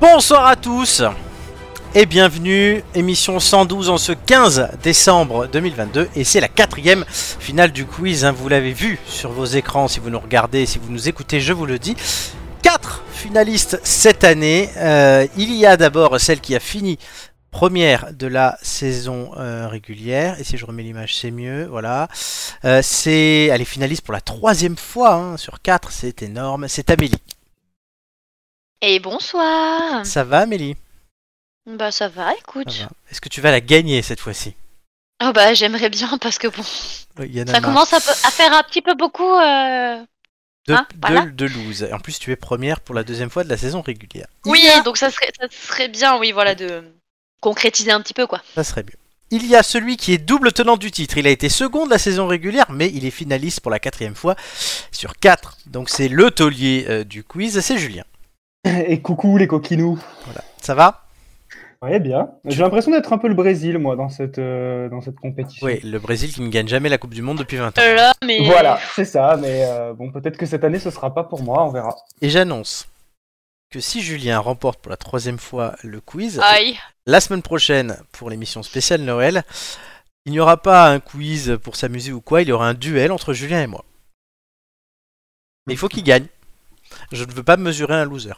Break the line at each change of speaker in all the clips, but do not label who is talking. Bonsoir à tous et bienvenue, émission 112 en ce 15 décembre 2022 et c'est la quatrième finale du quiz, hein, vous l'avez vu sur vos écrans si vous nous regardez, si vous nous écoutez, je vous le dis. Quatre finalistes cette année, Euh, il y a d'abord celle qui a fini première de la saison euh, régulière et si je remets l'image c'est mieux, voilà. Euh, c'est, elle est finaliste pour la troisième fois hein, sur quatre, c'est énorme, c'est Amélie.
Et bonsoir
Ça va Amélie
Bah ça va, écoute.
Ça va. Est-ce que tu vas la gagner cette fois-ci
Oh bah j'aimerais bien parce que bon,
Oui, il y en a
ça
marre.
commence à, peu- à faire un petit peu beaucoup. euh,
de,
hein,
de-
voilà.
de lose. Et en plus, tu es première pour la deuxième fois de la saison régulière.
Oui,
Il y a-
donc ça serait, ça serait bien, oui, voilà, de concrétiser un petit peu quoi.
Ça serait mieux. Il y a celui qui est double tenant du titre. Il a été second de la saison régulière, mais il est finaliste pour la quatrième fois sur quatre. Donc c'est le taulier euh, du quiz, c'est Julien.
Et coucou les coquinous.
Ça va
Ouais, bien. J'ai l'impression d'être un peu le Brésil, moi, dans cette, euh, dans cette compétition.
Oui, le Brésil qui ne gagne jamais la Coupe du Monde depuis 20 ans.
Euh, Là, mais
Voilà, c'est ça, mais euh, bon, peut-être que cette année ce sera pas pour moi, on verra.
Et j'annonce que si Julien remporte pour la troisième fois le quiz,
Aïe.
la semaine prochaine pour l'émission spéciale Noël, il n'y aura pas un quiz pour s'amuser ou quoi, il y aura un duel entre Julien et moi. Mais il faut qu'il gagne. Je ne veux pas mesurer un loser.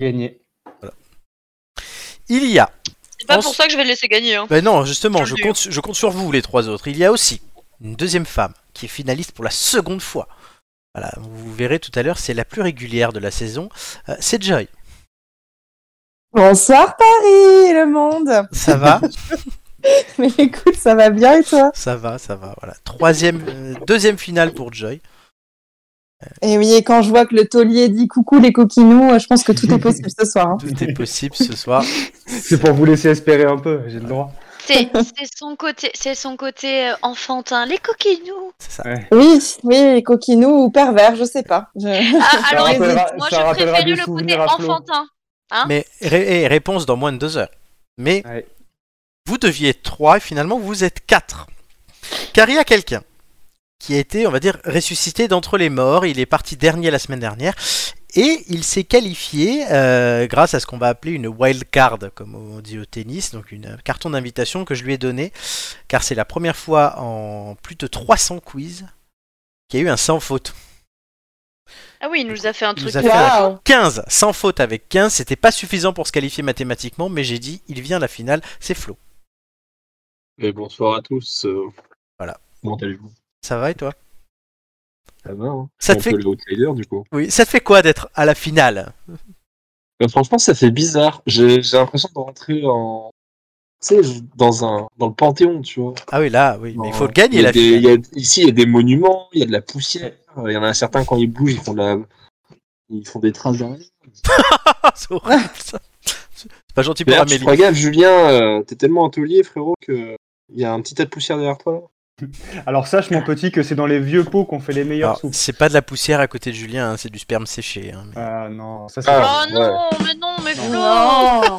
Gagné.
Il y a.
C'est pas
On
pour
s-
ça que je vais le laisser gagner. Hein.
Ben non, justement,
Je
je
l'ai
compte, je compte sur vous les trois autres. Il y a aussi une deuxième femme qui est finaliste pour la seconde fois. Voilà, vous verrez tout à l'heure, c'est la plus régulière de la saison. Euh, c'est Joy.
Bonsoir Paris et le monde
Ça va
Mais écoute, ça va bien et toi
Ça va, ça va. Voilà. Troisième, euh, deuxième finale pour Joy.
Et oui, et quand je vois que le taulier dit coucou les coquinous, euh, je pense que tout est possible ce soir. hein.
Tout est possible ce soir.
C'est pour vous laisser espérer un peu, j'ai le droit.
C'est c'est son côté, c'est son côté euh, enfantin, les coquinous.
C'est ça.
Oui, oui, les coquinous ou pervers, je sais pas. Je-
Ah, alors écoute,
rappellera-
moi
ça
je
rappellera
préfère
des
le côté
souvenirs à Flo.
enfantin.
Mais ré- et réponse dans moins de deux heures. Mais
Ouais.
vous deviez être trois et finalement vous êtes quatre. Car il y a quelqu'un qui a été, on va dire, ressuscité d'entre les morts. Il est parti dernier la semaine dernière. Et il s'est qualifié euh, grâce à ce qu'on va appeler une wild card, comme on dit au tennis, donc une un carton d'invitation que je lui ai donné, car c'est la première fois en plus de 300 quiz qu'il y a eu un sans faute.
Ah oui, il nous a fait un
Il
truc.
nous a fait
euh,
un-
Waouh
15 sans faute avec 15, c'était pas suffisant pour se qualifier mathématiquement, mais j'ai dit il vient la finale, c'est Flo.
Et bonsoir à tous. euh,
Voilà.
Comment allez-vous
Ça va et toi
Ça va hein
Ça
Je
te
suis
fait-
un peu le outsider du coup.
Oui, ça te fait quoi d'être à la finale
Euh, franchement, ça fait bizarre. J'ai j'ai l'impression de rentrer en. Tu sais, je- dans, un, dans le Panthéon, tu vois.
Ah oui, là, oui, mais il faut le
Dans-
gagner
y a
la
des-
finale.
il y a- ici, il y a des monuments, il y a de la poussière. euh, Il y en a certains, quand ils bougent, ils font, de la... ils font des traces derrière.
Ah, c'est horrible, ça. C'est pas gentil pour
D'ailleurs, tu
Amélie.
feras gaffe, Julien, euh, t'es tellement atelier, frérot, que il y a un petit tas de poussière derrière toi. Là.
Alors sache,
Ah.
mon petit, que c'est dans les vieux pots qu'on fait les meilleurs
Alors,
soupes.
c'est pas de la poussière à côté de Julien, hein, c'est du sperme séché. hein, mais-
Ah non, ça c'est,
Ah.
Oh
Ouais.
non, mais non, mais
Non.
Flo.
Non.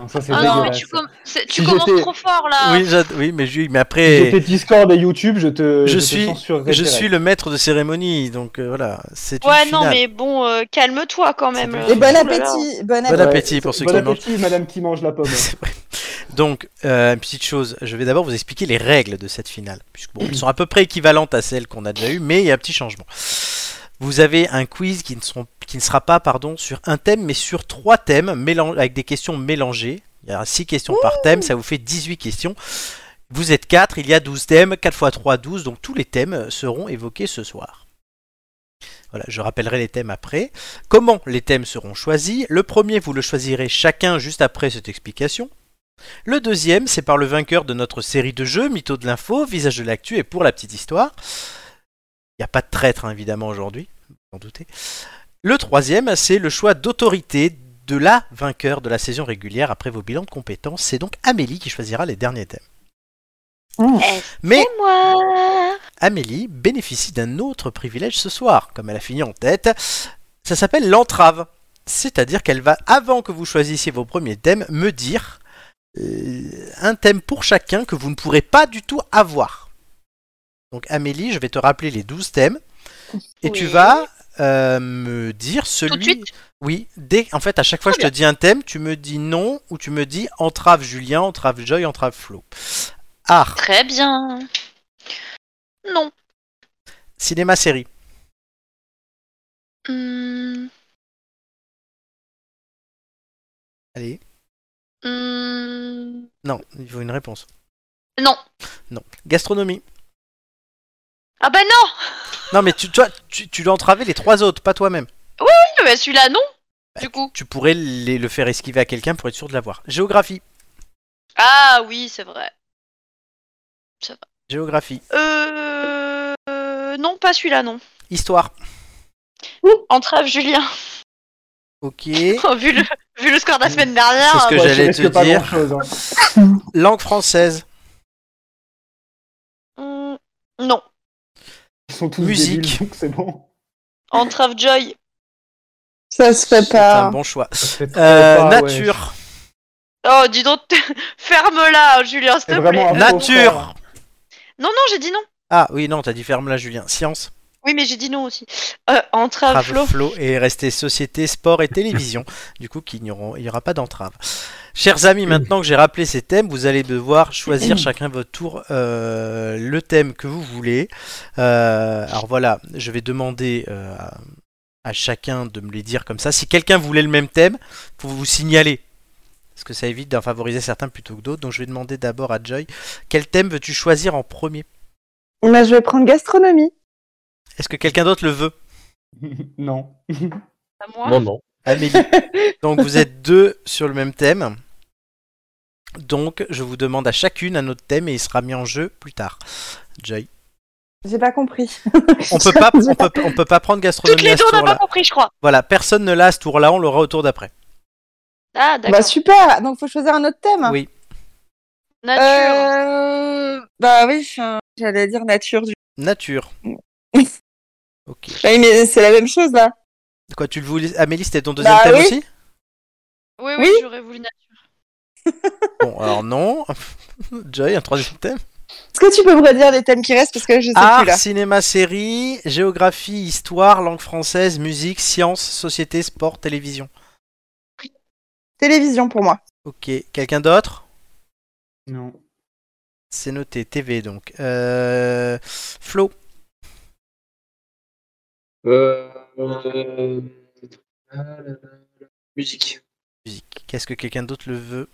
non, ça, c'est
Ah non, mais
dégueulasse.
tu, com- c'est- tu
Si
commences
j'étais-
trop fort là.
Oui, j'ad- oui, mais, Ju- mais
Si
après,
j'étais Discord et YouTube, je te,
Je
te
suis-
censurerais
je
direct.
suis le maître de cérémonie, donc euh, voilà, c'est une
Ouais,
finale.
non, mais bon, euh, calme-toi quand même.
C'est
Eh
euh,
Et bon
ben,
oulala.
appétit, bon
Bon
appétit.
appétit pour ceux
Bon
qui mangent.
appétit, madame qui mange la pomme.
C'est vrai. Donc, euh, une petite chose, je vais d'abord vous expliquer les règles de cette finale. Puisque, bon, elles sont à peu près équivalentes à celles qu'on a déjà eues, mais il y a un petit changement. Vous avez un quiz qui ne, seront- qui ne sera pas pardon, sur un thème, mais sur trois thèmes mélan- avec des questions mélangées. Il y a 6 questions par thème, ça vous fait 18 questions. Vous êtes 4, il y a 12 thèmes, 4 x 3, 12, donc tous les thèmes seront évoqués ce soir. Voilà, je rappellerai les thèmes après. Comment les thèmes seront choisis Le premier, vous le choisirez chacun juste après cette explication. Le deuxième, c'est par le vainqueur de notre série de jeux, Mytho de l'info, Visage de l'actu et pour la petite histoire. Il n'y a pas de traître, hein, évidemment, aujourd'hui, vous en doutez. Le troisième, c'est le choix d'autorité de la vainqueur de la saison régulière après vos bilans de compétences. C'est donc Amélie qui choisira les derniers thèmes.
Est-ce
Mais
que moi.
Amélie bénéficie d'un autre privilège ce soir, comme elle a fini en tête. Ça s'appelle l'entrave. C'est-à-dire qu'elle va, avant que vous choisissiez vos premiers thèmes, me dire euh, un thème pour chacun que vous ne pourrez pas du tout avoir. Donc Amélie, je vais te rappeler les 12 thèmes. Et tu
Oui.
vas euh, me dire celui.
Tout de suite
Oui, dès, en fait, à chaque fois que je te dis un thème, tu me dis non ou tu me dis entrave Julien, entrave Joy, entrave Flo. Art,
Très bien. Non.
cinéma, série.
Hmm,
Allez.
hmm,
Non, il faut une réponse.
Non.
Gastronomie.
Ah bah non
Non, mais tu, toi, tu, tu dois entraver les trois autres, pas toi-même.
Oui, bah celui-là, non Du coup.
Tu pourrais les- le faire esquiver à quelqu'un pour être sûr de l'avoir. Géographie.
Ah oui, c'est vrai.
Géographie.
Euh... euh, Non, pas celui-là, non.
Histoire.
Entrave Julien.
Ok.
vu, le, vu le score de la
Mm.
semaine
C'est ce
dernière,
que
euh,
Ouais, je
j'allais te
risque pas
dire.
grand-chose, hein.
Langue française.
mm, non.
Ils sont tous
Musique. Euh,
débiles, donc c'est bon.
Entrave Joy.
Ça se fait
C'est un
pas.
bon choix.
Ça se fait trop
Euh,
pas, ouais.
nature.
Oh, dis donc, ferme-la, Julien, s'il
C'est
te
vraiment
plaît.
un faux
Nature.
frère.
Non, non, j'ai dit non.
Ah oui, non, t'as dit ferme là, Julien. Science,
Oui, mais j'ai dit non aussi. Euh, entrave
trave,
Flo.
flow et rester société, sport et télévision. Du coup, qu'il n'y aura, il n'y aura pas d'entrave. Chers amis, maintenant que j'ai rappelé ces thèmes, vous allez devoir choisir chacun votre tour euh, le thème que vous voulez. Euh, alors voilà, je vais demander euh, à, à chacun de me les dire comme ça. Si quelqu'un voulait le même thème, faut vous signaler. Parce que ça évite d'en favoriser certains plutôt que d'autres. Donc je vais demander d'abord à Joy, quel thème veux-tu choisir en premier
Là, je vais prendre gastronomie.
Est-ce que quelqu'un d'autre le veut
non.
À moi.
Non, non.
Amélie. Donc vous êtes deux sur le même thème. Donc je vous demande à chacune un autre thème et il sera mis en jeu plus tard. Joy.
J'ai pas compris.
On peut pas, on peut, on peut pas prendre gastronomie
Toutes les
à ce
deux, on n'a pas
tour-là.
compris, je crois.
Voilà, personne ne l'a à ce tour-là, on l'aura au tour d'après.
Ah, d'accord.
Bah super. Donc faut choisir un autre thème.
Oui.
Nature.
Euh, Bah oui. enfin, J'allais dire nature. du-
Nature. Ok.
Bah oui, mais c'est la même chose là.
Quoi, tu le voulais Amélie, c'était ton deuxième
Bah
thème
oui.
aussi
Oui, oui,
Oui.
j'aurais voulu nature.
Bon, alors non. Joy, un troisième thème.
Est-ce que tu peux me redire les thèmes qui restent parce que je sais plus là.
Art, cinéma, série, géographie, histoire, langue française, musique, science, société, sport, télévision.
Télévision pour moi.
Ok, quelqu'un d'autre
Non.
C'est noté, TV donc. Euh, Flo,
Euh... euh, la, la, la, Musique.
musique. Qu'est-ce que quelqu'un d'autre le veut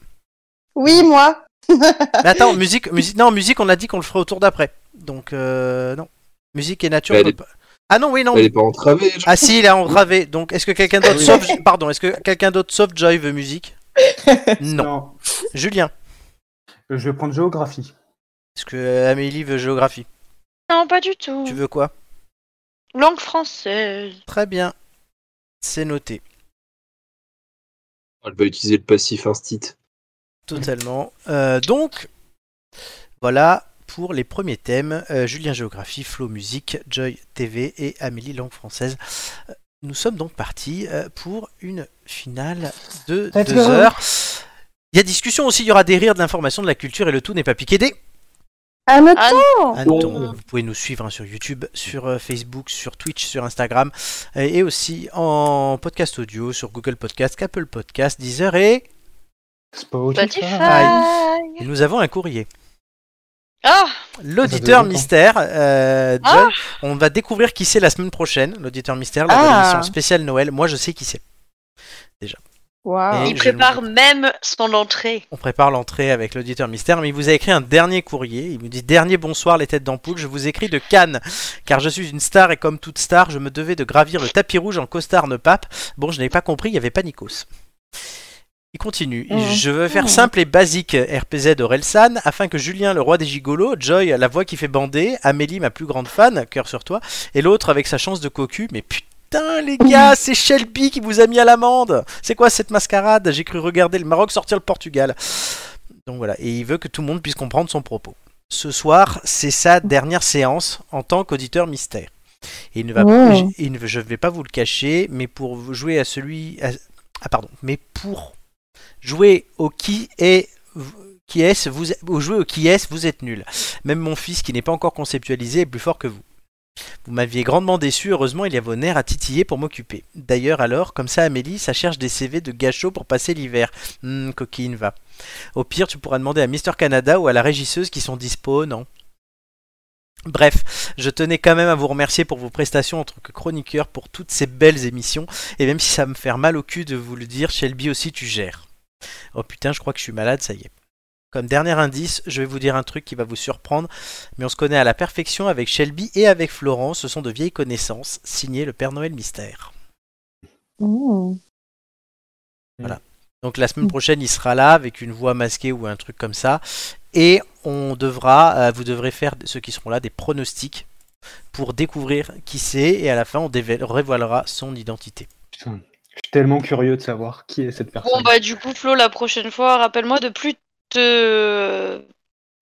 Mm.
Oui, moi.
Mais attends, musique, musique. Non, musique, on a dit qu'on le ferait au tour d'après. Donc, euh, non. Musique et nature.
Mais
on
Bah, elle
peut pas. Ah non, oui, non.
Elle est pas entravée. je-
Ah si, là, on gravait. Donc, est-ce que quelqu'un d'autre
Oui.
sauf. Pardon, est-ce que quelqu'un d'autre sauf Joy veut musique Non.
Non.
Julien,
Euh, Je vais prendre géographie.
est-ce que Amélie veut géographie
Non, pas du tout.
Tu veux quoi
Langue française.
Très bien. C'est noté.
Elle va utiliser le passif instit.
Totalement. Euh, donc, voilà pour les premiers thèmes. Euh, Julien Géographie, Flo Musique, Joy TV et Amélie Langue Française. Euh, Nous sommes donc partis euh, pour une finale de
Let's
2
go.
heures. Il y a discussion aussi, il y aura des rires, de l'information, de la culture et le tout n'est pas piqué des
Un autre.
Ah,
un
Oh.
ton. Vous pouvez nous suivre hein, sur YouTube, sur euh, Facebook, sur Twitch, sur Instagram euh, et aussi en podcast audio sur Google Podcast, Apple Podcast, Deezer et,
Spotify.
Spotify.
et nous avons un courrier.
Ah,
L'auditeur
Ça fait longtemps.
mystère, euh,
Ah.
John, on va découvrir qui c'est la semaine prochaine. L'auditeur mystère, la
Ah.
émission spéciale Noël. Moi, je sais qui c'est.
Ah,
Waouh.
Et-
il
je vais le
prépare même son entrée.
On prépare l'entrée avec l'auditeur mystère, mais il vous a écrit un dernier courrier. Il me dit Dernier bonsoir, les têtes d'ampoule. Je vous écris de Cannes, car je suis une star et comme toute star, je me devais de gravir le tapis rouge en costard ne pape. Bon, je n'ai pas compris, il y avait pas Nikos. Il continue.
Mhm.
Je veux faire
Mhm.
simple et basique RPZ Orelsan afin que Julien, le roi des gigolos, Joy, la voix qui fait bander, Amélie, ma plus grande fan, cœur sur toi, et l'autre avec sa chance de cocu, mais putain les gars, c'est Shelby qui vous a mis à l'amende C'est quoi cette mascarade J'ai cru regarder le Maroc sortir le Portugal. Donc voilà, et il veut que tout le monde puisse comprendre son propos. Ce soir, c'est sa dernière séance en tant qu'auditeur mystère. Et il ne va,
Wow.
je- il ne- je ne vais pas vous le cacher, mais pour vous jouer à celui, à- ah pardon, mais pour jouer au qui est qui est-ce, vous, au jouer au qui est-ce, vous êtes nul. Même mon fils qui n'est pas encore conceptualisé est plus fort que vous. Vous m'aviez grandement déçu, heureusement il y a vos nerfs à titiller pour m'occuper. D'ailleurs alors, comme ça Amélie, ça cherche des CV de gâchot pour passer l'hiver. Hum, coquine va. Au pire, tu pourras demander à Mister Canada ou à la régisseuse qui sont dispo, non Bref, je tenais quand même à vous remercier pour vos prestations en tant que chroniqueur pour toutes ces belles émissions, et même si ça me fait mal au cul de vous le dire, Shelby aussi tu gères. Oh putain, je crois que je suis malade, ça y est. Comme dernier indice, je vais vous dire un truc qui va vous surprendre, mais on se connaît à la perfection avec Shelby et avec Florent, ce sont de vieilles connaissances, signé le Père Noël Mystère.
Mmh.
Donc la semaine prochaine, il sera là avec une voix masquée ou un truc comme ça, et on devra, euh, vous devrez faire ceux qui seront là des pronostics pour découvrir qui c'est, et à la fin, on dévê- révélera son identité.
Putain, je suis tellement curieux de savoir qui est cette personne.
Bon, bah, du coup, Flo, la prochaine fois, rappelle-moi de plus te.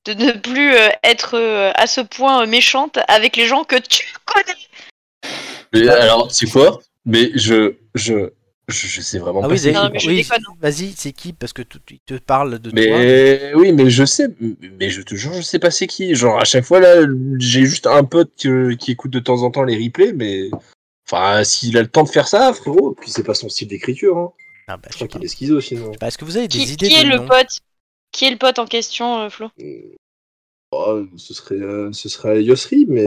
de ne plus euh, être euh, à ce point euh, méchante avec les gens que tu connais.
Mais alors, c'est quoi Mais je, je, je, je sais vraiment
Ah oui,
pas. bah, c'est
Zé-
Non,
qui,
mais je
oui,
déconne. hein.
vas-y, c'est qui Parce que tu- tu- il te parle de toi.
Mais oui, mais je sais, mais je te jure, je sais pas c'est qui. Genre à chaque fois là, j'ai juste un pote que- qui écoute de temps en temps les replays, mais enfin s'il a le temps de faire ça, frérot. Puis c'est pas son style d'écriture. Hein.
Ah, bah,
Je
je
crois
sais pas.
qu'il est schizo sinon.
Bah, Est-ce que vous avez des
Qui,
idées
qui
de
est le
noms
pote Qui est le pote en question, euh, Flo
Oh, ce serait, euh, ce serait Yosri, mais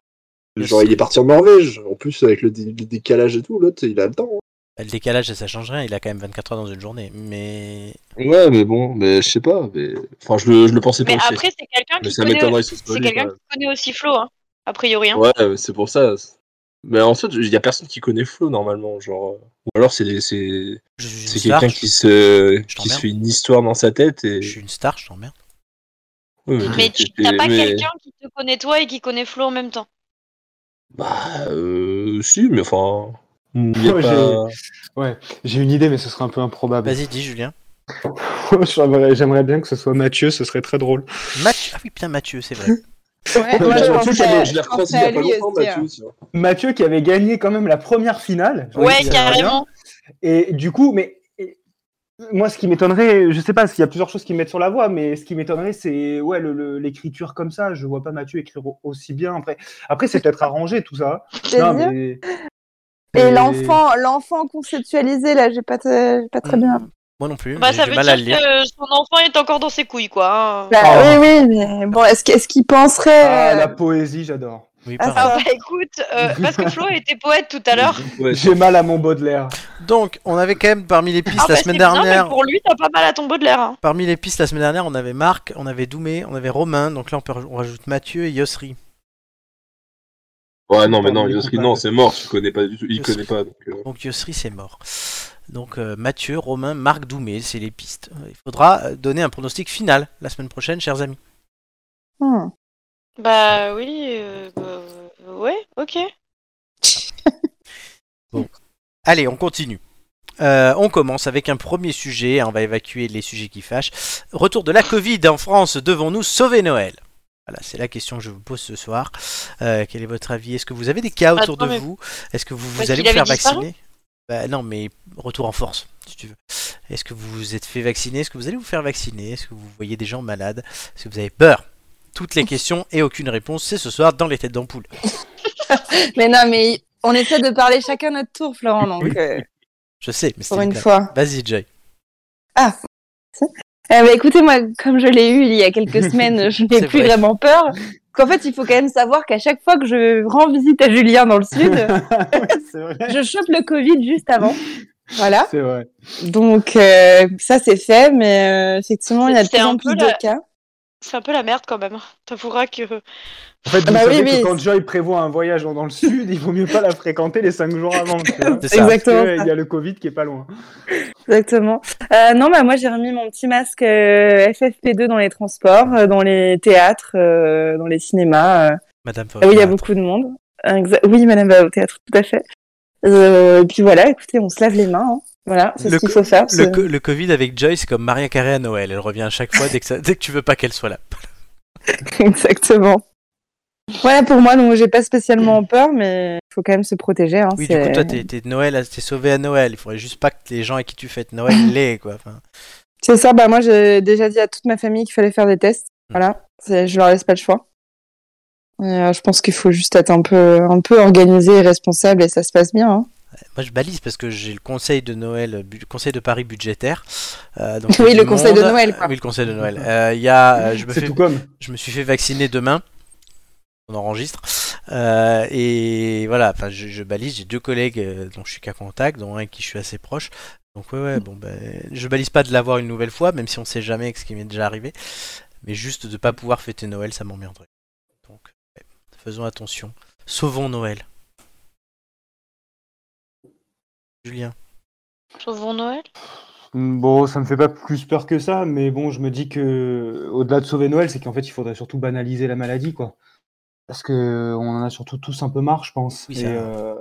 genre
Yosri.
il est parti en Norvège. En plus avec le, dé- le décalage et tout, l'autre il a le temps. hein.
Bah, Le décalage, ça, ça change rien. Il a quand même 24 heures dans une journée. Mais
Ouais, mais bon, mais je sais pas. Mais enfin, je le, je le pensais
Mais
pas. aussi.
après, c'est quelqu'un
mais
qui
ça
connaît.
m'étonnerait. que ce soit
C'est
lui,
quelqu'un
quand
qui connaît aussi Flo, hein, a priori. Hein.
Ouais, mais c'est pour ça. Mais en fait, il y a personne qui connaît Flo normalement, genre. euh. Ou alors c'est des- c'est
je, je suis
c'est
une star.
quelqu'un qui se
je
qui se
t'emmerde.
fait une histoire dans sa tête et.
Je suis une star, je t'emmerde.
Ouais,
Mais
t'es-
tu n'as pas
mais-
quelqu'un qui te connaît toi et qui connaît Flo en même temps.
Bah euh, si, mais enfin.
Hmm.
il y a
Ouais,
pas-
j'ai- J'ai une idée, mais ce serait un peu improbable.
Vas-y, dis Julien.
J'aimerais j'aimerais bien que ce soit Mathieu, ce serait très drôle.
Mathieu. Ah oui, putain, Mathieu, c'est vrai.
Ouais, moi,
Mathieu,
je
Mathieu,
pensais-
l'ai- je l'ai
je
recroisé
pensais
il y a
à
pas
lui
longtemps,
aussi, hein.
Mathieu, tu vois.
Mathieu qui avait gagné quand même la première finale.
Ouais,
Ça sert à rien.
carrément.
Et du coup, mais et- moi, ce qui m'étonnerait, je sais pas, s'il y a plusieurs choses qui me mettent sur la voie, mais ce qui m'étonnerait, c'est ouais, le- le- l'écriture comme ça. Je vois pas Mathieu écrire au- aussi bien. Après, après c'est peut-être arrangé tout ça.
Je te
Non,
jure.
mais-
Et
mais-
l'enfant, l'enfant conceptualisé, là, j'ai pas, t- j'ai pas très bien.
Moi non plus.
Bah,
j'ai
ça
du
veut
mal à le
dire
lire.
que son enfant est encore dans ses couilles, quoi. hein.
Bah,
Ah.
Oui, oui, mais bon, est-ce, que- est-ce qu'il penserait.
Ah,
euh,
la poésie, j'adore.
Oui,
Ah,
pareil.
Ah bah écoute, euh, parce que Flo était poète tout à l'heure.
Ouais,
J'ai mal à mon Baudelaire.
Donc, on avait quand même parmi les pistes
Ah bah,
la
c'est
semaine
bien,
dernière.
mais pour lui, t'as pas mal à ton Baudelaire. Hein.
Parmi les pistes la semaine dernière, on avait Marc, on avait Doumé, on avait Romain. Donc là, on, peut- on rajoute Mathieu et Yosri.
Ouais, non, mais non, Yosri, non, c'est mort. Tu connais pas du tout. Il
Yosri.
connaît pas. donc, euh,
Donc Yosri, c'est mort. Donc euh, Mathieu, Romain, Marc, Doumé, c'est les pistes. Il faudra euh, donner un pronostic final la semaine prochaine, chers amis.
hmm.
Bah oui, euh, bah, ouais, ok.
Allez, on continue. Euh, on commence avec un premier sujet, hein, on va évacuer les sujets qui fâchent. Retour de la Covid en France, devons-nous sauver Noël Voilà, c'est la question que je vous pose ce soir. Euh, quel est votre avis Est-ce que vous avez des cas autour
Attends,
de
mais-
vous Est-ce que vous,
Parce
vous allez
qu'il
vous faire
avait disparu
vacciner Bah, Non, mais retour en force, si tu veux. Est-ce que vous vous êtes fait vacciner Est-ce que vous allez vous faire vacciner Est-ce que vous voyez des gens malades Est-ce que vous avez peur Toutes les questions et aucune réponse, c'est ce soir dans les têtes d'ampoule.
Mais non, mais on essaie de parler chacun notre tour, Florent, donc, euh,
Je sais, mais c'est
pour une fois.
Vas-y, Jay.
Ah, Eh ben, écoutez, moi, comme je l'ai eu il y a quelques semaines, je n'ai
C'est
plus
vrai.
vraiment peur. Qu'en fait, il faut quand même savoir qu'à chaque fois que je rends visite à Julien dans le sud,
c'est vrai.
je chope le Covid juste avant. Voilà.
C'est vrai.
Donc, euh, ça, c'est fait, mais euh, effectivement, il y a de
C'était
plus en
un
plus
peu
de
la-
cas.
C'est un peu la merde quand même. T'avoueras que. euh,
En fait, vous
Ah bah oui,
savez que
oui.
quand Joy prévoit un voyage dans le sud, il vaut mieux pas la fréquenter les 5 jours avant. tu vois.
C'est ça.
Parce
Exactement.
que Il y a le Covid qui est pas loin.
Exactement. Euh, non, bah moi j'ai remis mon petit masque euh, FFP2 dans les transports, euh, dans les théâtres, euh, dans les cinémas, euh,
Madame
là où il y a
Faulkner.
beaucoup de monde. Exa- oui, madame va au théâtre, tout à fait. Euh, et puis voilà, écoutez, on se lave les mains. hein. Voilà, c'est
Le
ce qu'il
co-
faut faire.
Le,
c'est-
co- le Covid avec Joy, c'est comme Maria Carré à Noël. Elle revient à chaque fois dès que, ça- dès que tu veux pas qu'elle soit là.
Exactement. Voilà pour moi, donc j'ai pas spécialement peur, mais il faut quand même se protéger. Hein,
Oui, du
c'est-
coup, toi, t'es, t'es Noël, à- t'es sauvé à Noël. Il faudrait juste pas que les gens à qui tu fêtes Noël l'aient, quoi. Enfin,
C'est ça, bah moi
Mm.
j'ai déjà dit à toute ma famille qu'il fallait faire des tests. Voilà, c'est- je leur laisse pas le choix. Et, euh, je pense qu'il faut juste être un peu, un peu organisé et responsable et ça se passe bien. hein.
Moi, je balise parce que j'ai le conseil de Noël, euh, bu- le conseil de Paris budgétaire. Euh, donc, il y a
Oui,
du
le conseil de
monde.
Noël, quoi.
Oui, le conseil de Noël. Euh, Il y a, euh, je me
C'est
fais
tout comme.
je me suis fait vacciner demain. On enregistre. Euh, et voilà, enfin, je, je balise. J'ai deux collègues euh, dont je suis qu'à contact, dont un avec qui je suis assez proche. Donc, ouais, ouais, bon, ben, je balise pas de l'avoir une nouvelle fois, même si on sait jamais ce qui m'est déjà arrivé. Mais juste de pas pouvoir fêter Noël, ça m'emmerderait. Donc, ouais, faisons attention. Sauvons Noël. Julien.
Sauvons Noël.
Mm, Bon, ça me fait pas plus peur que ça, mais bon, je me dis que au-delà de sauver Noël, c'est qu'en fait, il faudrait surtout banaliser la maladie, quoi. Parce que on en a surtout tous un peu marre, je pense.
Oui,
Et,
ça-
euh,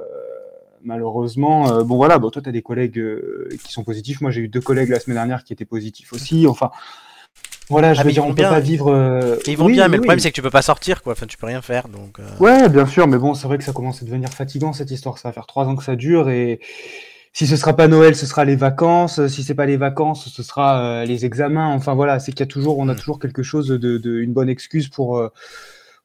malheureusement, euh, bon voilà, bon toi, t'as des collègues euh, qui sont positifs. Moi, j'ai eu deux collègues la semaine dernière qui étaient positifs aussi. Enfin, voilà, je
Ah, mais
veux
ils
dire,
vont
on peut
bien.
pas vivre. euh,
Ils vont
oui,
bien, mais
oui,
le problème,
oui.
c'est que tu peux pas sortir, quoi. Enfin, tu peux rien faire, donc. euh,
Ouais, bien sûr, mais bon, c'est vrai que ça commence à devenir fatigant cette histoire. Ça va faire trois ans que ça dure et si ce sera pas Noël, ce sera les vacances. Si c'est pas les vacances, ce sera euh, les examens. Enfin voilà, c'est qu'il y a toujours, on a
Mm.
toujours quelque chose de, de- une bonne excuse pour euh,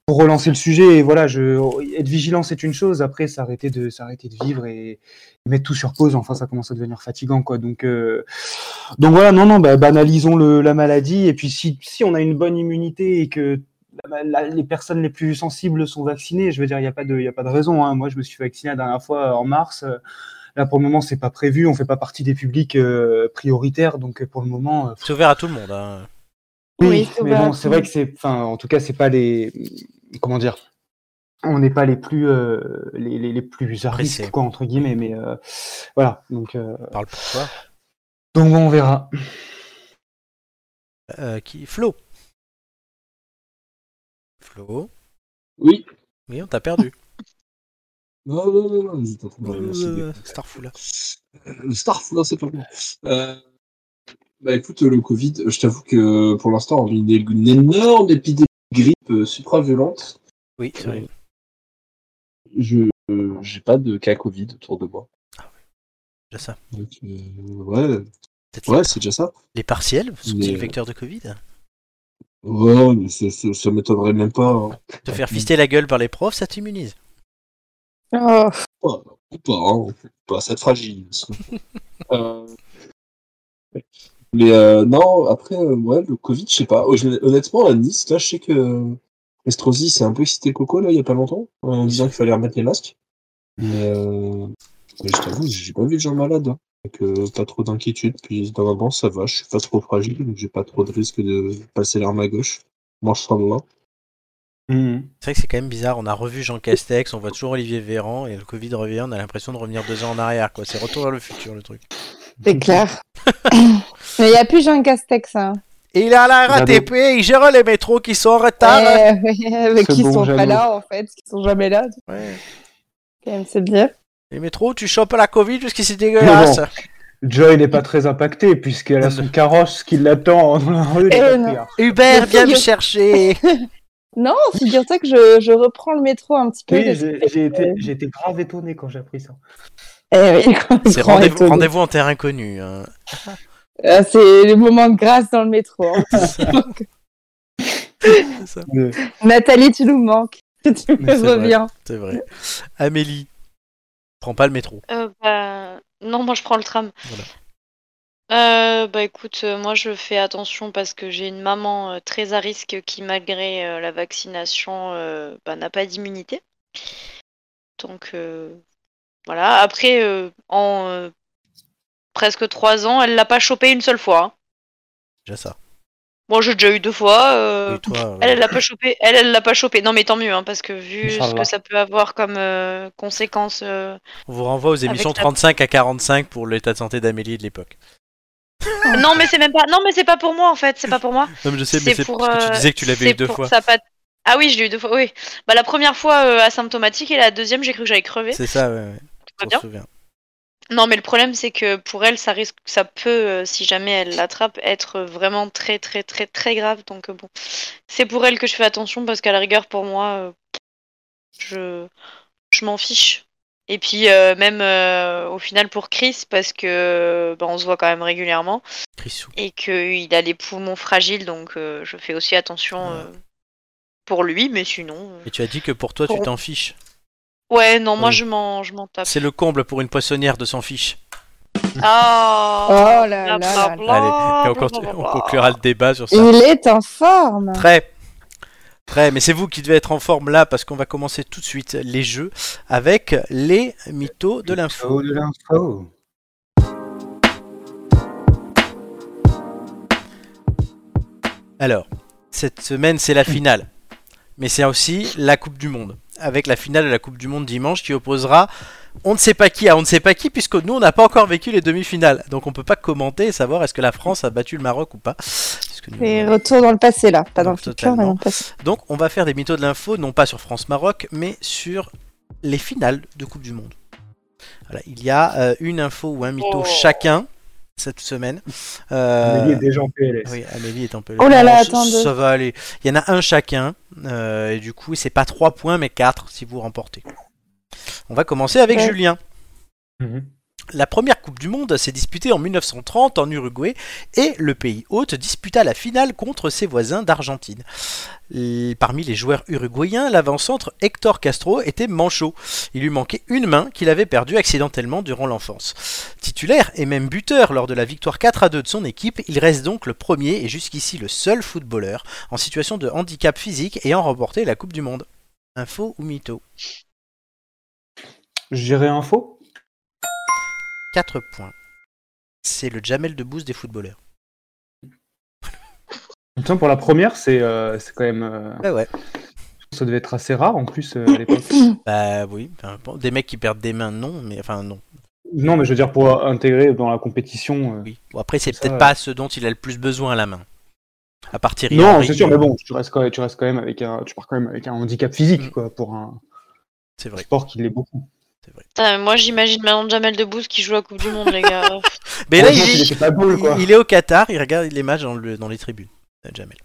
pour relancer le sujet. Et voilà, je être vigilant c'est une chose. Après, s'arrêter de s'arrêter de vivre et mettre tout sur pause. Enfin, ça commence à devenir fatigant quoi. Donc euh, donc voilà, non non, bah, banalisons le, la maladie et puis si si on a une bonne immunité et que la- la- les personnes les plus sensibles sont vaccinées. Je veux dire, il n'y a, pas de- il y a pas de raison. hein. Moi, je me suis vacciné la dernière fois euh, en mars. Euh, Là, pour le moment, c'est pas prévu. On fait pas partie des publics euh, prioritaires. Donc, euh, pour le moment, euh,
C'est ouvert à tout le monde. hein.
Oui,
oui,
c'est
mais
ouvert à
bon,
tout
c'est
le
vrai
monde.
que c'est. Enfin, en tout cas, c'est pas les. Comment dire On n'est pas les plus. euh, les, les, les plus à risque,
Pressés.
quoi, entre guillemets. Mais euh, voilà. Donc, euh,
Parle pour toi.
donc bon, on verra.
Euh, qui Flo. Flo.
Oui.
Oui, on t'a perdu.
Non, non, non, non, j'étais en train de remercier des-
Euh, Starfou là.
Euh, Starf, non, c'est pas bon. Euh, bah écoute, le Covid, je t'avoue que pour l'instant, on vit une, une énorme épidémie de grippe euh, supra violente.
Oui, c'est vrai.
Je euh, j'ai pas de cas Covid autour de moi.
Ah Déjà ça.
Donc, euh, ouais,
Peut-être
ouais, c'est déjà ça.
les partiels, parce que
Mais,
c'est le
euh,
vecteur de Covid.
Ouais, mais ça, ça, ça m'étonnerait même pas. hein.
Te faire fister la gueule par les profs, ça t'immunise.
Oh,
Oh, ou pas, hein, pas ça te fragilise. Euh, Mais euh, non, après, euh, ouais, le Covid, je sais pas. Oh, je- Honnêtement, à Nice, là, je sais que euh, Estrosi s'est un peu excité le coco, là, il y a pas longtemps, en disant qu'il fallait remettre les masques. Mais, euh, mais je t'avoue, j'ai pas vu de gens malades. hein. Donc, euh, pas trop d'inquiétude. Puis, dans ma ça va, je suis pas trop fragile, donc j'ai pas trop de risque de passer l'arme à gauche. Moi, je serai de main.
Mm.
C'est vrai que c'est quand même bizarre. On a revu Jean Castex, on voit toujours Olivier Véran et le Covid revient. On a l'impression de revenir deux ans en arrière. quoi. C'est retour vers le futur le truc.
c'est clair. Mais il n'y a plus Jean Castex. Hein.
Il est à la
Regardez.
RATP, il gère les métros qui sont en retard.
Euh, ouais,
Ce
qui
bon
sont pas
jaloux.
là, en fait, qui sont jamais là.
Ouais.
Quand même, c'est bien.
Les métros, tu chopes la Covid parce que c'est dégueulasse.
Joy n'est pas très impacté puisqu'elle a son carrosse qui l'attend dans la rue.
Eh
les
non.
patriarches.
Hubert, viens me
Figure-
chercher.
Non, figure-toi que je, je reprends le métro un petit peu.
Oui,
parce
j'ai
que-
j'ai été, j'ai été grave étonné quand j'ai appris ça.
Eh oui, quand je
C'est
prends les
rendez-vous
taux-
rendez-vous en terrain inconnu. hein.
Ah, c'est le moment de grâce dans le métro. hein.
C'est ça.
Mais-
Nathalie, tu nous manques. Tu me
Mais c'est vrai.
reviens.
C'est vrai. Amélie, prends pas le métro.
Euh, bah, non, moi je prends le tram.
Voilà.
Euh, bah écoute, euh, moi je fais attention parce que j'ai une maman euh, très à risque qui, malgré euh, la vaccination, euh, bah, n'a pas d'immunité. Donc euh, voilà. Après, euh, en euh, presque trois ans, elle l'a pas chopé une seule fois. hein.
Déjà ça.
Moi j'ai déjà eu deux fois. euh,
Et toi,
Elle, elle
euh,
l'a pas chopé. Elle, elle l'a pas chopé. Non, mais tant mieux, hein, parce que vu ce
Inch'Allah.
que ça peut avoir comme euh, conséquence. euh,
on vous renvoie aux émissions
Avec la-
35 à 45 pour l'état de santé d'Amélie de l'époque.
Non, mais c'est même pas. Non, mais c'est pas pour moi en fait. C'est pas pour moi.
Non, mais je sais, mais c'est
pour.
parce que
euh,
tu disais que tu l'avais
c'est
eu deux
pour
fois.
sa pat- Ah oui, je l'ai eu deux fois. Oui. Bah la première fois euh, asymptomatique et la deuxième, j'ai cru que j'allais crever.
C'est ça, ouais, ouais.
Tout va
on
bien.
se souvient.
Non, mais le problème c'est que pour elle, ça risque, ça peut, euh, si jamais elle l'attrape, être vraiment très, très, très, très grave. Donc euh, bon, c'est pour elle que je fais attention parce qu'à la rigueur, pour moi, euh, je, je m'en fiche. Et puis euh, même euh, au final pour Chris parce que bah, on se voit quand même régulièrement
Chrisou.
et qu'il a les poumons fragiles, donc euh, je fais aussi attention.
Ouais.
euh, pour lui, mais sinon. euh,
Et tu as dit que pour toi, tu t'en fiches.
Ouais, non, moi
Oui.
je m'en je m'en tape.
C'est le comble pour une poissonnière de s'en fiche.
Ah
Oh là là là
blablabla,
Allez, et on, continue- on
blablabla.
conclura le débat sur ça.
Il est en forme.
Très. Très, mais c'est vous qui devez être en forme là parce qu'on va commencer tout de suite les jeux avec les mythos de l'info.
Oh, de l'info.
Alors, cette semaine c'est la finale, mais c'est aussi la Coupe du Monde. Avec la finale de la Coupe du Monde dimanche qui opposera on ne sait pas qui à on ne sait pas qui, puisque nous on n'a pas encore vécu les demi-finales. Donc on peut pas commenter et savoir est-ce que la France a battu le Maroc ou pas. puisque nous-
Et retour dans le passé là, pas dans
Non,
le futur,
totalement.
mais dans le passé.
Donc on va faire des mythos de l'info, non pas sur France-Maroc, mais sur les finales de Coupe du Monde. Voilà, il y a euh, une info ou un mytho
Oh.
chacun cette semaine. Euh,
Il est déjà en PLS.
oui, Amélie est un peu.
Oh là là,
Non, c-
attends, deux.
Ça va aller. Il y en a un chacun. euh, et du coup, c'est pas 3 points, mais 4 si vous remportez. On va commencer avec
Ouais.
Julien.
Mhm.
La première Coupe du Monde s'est disputée en 1930 en Uruguay et le pays hôte disputa la finale contre ses voisins d'Argentine. L- Parmi les joueurs uruguayens, l'avant-centre Hector Castro était manchot. Il lui manquait une main qu'il avait perdue accidentellement durant l'enfance. Titulaire et même buteur lors de la victoire 4 à 2 de son équipe, il reste donc le premier et jusqu'ici le seul footballeur en situation de handicap physique ayant remporté la Coupe du Monde. Info ou mytho
Je dirais info.
4 points. C'est le Jamel Debbouze des footballeurs.
Putain, pour la première, c'est euh, c'est quand même. euh,
Bah ouais.
ça devait être assez rare en plus euh, à l'époque.
Bah oui. Enfin, bon, des mecs qui perdent des mains, non. Mais enfin, non.
non, mais je veux dire, pour intégrer dans la compétition. euh,
Oui. Bon, après, c'est
Ça,
peut-être
ouais.
pas ce dont il a le plus besoin à la main. À partir
Non, c'est sûr, mais bon, tu restes, quand même, tu restes quand même avec un, tu pars quand même avec un handicap physique, quoi, pour un
C'est vrai.
sport qui l'est beaucoup.
Putain, mais moi j'imagine maintenant Jamel Debbouze qui joue la Coupe du Monde, les gars.
Mais là, il,
Heureusement qu'il était pas drôle, quoi.
il- il est au Qatar, il regarde les matchs dans, le- dans les tribunes. Le Jamel.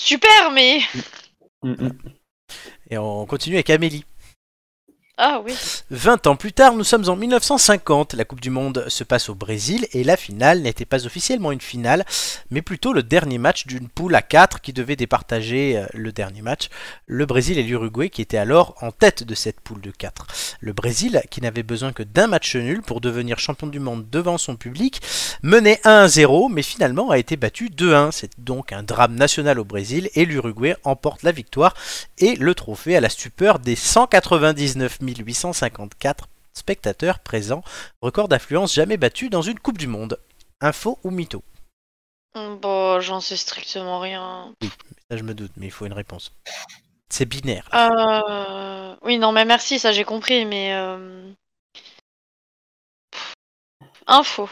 Super, mais.
Mm, mm.
Et on continue avec Amélie.
Ah oui.
20 ans plus tard, nous sommes en 1950. La Coupe du Monde se passe au Brésil et la finale n'était pas officiellement une finale, mais plutôt le dernier match d'une poule à 4 qui devait départager euh, le dernier match, le Brésil et l'Uruguay qui étaient alors en tête de cette poule de 4. Le Brésil, qui n'avait besoin que d'un match nul pour devenir champion du monde devant son public, menait 1-0 mais finalement a été battu 2-1. C'est donc un drame national au Brésil et l'Uruguay emporte la victoire et le trophée à la stupeur des 199 854 spectateurs présents, record d'affluence jamais battu dans une Coupe du Monde. Info ou mytho
Bon, j'en sais strictement rien.
Ça je me doute, mais il faut une réponse. C'est binaire.
Ah.
là.
Euh... Oui, non, mais merci, ça j'ai compris, mais. euh, pff, Info.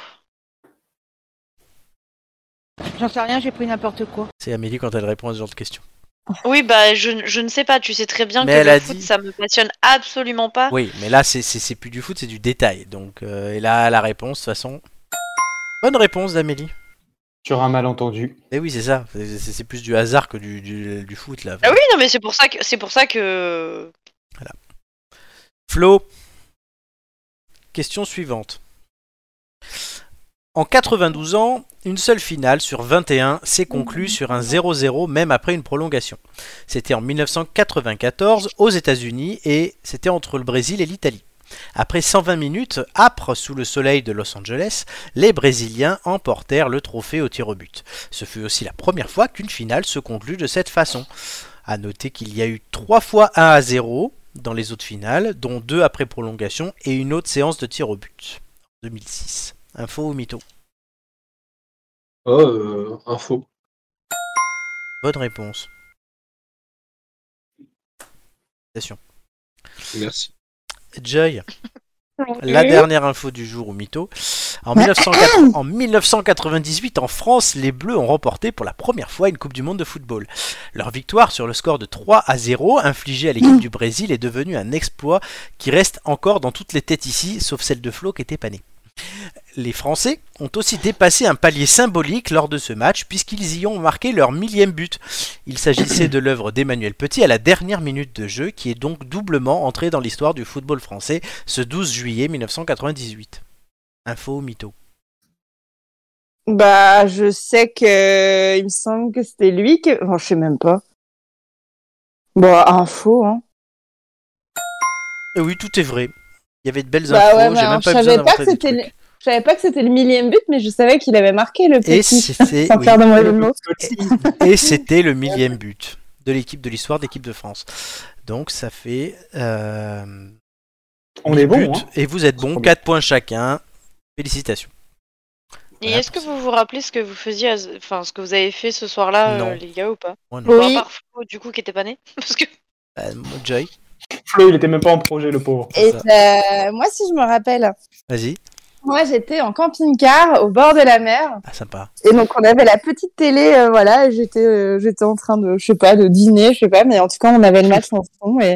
J'en sais rien, j'ai pris n'importe quoi.
C'est Amélie quand elle répond à ce genre de questions.
Oui, bah je, n- je ne sais pas, tu sais très bien
Mais
que
elle
le
a
foot
dit-
ça me passionne absolument pas.
Oui, mais là c'est- c'est c'est plus du foot, c'est du détail. Donc, euh, et là la réponse, de toute façon. Bonne réponse d'Amélie.
Sur un malentendu.
Eh oui, c'est ça. C'est- C'est c'est plus du hasard que du, du- du foot là.
Ah oui, non, mais c'est pour ça que. C'est pour ça que.
Flo, question suivante. En 92 ans, une seule finale sur 21 s'est conclue sur un 0-0 même après une prolongation. C'était en 1994 aux États-Unis et c'était entre le Brésil et l'Italie. Après 120 minutes, âpres sous le soleil de Los Angeles, les Brésiliens emportèrent le trophée au tir au but. Ce fut aussi la première fois qu'une finale se conclut de cette façon. À noter qu'il y a eu trois fois 1 à 0 dans les autres finales, dont deux après prolongation et une autre séance de tir au but. 2006. Info ou mytho
Oh, euh, info.
Bonne réponse. Félicitations.
Merci.
Joy, la dernière info du jour au mytho. En, 1980 en 1998, en France, les Bleus ont remporté pour la première fois une Coupe du Monde de football. Leur victoire sur le score de 3 à 0, infligée à l'équipe du Brésil, est devenue un exploit qui reste encore dans toutes les têtes ici, sauf celle de Flo qui était panée. Les Français ont aussi dépassé un palier symbolique lors de ce match puisqu'ils y ont marqué leur millième but. Il s'agissait de l'œuvre d'Emmanuel Petit à la dernière minute de jeu qui est donc doublement entrée dans l'histoire du football français ce 12 juillet 1998. Info ou mytho
Bah, je sais que il me semble que c'était lui que. Bon, je sais même pas.
Bon, info, hein.
Et Eh oui, tout est vrai. Il y avait de belles
Bah
infos,
ouais, mais
j'ai
alors,
même pas
je
besoin
savais pas
d'inventer
que
des
c'était
trucs.
le- Je savais pas que c'était le millième but, mais je savais qu'il avait marqué le
Et
petit.
c'est fait,
Sans
oui.
faire de mauvais jeu de mots.
Et c'était le millième but de l'équipe de l'histoire d'équipe de France. Donc ça fait. euh,
On est
but,
bon. hein.
Et vous êtes bon, 4 points chacun. Félicitations.
Et
Voilà.
est-ce que vous vous rappelez ce que vous faisiez, à ce- enfin ce que vous avez fait ce soir-là, euh,
Non.
les gars ou pas
Moi, non.
Oui.
Bon, à part Flo, du coup qui était pas né, parce que
Euh, moi, Joy,
Flo, il était même pas en projet, le pauvre.
Et euh, moi, si je me rappelle,
vas-y.
moi j'étais en camping-car au bord de la mer,
Ah, sympa.
et donc on avait la petite télé, euh, voilà, et j'étais, euh, j'étais en train de, je sais pas, de dîner, je sais pas, mais en tout cas on avait le match en fond, et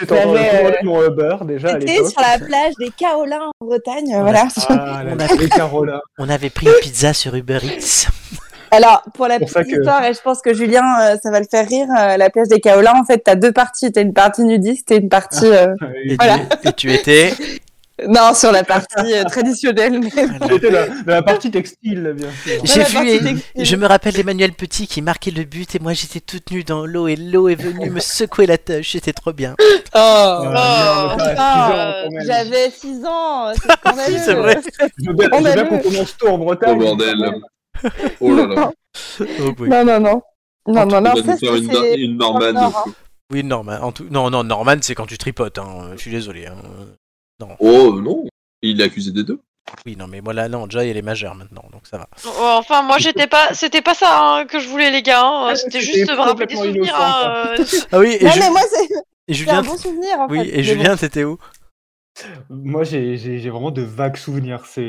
J'étais en train
j'avais,
de
euh,
tourner mon Uber déjà à
j'étais
l'époque.
sur la plage des Kaolins en Bretagne, euh,
Ouais.
voilà.
Ah, la
On a-
télé Carola.
On avait pris une pizza sur Uber Eats.
Alors, pour la
pour
petite
ça que-
histoire, et je pense que Julien, euh, ça va le faire rire, euh, la plage des Kaolins, en fait, t'as deux parties. T'as une partie nudiste et une partie... euh,
Et,
Voilà.
tu, et tu étais.
Non, sur la partie euh, traditionnelle. mais-
J'étais là, dans la partie textile, bien sûr.
J'ai
la
vu.
partie
et-
textile.
je me rappelle Emmanuel Petit qui marquait le but et moi j'étais toute nue dans l'eau et l'eau est venue me secouer la tâche. C'était trop bien.
Oh,
Euh,
Oh.
mais on est pas à six ans, quand même.
J'avais Oh, 6 ans, c'est scandaleux.
Si, c'est vrai.
Je veux bien, je veux
On a
bien
vu.
qu'on commence tôt en Bretagne.
Oh bordel. Oh là là.
Oh, oui.
Non, non, non. Non, non,
On
non,
va
ça,
nous faire
c'est-
une,
c'est-
une Norman.
Norman, hein.
Oui, Norman. En tout... Non, non, Norman, c'est quand tu tripotes. hein. Je suis désolé. hein.
Oh non, il est accusé des deux.
Oui, non, mais voilà, non, Joy, elle est majeure maintenant, donc ça va.
Oh, enfin moi j'étais pas, c'était pas ça hein, que je voulais les gars, hein. c'était
Ah, C'était
juste de me rappeler des
complètement
souvenirs.
innocent,
hein, euh,
Ah oui, et,
Non,
Ju-
mais moi, c'est
et
c'est un
Julien,
bon souvenir, en fait.
oui, et
mais
Julien, t'étais où
Moi, j'ai j'ai- j'ai vraiment de vagues souvenirs. C'est,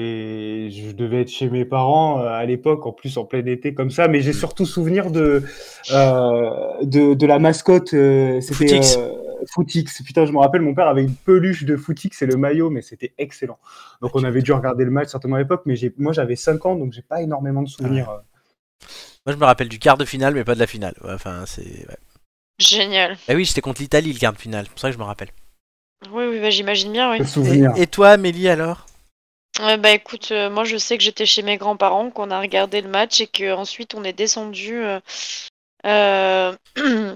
je devais être chez mes parents euh, à l'époque, en plus en plein été comme ça. Mais j'ai surtout souvenir de euh, de, de la mascotte. euh, c'était
Footix.
euh, Footix. Putain, je me rappelle, mon père avait une peluche de Footix et le maillot, mais c'était excellent. Donc, on avait dû regarder le match certainement à l'époque. Mais j'ai- moi, j'avais 5 ans, donc j'ai pas énormément de souvenirs. euh,
Moi, je me rappelle du quart de finale, mais pas de la finale. Ouais, Enfin, c'est. ouais.
Génial.
Ah oui, c'était contre l'Italie, le quart de finale, c'est pour ça que je me rappelle.
Oui oui bah, j'imagine bien oui.
de
Et,
souvenirs.
et toi, Amélie, alors
Ouais, bah écoute, euh, moi je sais que j'étais chez mes grands-parents, qu'on a regardé le match et qu'ensuite on est descendu euh, euh,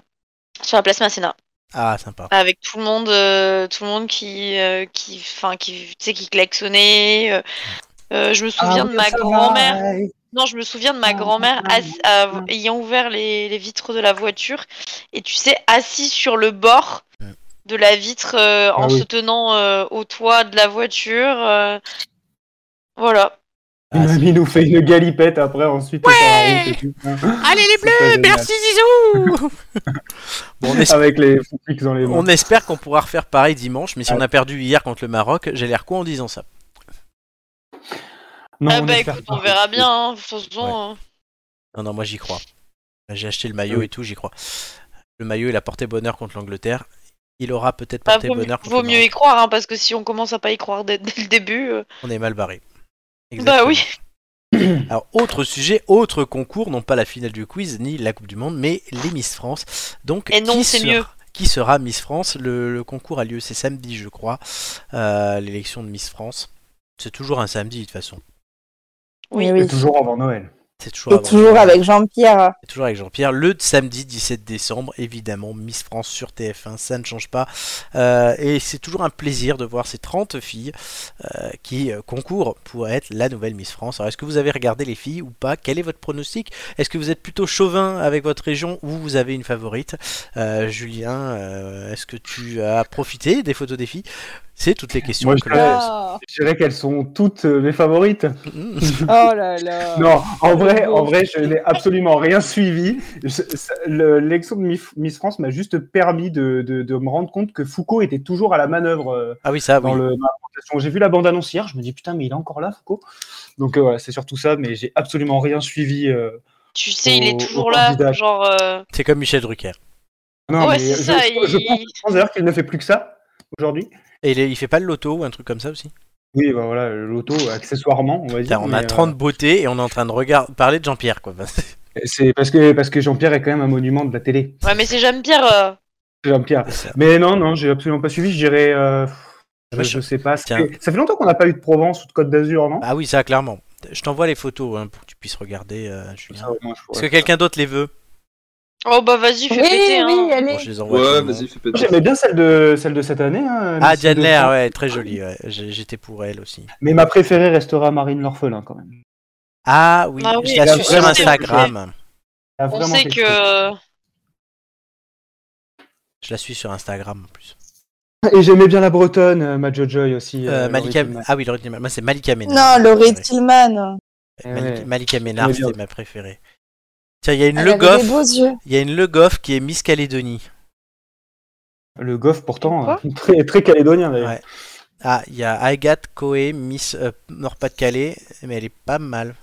sur la place Masséna
Ah, sympa.
avec tout le monde, euh, tout le monde qui, euh, qui, enfin qui, tu sais, qui klaxonnait. euh, euh, je me
Ah
souviens de ma grand-mère. Non, je me souviens de ma
Ah,
grand-mère
ah,
assi- euh, ayant ouvert les, les vitres de la voiture et tu sais, assis sur le bord
Mm.
de la vitre euh, en
Ah oui.
se tenant euh, au toit de la voiture. euh, voilà.
Ah, c'est-
Mamie nous fait une galipette après, ensuite.
Ouais. Allez les
bleus,
Zizou
Bon, on, es-
Avec les Footix dans les mains.
on espère qu'on pourra refaire pareil dimanche, mais si on a perdu hier contre le Maroc, j'ai l'air quoi en disant ça
Non,
Ah
on
bah
espère
écoute,
pas.
on verra bien. hein, de toute façon, euh.
Non, non, moi j'y crois. J'ai acheté le maillot
Oui.
et tout, j'y crois. Le maillot, il a porté bonheur contre l'Angleterre. Il aura peut-être
Bah,
porté
vaut, mieux-
bonheur contre
vaut
le
mieux
Maroc.
y croire hein, parce que si on commence à pas y croire dès, dès le début, euh,
On est mal barré.
bah oui.
Alors, autre sujet, autre concours, non pas la finale du quiz ni la Coupe du Monde, mais les Miss France. Donc,
Et non,
qui
c'est
sera-
mieux.
Qui sera Miss France le, le concours a lieu, c'est samedi, je crois, euh, l'élection de Miss France. C'est toujours un samedi, de toute façon.
Oui,
Et
oui.
toujours avant Noël.
C'est toujours,
Et
avant-
toujours avec Jean-Pierre.
c'est toujours avec Jean-Pierre. Le samedi 17 décembre, évidemment, Miss France sur TF1, ça ne change pas. Euh, et c'est toujours un plaisir de voir ces 30 filles euh, qui euh, concourent pour être la nouvelle Miss France. Alors, est-ce que vous avez regardé les filles ou pas Quel est votre pronostic Est-ce que vous êtes plutôt chauvin avec votre région ou vous avez une favorite Euh, Julien, euh, est-ce que tu as profité des photos des filles C'est toutes les questions
Moi, je
que
Ouais, dirais-
Ah
Oh.
Je dirais qu'elles sont toutes euh, mes favorites.
Mm.
oh là là.
Non,
Ah,
en vrai,
bon.
en vrai, je n'ai absolument rien suivi. Je- ça- le- L'élection de Mif- Miss France m'a juste permis de, de- de me rendre compte que Foucault était toujours à la manœuvre euh,
Ah oui, ça, oui.
dans, le, dans la présentation. J'ai vu la bande annonce hier, je me dis putain, mais il est encore là, Foucault. Donc euh, voilà, c'est surtout ça, mais j'ai absolument rien suivi. euh.
Tu sais, il
Au-
est
au
toujours là.
candidat.
Genre. euh,
C'est comme Michel Drucker.
Non,
ouais,
mais
c'est
je-
Oh, ça.
je, je
il-
pense d'ailleurs qu'il ne fait plus que ça aujourd'hui.
Et il, est- il fait pas le loto ou un truc comme ça aussi
Oui, bah voilà, l'auto, accessoirement, on va dire.
Putain, on a
mais, euh,
30 beautés et on est en train de regarder, parler de Jean-Pierre, quoi. Bah,
C'est parce que, parce que Jean-Pierre est quand même un monument de la télé.
Ouais, mais c'est Jean-Pierre. euh,
Jean-Pierre.
C'est ça.
Mais non, non, j'ai absolument pas suivi. Je dirais. euh, je,
Moi,
je sais pas. Ça fait,
Tiens.
ça fait longtemps qu'on n'a pas eu de Provence ou de Côte d'Azur, non
Ah oui, ça, clairement. Je t'envoie les photos hein, pour que tu puisses regarder, euh, Julien.
Ça, au moins, je pourrais.
Est-ce que quelqu'un d'autre les veut
Oh bah vas-y, fais
Oui,
péter. hein.
oui, allez.
Bon, je les envoie à
Ouais,
tout le
vas-y,
monde.
fais pas de
J'aimais bien celle de, celle de cette année. hein,
Ah,
Lucie
Diane
de
Lair,
Franck.
ouais, très jolie. ouais. J'ai- J'étais pour elle aussi.
Mais ma préférée restera Marine l'orphelin quand même.
Ah oui,
Ah oui,
je la
elle a
suis sur
vraiment
Instagram.
Elle a
On
vraiment
sait
quelque
que.
chose.
euh,
Je la suis sur Instagram en plus.
Et j'aimais bien la bretonne, euh, Madjo Joy aussi.
Euh,
euh,
Malika...
Laurie Tillman.
Ah oui, Laurie Tillman. Moi, c'est Malika Ménard.
Non, Laurie Tillman.
Eh
Malika,
ouais.
Malika Ménard,
J'aimais bien.
c'était ma préférée. Tiens, il y a une
Elle
Le
avait
Goff.
des beaux yeux.
Il y a une Le Goff qui est Miss Calédonie.
Le Goff pourtant,
Quoi
euh, très, très calédonien d'ailleurs.
Ouais. Ah, il y a Agathe Coé, Miss euh, Nord-Pas-de-Calais, mais elle est pas mal.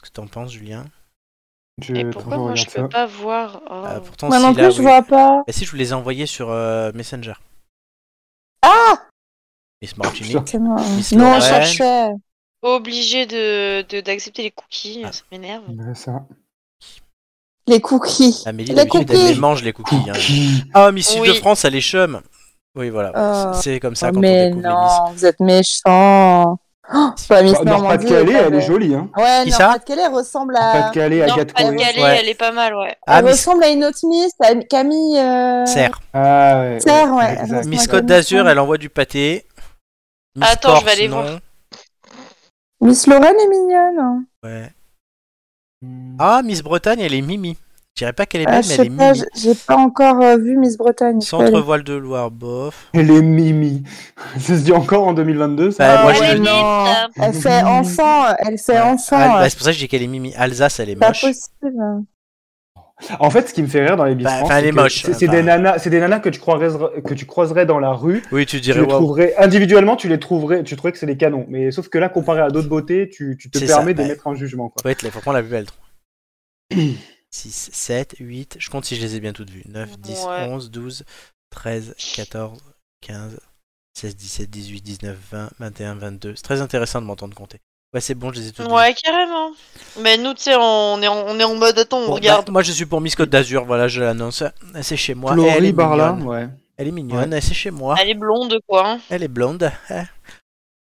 Qu'est-ce que t'en penses, Julien
Je,
Et
attends,
pourquoi
je
moi
regarde
je peux
ça.
pas voir oh.
Ah, Pourtant,
Moi
si,
non
là,
plus, je
oui.
vois pas.
Bah si, je vous les ai envoyés sur euh, Messenger.
Ah
Miss Martini.
Putain.
C'est moi.
Miss
Non,
Lorraine.
je cherchais.
Obligé de de- d'accepter les cookies,
Ah.
ça m'énerve.
Ouais, ça.
Les cookies.
Amélie,
Les
d'habitude, elle
cookies.
les mange, les cookies. hein.
Cookie.
Ah, Miss
Oui.
Île-de-France, elle est chum. Oui, voilà.
Euh,
C'est c'est comme ça quand on
mais
découvre les Miss.
non, Ah, vous êtes méchant. Oh, c'est pas Miss
Bah,
Normandie.
Nord-Pas-de-Calais, elle est
jolie.
jolie. Hein.
Ouais,
Qui ça
Nord-Pas-de-Calais elle ressemble
Euh,
à.
Pas-de-Calais,
Non,
Agathe
pas de
Coé.
Calais,
Ouais.
elle est pas mal, ouais.
Ah,
elle
Miss
ressemble à une autre Miss, à une Camille. Euh...
Serre.
Ah ouais.
Serre, ouais.
exact.
Elle ressemble
Miss
à
Côte
Camille
d'Azur,
Serre.
elle envoie du pâté. Miss
Attends, je vais
Corse,
aller
non.
voir.
Miss Lorraine est mignonne.
Ouais.
Mm.
Ah, Miss Bretagne, elle est Mimi. Je dirais pas qu'elle est
Ah,
belle,
je
mais elle
sais
est
pas,
Mimi.
j'ai j'ai pas encore euh, vu Miss Bretagne.
Centre Voile de Loire, bof.
Elle est mimi. Ça se dit encore en 2022 ça
Bah, moi, je
ouais,
te
dis.
non.
Ça.
Elle fait enfant, elle fait
Ouais. Al-
enfant. euh,
bah, c'est pour ça que je dis qu'elle est Mimi. Alsace, elle est
pas
moche.
possible.
En fait, ce qui me fait rire dans les Miss
Bah,
France,
enfin, elle
c'est
est
que
moche,
c'est- c'est
enfin.
des nanas, c'est des nanas que tu croiserais, que tu croiserais dans la rue.
Oui, tu
Tu
dirais
les
waouh.
trouverais individuellement, tu les trouverais, tu trouverais que c'est des canons. Mais sauf que là, comparé à d'autres beautés, tu, tu te
C'est
permets
ça,
de
ouais.
mettre un jugement. Quoi.
Ouais, il faut prendre la plus belle. 6, 7, 8, je compte si je les ai bien toutes vues. 9, 10,
Ouais.
11, 12, 13, 14, 15, 16, 17, 18, 19, 20, 21, 22. C'est très intéressant de m'entendre compter. Ouais, c'est bon, je les ai toutes vues.
Ouais, carrément. Mais nous, tu sais, on est, en, on est en mode attends, on
Bon,
regarde.
bah, moi, je suis pour Miss Côte d'Azur, voilà, je l'annonce. C'est chez moi.
Laurie
elle est
Barla,
mignonne.
ouais.
Elle est mignonne, c'est chez moi.
Elle est blonde, quoi. hein.
Elle est blonde.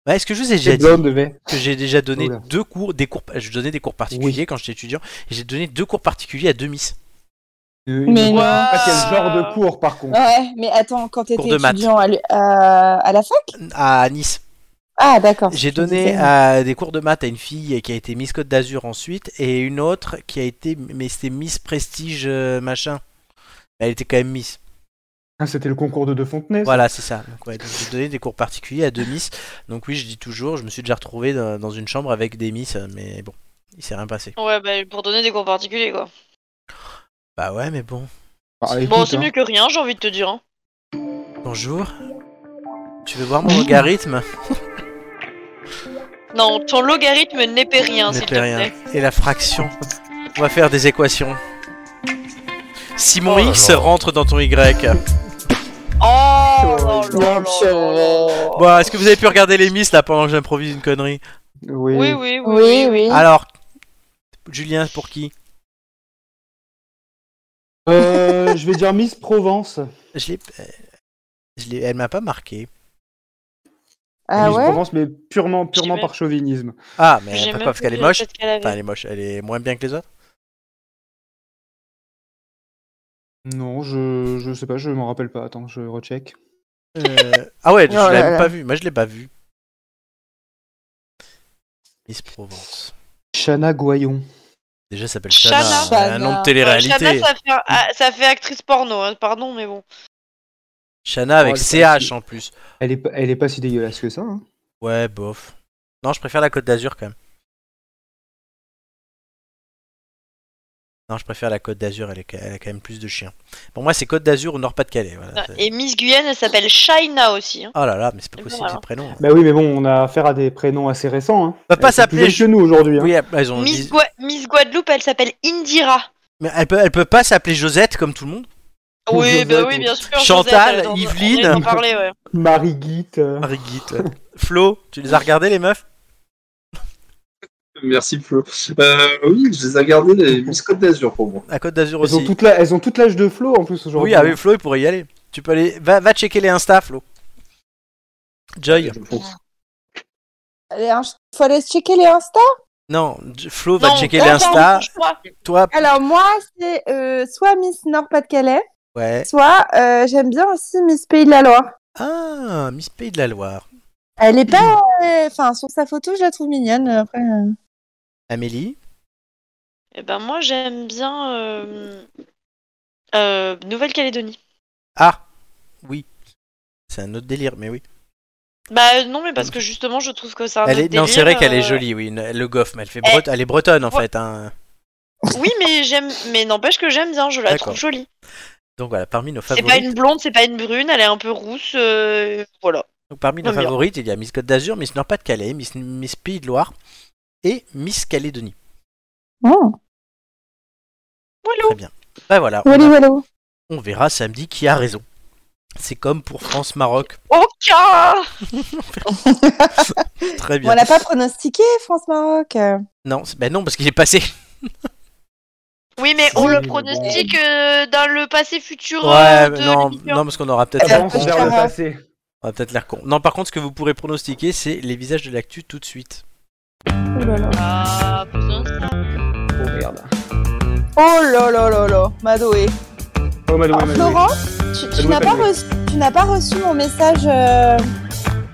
Ouais, Est-ce que je vous ai déjà
C'est
dit
blonde, devait.
que j'ai déjà donné
Oula.
deux cours, des cours, je donnais des cours particuliers quand j'étais étudiant, et j'ai donné deux cours particuliers à deux Miss.
Euh,
Mais
ils
non. Ah.
ont pas quel genre de cours par contre.
Ouais, mais attends, quand t'étais
Cours de maths.
étudiant à, l'u- euh, à- à la fac
à Nice.
Ah, d'accord.
J'ai
Je me
donné
disais.
à des cours de maths à une fille qui a été Miss Côte d'Azur ensuite et une autre qui a été mais c'était Miss Prestige euh, machin. Elle était quand même Miss.
Ah, C'était le concours de De Fontenay. ça.
Voilà, c'est ça. Donc, ouais, donc j'ai donné des cours particuliers à deux Miss. Donc oui, je dis toujours, je me suis déjà retrouvé dans dans une chambre avec des Miss, mais bon, il s'est rien passé.
Ouais, bah, pour donner des cours particuliers, quoi.
Bah ouais, mais bon.
Ah, écoute,
bon, c'est
hein.
mieux que rien, j'ai envie de te dire. hein.
Bonjour. Tu veux voir mon logarithme
Non, ton logarithme n'est pas rien,
Ne
s'il te
fais rien.
plaît.
Et la fraction. On va faire des équations. Si mon
Oh là
x
là.
rentre dans ton y.
Oh là là
Oh,
là là là.
Bon, est-ce que vous avez pu regarder les miss là pendant que j'improvise une connerie
Oui.
Oui, oui, oui.
Oui,
oui.
oui.
Alors, Julien, pour qui
Euh, je vais dire Miss Provence.
Je l'ai. euh, je l'ai- Elle m'a pas marqué.
ah
Miss
ouais
Provence, mais purement, purement
J'ai
par chauvinisme.
Ah, mais
J'ai
pas
même
parce
pas
qu'elle est
vu le
moche.
fait qu'elle avait.
Enfin, elle est moche. Elle est moins bien que les autres.
Non, je, je sais pas, je m'en rappelle pas. Attends, je recheck.
Euh, Ah ouais, je
Oh là
l'ai même
là.
pas vue. Moi, je l'ai pas vue. Miss Provence.
Chana Goyon.
Déjà, ça s'appelle
Shana.
Shana.
Shana.
Un nom de
Ouais,
télé-réalité.
Shanna, ça fait, un- ah, ça fait actrice porno, hein, pardon, mais bon.
Shana avec
Oh, elle est
CH
pas-
en plus.
Elle est, pas- elle est pas si dégueulasse que ça. hein.
Ouais, bof. Non, je préfère la Côte d'Azur quand même. Non, je préfère la Côte d'Azur, elle, est ca- elle a quand même plus de chiens. Pour moi, c'est Côte d'Azur ou Nord-Pas-de-Calais. voilà. C'est-
Et Miss Guyenne, elle s'appelle Shaina aussi. hein.
Oh là là, mais c'est pas
Et
possible
voilà.
ces prénoms.
Bah oui, mais bon, on a affaire à des prénoms assez récents. Hein.
On va pas
Elles sont
s'appeler-
plus jeunes que nous aujourd'hui. hein.
Oui, elles- elles ont
Miss,
dix-
Gua- Miss Guadeloupe, elle s'appelle Indira.
mais elle peut, elle peut pas s'appeler Josette comme tout le monde.
Ou
Oui,
Josette,
bah
ou-
oui, bien sûr.
Chantal,
Josette, on- on-
Yveline.
On en parlait, ouais.
Marie Guite. euh,
Brigitte, ouais. Flo, tu les as regardées les meufs
Merci Flo. Euh, oui, je les ai gardés les Miss Côte d'Azur pour moi.
À Côte d'Azur
Elles ont,
aussi.
toute la- elles ont toute l'âge de Flo en plus aujourd'hui.
Oui, ah, avec Flo, il pourrait y aller. Tu peux aller, va, va checker les Insta, Flo. Joy.
Je pense.
Allez, hein, je- Faut aller checker les Insta
Non, Flo va
Non,
checker
non,
l'Insta.
Je crois.
Toi,
Alors moi, c'est euh, soit Miss Nord-Pas-de-Calais,
ouais.
soit euh, j'aime bien aussi Miss Pays de la Loire.
Ah, Miss Pays de la Loire.
Elle est pas, euh, enfin sur sa photo, je la trouve mignonne. Après, euh,
Amélie
Eh ben moi j'aime bien euh, euh, Nouvelle-Calédonie.
Ah, oui. C'est un autre délire, mais oui.
Bah euh, non mais parce que justement je trouve que c'est un
Elle
autre
est... Non,
délire,
c'est vrai qu'elle est
euh, Eh,
jolie, oui. une- Le Goff, mais elle, fait bret- elle est bretonne en
Ouais.
fait. hein.
Oui mais j'aime mais n'empêche que j'aime bien, je la
D'accord.
trouve jolie.
Donc voilà, parmi nos
C'est
favorites,
pas une blonde, c'est pas une brune, elle est un peu rousse euh, voilà.
donc, parmi nos
Non, mais-
favorites, il y a Miss Côte d'Azur, Miss Nord-Pas-de-Calais, Miss... Miss Pays de Loire et Miss Calédonie.
oh,
Voilà.
Bah voilà, on,
voilà,
a-
voilà.
on verra samedi qui a raison. C'est comme pour France-Maroc.
Aucun
Très
Bon,
bien.
on l'a pas pronostiqué France Maroc. euh.
Non, c'est- bah non, parce qu'il est passé.
Oui mais
Oui,
on le
mais bon.
pronostique euh, dans le passé futur euh,
Ouais,
de
non,
l'émission.
non, parce qu'on aura
Ah
peut-être
bah,
l'air
Avance
con.
on
vers le
verra.
passé.
On aura peut-être l'air con. Non, par contre, ce que vous pourrez pronostiquer, c'est les visages de l'actu tout de suite.
Oh là là.
Ah, putain,
Oh merde.
Oh là là là là, Madoé.
Oh Madoué,
Alors,
Madoué.
Florent, tu, tu
Madoé,
n'as pas
Madoé.
reçu, tu n'as pas reçu mon message, euh,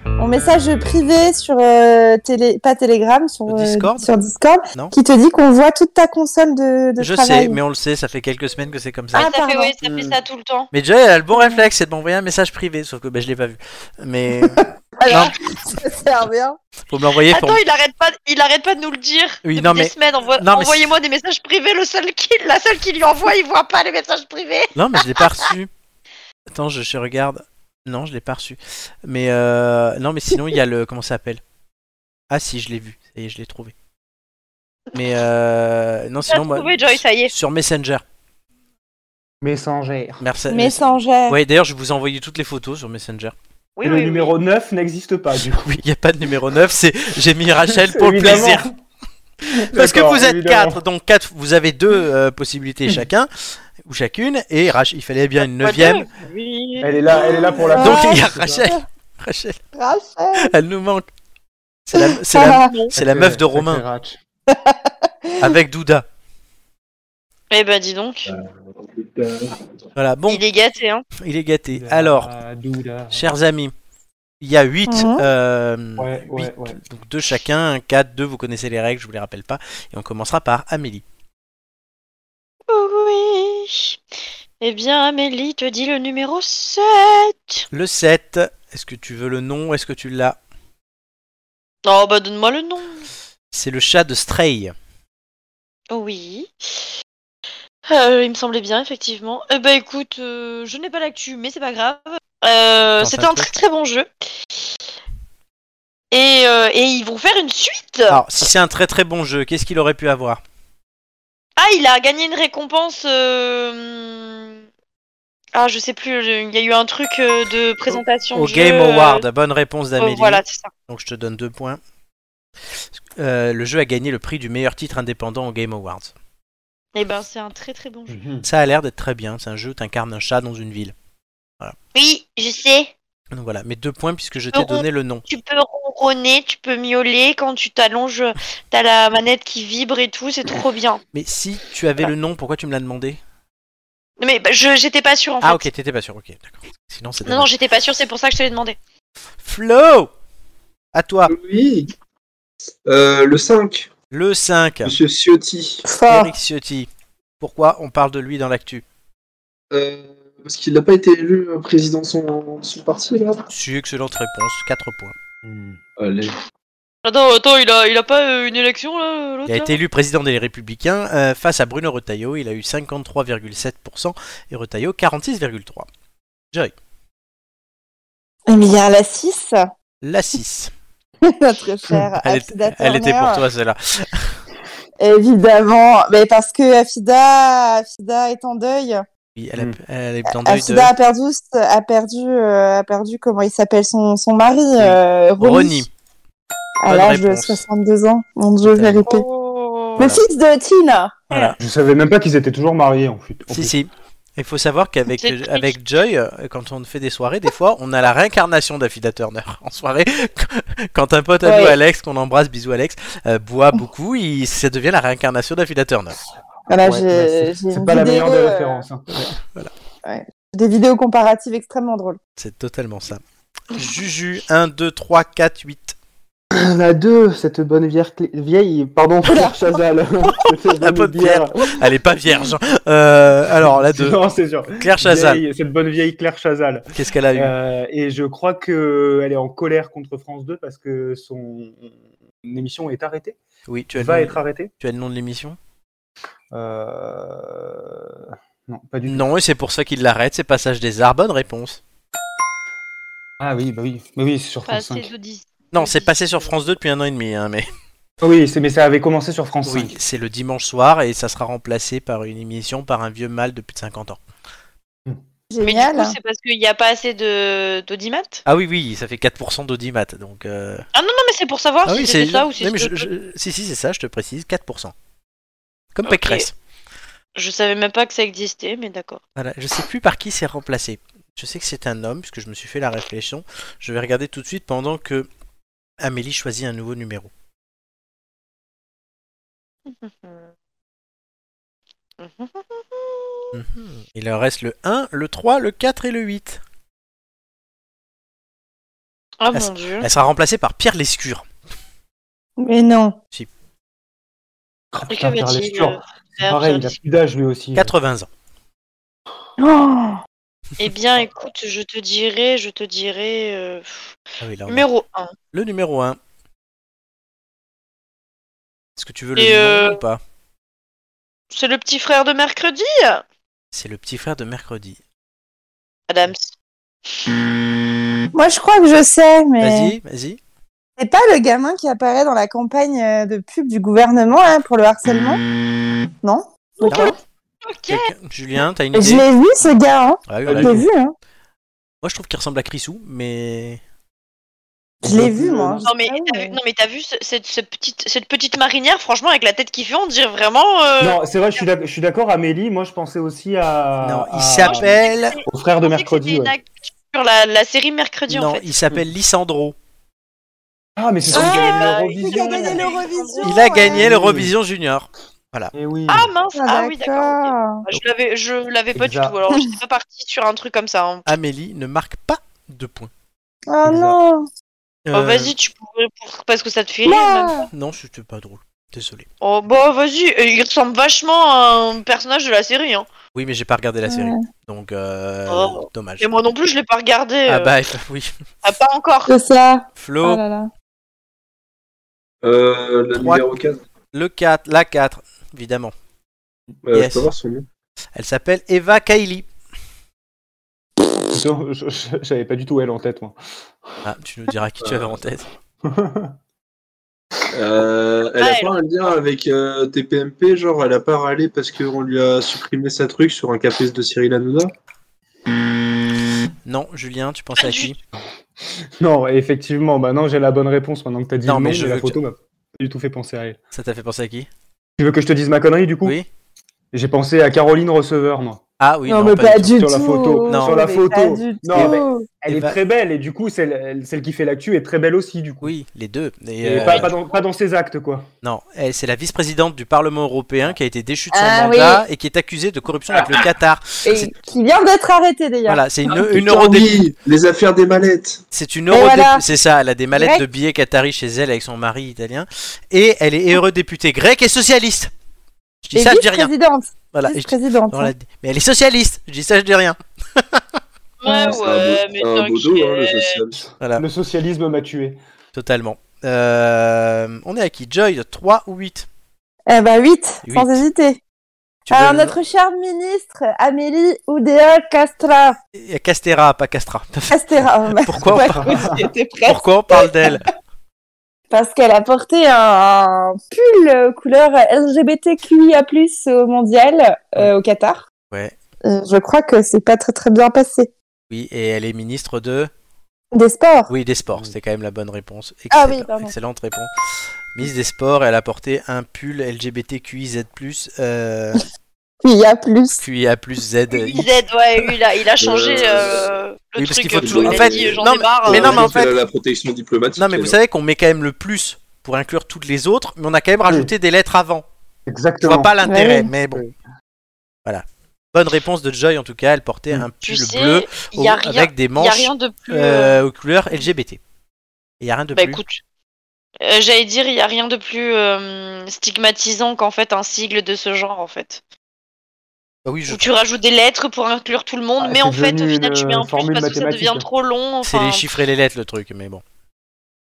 mon message privé sur euh, télé, pas Telegram, sur
Sur
euh,
Discord
sur Discord,
Non.
qui te dit qu'on voit toute ta console de, de
je
travail.
sais, mais on le sait, ça fait quelques semaines que c'est comme ça.
Ah,
ça, fait,
pardon.
ouais, ça fait
Hmm.
ça tout le temps.
Mais déjà, elle a le bon réflexe, c'est de m'envoyer un message privé, sauf que bah, je l'ai pas vu. Mais
Alors, ça sert à rien.
faut me l'envoyer pour.
Attends, il arrête pas, il arrête pas de nous le dire.
Oui,
depuis
non,
des
mais-
semaines, envoie-
non, mais-
envoyez-moi des messages privés. Le seul qui, la seule qui lui envoie, il voit pas les messages privés.
Non, mais je l'ai pas reçu. Attends, je, je regarde. Non, je l'ai pas reçu. Mais euh, non, mais sinon, il y a le comment ça s'appelle Ah si, je l'ai vu. Ça y est, je l'ai trouvé. Mais euh, non,
T'as
sinon, moi,
trouvé, Joy, ça y est.
sur Messenger.
Messengère.
Merci.
Messenger.
Euh, Ouais, d'ailleurs, je vous ai envoyé toutes les photos sur Messenger.
Oui, oui,
Et le
oui.
numéro 9 n'existe pas du coup.
Oui, il n'y a pas de numéro 9, c'est j'ai mis Rachel pour le
Évidemment.
plaisir. Parce que
D'accord,
vous êtes
évidemment.
quatre, donc quatre, vous avez deux euh, possibilités chacun ou chacune, et Rach- il fallait bien une
Pas
neuvième.
deux. Oui.
Elle est là, elle est là pour la.
Donc
Ouais,
il y a
Ah, c'est ça.
Rachel. Rachel,
Rachel.
elle nous manque. C'est la, c'est la- c'est la meuf de
Sacré
Romain
ratch.
avec Douda.
Eh ben, dis donc,
Voilà, bon,
il est gâté, hein.
il est gâté. Alors,
Ah, doula.
chers amis, il y a 8
Mhm.
Ouais, ouais, ouais.
donc deux chacun, 4, 2, vous connaissez les règles, je vous les rappelle pas, et on commencera par Amélie.
Oui. Eh bien, Amélie te dit le numéro 7.
Le 7, est-ce que tu veux le nom, est-ce que tu l'as
Oh, bah, donne-moi le nom.
C'est le chat de Stray.
Oui. Euh, il me semblait bien, effectivement. Eh ben, écoute, euh, je n'ai pas l'actu, mais c'est pas grave. Euh,
Attends,
C'était
ça
un
te-
très très bon jeu. Et, euh, et ils vont faire une suite. Ah,
Alors, si c'est un très très bon jeu, qu'est-ce qu'il aurait pu avoir
Ah, il a gagné une récompense. euh, Ah, je sais plus. le- Il y a eu un truc euh, de présentation.
Au
de
Game
jeu, euh,
Award, bonne réponse
euh,
d'Amélie.
voilà, c'est ça.
Donc je te donne deux points. Euh, le jeu a gagné le prix du meilleur titre indépendant au Game Awards.
Et ben, c'est un très très bon jeu.
Mhm.
Ça a l'air d'être très bien. C'est un jeu où t'incarnes un chat dans une ville.
Oui, je sais. Donc
voilà, mais deux points puisque je t'ai
Laurent.
donné le nom.
Tu peux ronronner, tu peux miauler quand tu t'allonges. T'as la manette qui vibre et tout, c'est trop bien.
Mais si tu avais le nom, pourquoi tu me l'as demandé
Non, Mais bah, je j'étais pas sûre en fait.
Ah ok, t'étais pas sûr. Ok, d'accord. Sinon c'est
Non, non,
dommage.
j'étais pas sûre, c'est pour ça que je te l'ai demandé.
Flo, à
Ah.
toi.
Oui. Euh, le 5,
Le 5,
Monsieur Ciotti.
Fort.
Eric Ciotti. Pourquoi on parle de lui dans l'actu
Euh, parce qu'il n'a pas été élu euh, président de son, de son parti, là.
Si, excellente réponse. 4 points.
Allez.
Attends, attends, il a, il a pas euh, une élection là, euh, l'autre
Il a
là
été élu président des Républicains euh, face à Bruno Retailleau. Il a eu 53,7% et Retailleau 46,3%.
Emilien la 6,
La 6.
notre chère
Elle, est-
Afida
elle était pour
Turner.
toi celle-là.
Évidemment, mais parce que Afida, Afida est en deuil.
Oui, elle, a-
Mm.
elle est en deuil de
Afida a perdu, a perdu, euh, a perdu comment il s'appelle son, son mari, euh, Ronnie,
Ronnie.
à
bonne
l'âge de
réponse.
62 ans. Mon Dieu,
Totalement.
vérité.
Oh.
Le fils de Tina.
Voilà.
Je savais même pas qu'ils étaient toujours mariés en fait. En
Si,
plus.
si. Il faut savoir qu'avec
C'est
avec Joy, euh, quand on fait des soirées, des fois, on a la réincarnation d'Affida Turner en soirée. Quand un pote à nous,
Ouais.
Alex, qu'on embrasse, bisous Alex, euh, boit beaucoup, il, ça devient la réincarnation d'Affida Turner.
Voilà,
Ouais,
j'ai-
bah, c'est-
j'ai
C'est
une
pas la meilleure des
vidéo, euh,
références. hein.
Des vidéos comparatives extrêmement drôles.
C'est totalement ça. Juju, 1, 2, 3, 4, 8.
La 2, cette bonne vieille, vieille pardon, Claire Chazal. Cette
La
bonne
bonne Elle est pas vierge. Euh, alors, la 2.
Non, c'est sûr.
Claire Chazal. Ah
Vieille- cette bonne vieille Claire Chazal.
Qu'est-ce qu'elle a eu
Euh, et je crois que elle est en colère contre France 2 parce que son émission est arrêtée.
Oui, tu as,
Va
le
être
nom,
arrêtée.
tu as le nom de l'émission
Euh, Non, pas du tout.
Non, et c'est pour ça qu'il l'arrête. C'est Passage des Arts. Bonne réponse.
Ah oui, bah oui, mais oui, c'est sur
Pas
France 5.
assez audis.
Non, c'est passé sur France 2 depuis un an et demi, hein, mais.
Ah Oui, c'est- mais ça avait commencé sur France
Oui,
5.
c'est le dimanche soir et ça sera remplacé par une émission par un vieux mâle de plus de 50 ans.
Mais
Génial. hein.
du coup, c'est parce qu'il n'y a pas assez de d'audimat
Ah oui, oui, ça fait 4% d'audimat. Donc, euh,
Ah non, non, mais c'est pour savoir
Ah
si
oui,
c'était ça ou si
Non, mais
c'était
je-
autre chose.
je- Si, si, c'est ça, je te précise, 4%. Comme
Ok.
Pécresse.
Je savais même pas que ça existait, mais d'accord.
Voilà, je sais plus par qui c'est remplacé. Je sais que c'est un homme, puisque je me suis fait la réflexion. Je vais regarder tout de suite pendant que Amélie choisit un nouveau numéro. Mhm. Il en reste le 1, le 3, le 4 et le 8.
Ah
Ah,
mon dieu.
Elle sera remplacée par Pierre Lescure.
Mais non.
Ah,
Et
putain,
que
Pierre
va-t-il,
Lescure.
euh,
C'est
faire,
Pareil,
Pierre
il a plus d'âge lui
Mmh.
aussi.
80 ans.
Oh
Hmm.
Eh bien, écoute, je te dirai, je te dirai. euh, pff,
Ah oui, là, on a-
numéro 1.
Le numéro 1. Est-ce que tu veux le
Et,
nom
euh,
ou pas
C'est le petit frère de mercredi
C'est le petit frère de mercredi.
Adams.
Moi, je crois que je sais, mais
Vas-y, vas-y.
c'est pas le gamin qui apparaît dans la campagne euh, de pub du gouvernement hein, pour le harcèlement
Hmm.
Non
Clara,
Ok.
quelqu'un- Julien, t'as une
Je
idée
l'ai vu, ce gars. Hein.
Ah oui,
Je
on
Je
l'a
l'ai
l'ai
vu.
vu. Hein.
Moi, je trouve qu'il ressemble à Chrisou, mais.
Je l'ai vu, moi.
Non mais euh,
Ah
t'as
ouais.
vu, non, mais t'as vu ce- cette, ce petite, cette petite marinière, franchement, avec la tête qui fait, on dirait vraiment... euh,
Non, c'est vrai, je suis d'ac- je suis d'accord, Amélie. Moi, je pensais aussi à.
non, il
à-
s'appelle.
Au frère de
je pensais que
mercredi.
c'était
ouais.
une actu sur la, la série mercredi,
Non,
en fait.
il s'appelle Lissandro.
Ah, mais c'est
Ah,
celui qui a gagné
bah,
Il a gagné
l'Eurovision.
l'Eurovision.
Il a gagné
ouais.
euh,
l'Eurovision Junior.
Eh oui.
Ah mince,
Ah,
ah, oui, d'accord. ok.
d'accord.
Bah, Je l'avais, je l'avais pas
Exact.
du tout, alors j'étais pas partie sur un truc comme ça. hein.
Amélie ne marque pas de points.
Oh non.
Oh,
Euh,
vas-y, tu pourrais, pour- parce que ça te fait rire, même.
Moi.
Non, c'était pas drôle. Désolé.
Oh bah vas-y, euh, il ressemble vachement à un personnage de la série. Hein.
Oui, mais j'ai pas regardé la série.
Ouais.
Donc, euh,
Oh.
dommage.
Et moi non plus, je l'ai pas regardé.
Ah
euh,
bah, oui.
ah, pas encore.
C'est ça.
Flo,
Oh là là.
Euh, le
Trois.
numéro 4,
le 4, la 4, évidemment.
euh,
Yes.
je peux voir son nom.
Elle s'appelle Eva Kaili.
Non, je- je- J'avais pas du tout elle en tête, moi.
Ah, tu nous diras qui tu avais en tête.
Euh, elle
Ah,
a
elle.
pas un lien avec euh, TPMP, genre elle a pas râlé parce qu'on lui a supprimé sa truc sur un caprice de Cyril Hanouna.
Non, Julien, tu pensais à qui
non, effectivement, bah non, j'ai la bonne réponse maintenant que t'as dit
Non,
le
mais
nom,
je
mais la
veux que-
photo m'a pas du tout fait penser à elle.
Ça t'a fait penser à qui
Tu veux que je te dise ma connerie du coup
Oui
J'ai pensé à Caroline Receveur, moi.
Ah oui, non,
non, mais
pas, du tout.
Sur la photo.
Non.
Sur la
mais
photo.
pas du
Non,
tout.
Elle
Et
est
bah-
très belle et du coup, celle, celle qui fait l'actu est très belle aussi, du coup.
Oui, les deux. Et,
Et
euh,
pas, pas dans, pas dans ses actes, quoi.
Non, elle, c'est la vice-présidente du Parlement européen qui a été déchue de son
Ah,
mandat et qui est accusée de corruption avec le Qatar.
Et qui vient d'être arrêté d'ailleurs.
Voilà, c'est une,
Ah,
une
Putain,
eurodéputée.
oui, les affaires des mallettes.
C'est une eurodéputée,
voilà.
c'est ça, elle a des mallettes
Grecque.
de billets qataris chez elle avec son mari italien. Et elle est eurodéputée grecque et socialiste. Je dis
Et
ça, je dis rien.
vice-présidente.
Voilà, et je-
Vice-présidente.
non, elle a dit- Mais elle est socialiste, je dis ça, je dis rien.
Ouais,
C'est
ouais,
un beau-
mais
c'est un beau dos, hein, le
t'inquiète.
social.
Ah.
Le socialisme m'a tué.
Totalement. Euh, on est à qui Joy, 3 ou 8
Eh bah 8,
Huit.
sans hésiter.
Tu
Alors
veux-
notre chère ministre Amélie Oudéa Castra.
Et Castera, pas Castra.
Castera. bah,
Pourquoi on
ouais,
parle-
oui, j'étais prête.
Pourquoi on parle d'elle
Parce qu'elle a porté un, un pull euh, couleur LGBTQIA+ au mondial euh, au Qatar.
Ouais.
Euh, je crois que c'est pas très très bien passé.
Oui, et elle est ministre de.
Des sports.
Oui, des sports, c'était quand même la bonne réponse. Excellent,
Ah oui, pardon.
Excellente réponse. Ministre des Sports, elle a porté un pull LGBTQIZ. Euh...
Il y a plus.
QIA plus Z.
Oui, Z, ouais, lui, il a, il a changé euh, le
Oui, parce
truc.
qu'il faut
euh,
toujours-
il
en
a
fait,
dit, euh, j'en
non,
ai marre.
mais
euh,
non, mais en
c'est la-
fait-
La protection diplomatique.
Non, mais vous
alors.
savez qu'on met quand même le plus pour inclure toutes les autres, mais on a quand même rajouté des lettres avant. Je
Exactement.
vois pas l'intérêt,
Ouais.
mais bon. Voilà. Bonne réponse de Joy en tout cas, elle portait un
tu
pull bleu
sais, il y a
au-
rien,
avec des
il y a
manches
rien de plus. euh,
euh, aux couleurs LGBT. Il y a rien de
Bah
plus.
écoute, euh, j'allais dire, il y a rien de plus euh, stigmatisant qu'en fait un sigle de ce genre en fait.
Bah oui, je-
Où tu rajoutes des lettres pour inclure tout le monde,
Ah,
mais
c'est
en fait au
devenu
final tu
une
mets un plus
formule
parce que ça devient
mathématique.
trop long.
c'est
Enfin,
les chiffres et les lettres le truc, mais bon.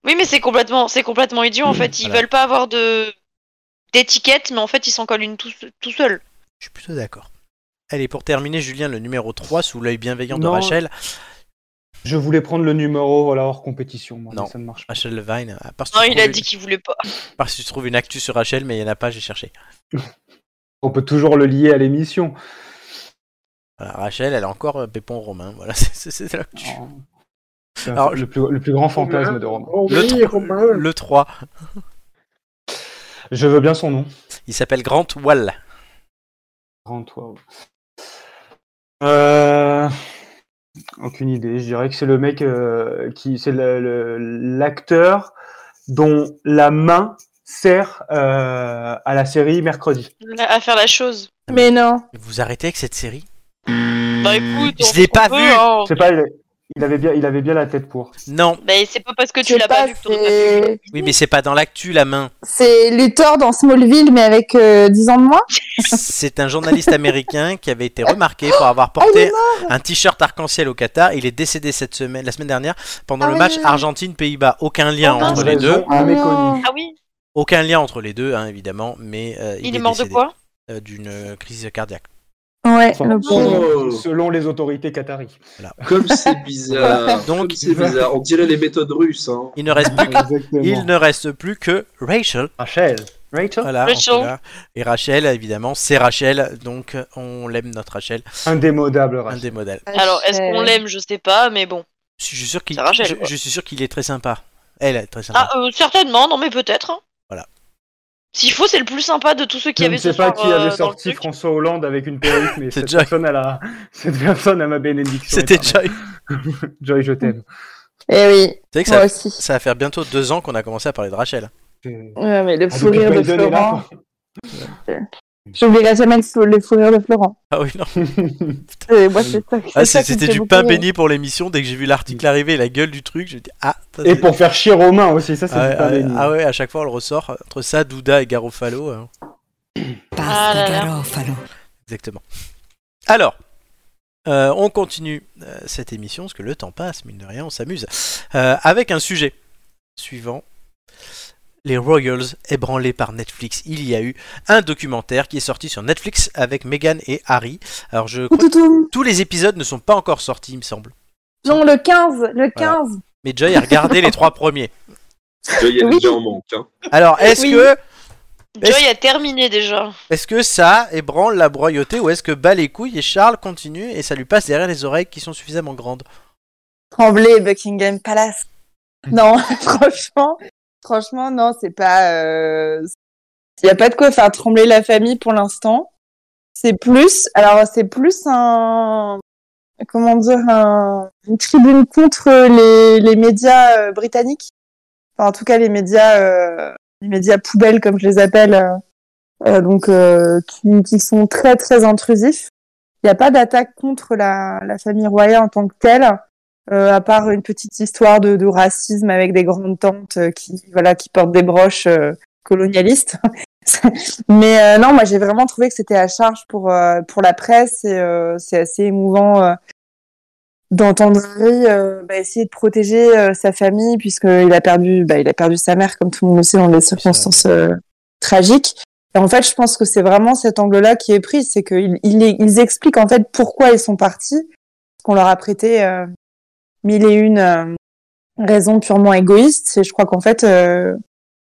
oui, mais c'est complètement, c'est complètement idiot en fait. Ils
Mmh, Voilà.
veulent pas avoir de d'étiquette, mais en fait ils s'en collent une tout, tout seul.
Je suis plutôt d'accord. Allez, pour terminer, Julien, le numéro 3, sous l'œil bienveillant de
Non.
Rachel.
Je voulais prendre le numéro voilà, hors compétition, moi,
Non.
mais ça ne marche pas.
Rachel Levine, à part si
Non,
tu
il
trouves
a
une-
dit qu'il voulait pas.
à part si tu trouves une actu sur Rachel, mais il n'y en a pas, j'ai cherché.
On peut toujours le lier à l'émission.
Voilà, Rachel, elle a encore euh, Pépon Romain. Voilà, c'est- c'est c'est l'actu.
Ah. C'est
Alors, Oh,
le, plus, le plus grand fantasme de Romain.
Le, tro- le 3,
Je veux bien son nom.
il s'appelle Grant Wall.
Grand wow. Euh, Aucune idée. Je dirais que c'est le mec euh, qui. C'est le- le- l'acteur dont la main sert euh, à la série mercredi.
À faire la chose.
Mais non.
Vous arrêtez avec cette série
Bah écoute,
Je
on-
l'ai pas
on peut,
vu.
hein.
C'est pas. Il avait, bien, il avait bien la tête pour.
Non,
Bah et c'est pas parce que
Je
tu
sais
l'as
pas,
pas vu que t'aurais pas pu.
c'est-
oui, mais c'est pas dans l'actu la main.
c'est Luthor dans Smallville, mais avec euh, 10 ans de moins.
C'est un journaliste américain qui avait été remarqué pour avoir
Ah, il est
porté un t-shirt arc-en-ciel au Qatar. Il est décédé cette semaine, la semaine dernière pendant
Ah
le
oui,
match
oui, oui.
Argentine-Pays-Bas. Aucun lien
Ah,
Oh,
entre
mince.
Ah, les deux.
Un
Non.
méconnu.
Ah oui,
Aucun lien entre les deux, hein, évidemment, mais euh,
il, est mort de
décédé,
quoi
euh, D'une euh, crise cardiaque.
Ouais,
Enfin,
le pauvre.
Oh,
Selon les autorités qataries.
comme c'est bizarre.
Donc-
Donc c'est bizarre. On dirait les méthodes russes. Hein.
Il ne reste plus,
Exactement.
il ne reste plus que Rachel.
Rachel. Rachel.
Voilà,
Rachel.
on peut la- Et Rachel, évidemment, c'est Rachel, donc on l'aime notre Rachel,
Indémodable
un
Rachel.
des modèles.
Alors, est-ce qu'on l'aime Je sais pas, mais bon.
Je suis sûr qu'il,
C'est Rachel,
je,
quoi.
je suis sûr qu'il est très sympa. Elle est très sympa.
Ah, euh, certainement, non, mais peut-être. hein.
Voilà.
S'il faut, c'est le plus sympa de tous ceux qui
Je
avaient
ne sais
ce
pas
soir,
qui
euh, dans
avait
le
sorti
truc.
François Hollande avec une perruque, mais
C'est
cette
Joy.
personne, elle a... cette personne a ma bénédiction.
C'était
éternelle.
Joy. Tu
Joy, je
Mmh.
t'aime.
Eh oui,
sais que
moi
ça,
aussi.
ça va faire bientôt deux ans qu'on a commencé à parler de Rachel.
C'est-
Ouais, mais le
Ah,
fou
depuis
rire
que
de
Biden est là,
Florent. J'oublierai jamais le fou, le fou rire de Florent.
Ah oui, non.
C'est-
Mm.
Moi, c'est ça.
Ah,
c'est ça
c'est-
qui me
c'était
fait
du
beaucoup
pain
rire.
béni pour l'émission. Dès que j'ai vu l'article arriver et la gueule du truc, je me dis Ah, ça,
Et
c'est-
pour faire chier Romain aussi, ça c'est
ah, ouais,
pas
ah, ouais,
béni.
ah ouais, à chaque fois on le ressort. Entre ça, Douda et Garofalo, hein.
Ah là là.
Garofalo.
exactement. Alors, euh, on continue euh, cette émission parce que le temps passe, mine de rien, on s'amuse. Euh, avec un sujet suivant. Les Royals ébranlés par Netflix. Il y a eu un documentaire qui est sorti sur Netflix avec Meghan et Harry. Alors je crois
Toutoum.
que tous les épisodes ne sont pas encore sortis, il me semble.
Non, le 15, le 15.
Mais Joy a regardé les trois premiers.
Il y a
Oui.
déjà en manque. Hein.
Alors est-ce
Oui.
que
Joy a terminé déjà.
Est-ce que ça ébranle la broyauté ou est-ce que bas les couilles et Charles continue et ça lui passe derrière les oreilles qui sont suffisamment grandes
Tremblay, Buckingham Palace. Non, franchement, franchement, non, c'est pas. euh, Il n'y a pas de quoi faire trembler la famille pour l'instant. C'est plus, alors c'est plus un, comment dire, un, une tribune contre les, les médias euh, britanniques. Enfin, en tout cas, les médias, euh, les médias poubelles comme je les appelle, euh, euh, donc euh, qui, qui sont très très intrusifs. Il n'y a pas d'attaque contre la, la famille royale en tant que telle euh, à part une petite histoire de, de racisme avec des grandes tantes euh, qui voilà qui portent des broches euh, colonialistes. Mais euh, non, moi j'ai vraiment trouvé que c'était à charge pour euh, pour la presse et euh, c'est assez émouvant euh, d'entendre Harry euh, bah, essayer de protéger euh, sa famille puisqu'il a perdu bah, il a perdu sa mère comme tout le monde le sait dans des circonstances euh, tragiques. Et en fait, je pense que c'est vraiment cet angle-là qui est pris, c'est qu'ils ils, ils expliquent en fait pourquoi ils sont partis, qu'on leur a prêté euh, mille et une euh, raisons purement égoïstes. Et je crois qu'en fait, euh,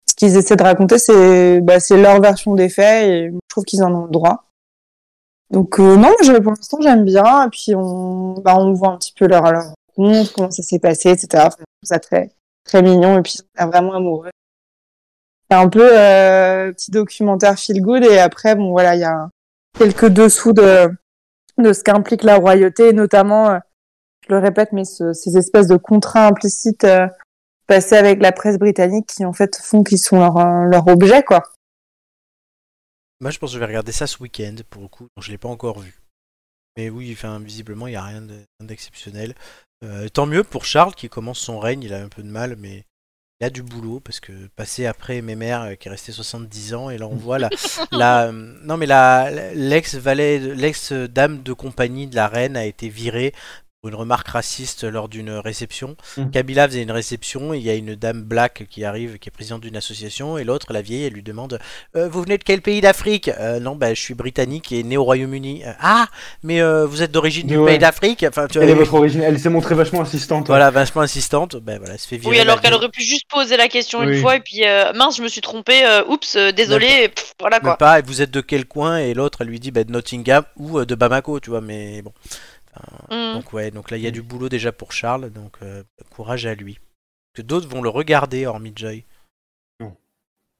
ce qu'ils essaient de raconter, c'est bah, c'est leur version des faits et je trouve qu'ils en ont le droit. Donc euh, non, je, pour l'instant, j'aime bien. Et puis on, bah, on voit un petit peu leur, leur rencontre, comment ça s'est passé, etc. Enfin, je trouve ça très, très mignon et puis ça vraiment amoureux. C'est un peu euh, petit documentaire feel good et après, bon voilà, il y a un- quelques dessous de, de ce qu'implique la royauté, et notamment, euh, je le répète, mais ce- ces espèces de contrats implicites euh, passés avec la presse britannique qui en fait font qu'ils sont leur, euh, leur objet, quoi.
Moi, je pense que je vais regarder ça ce week-end, pour le coup. Je l'ai pas encore vu. Mais oui, enfin, visiblement, il n'y a rien de- rien d'exceptionnel. Euh, tant mieux pour Charles, qui commence son règne. Il a un peu de mal, mais il a du boulot, parce que passer après Mémère, euh, qui est resté 70 ans, et là, on voit la... la euh, non, mais la l'ex-valet, de- l'ex-dame de compagnie de la reine a été virée pour une remarque raciste lors d'une réception.
Mhm.
Kabila faisait une réception, et il y a une dame black qui arrive, qui est présidente d'une association, et l'autre, la vieille, elle lui demande euh, vous venez de quel pays d'Afrique Euh, Non, bah, je suis britannique et né au Royaume-Uni. Euh, ah, mais euh, vous êtes d'origine du
Mais ouais.
pays d'Afrique Enfin, tu
Elle est votre origine. Elle s'est montrée vachement assistante. hein.
Voilà, vachement insistante. Ben voilà, elle se fait virer.
Oui, alors
la
qu'elle
vie.
aurait pu juste poser la question
Oui.
une fois et puis euh, mince, je me suis trompé, oups, euh, désolé, et pff, voilà
Même
quoi.
pas, et vous êtes de quel coin Et l'autre, elle lui dit bah, de Nottingham ou euh, de Bamako, tu vois, mais bon.
Mm.
Donc, ouais, donc là, il
Mmh.
y a du boulot déjà pour Charles, donc euh, courage à lui. Que d'autres vont le regarder, hormis Joy.
Non.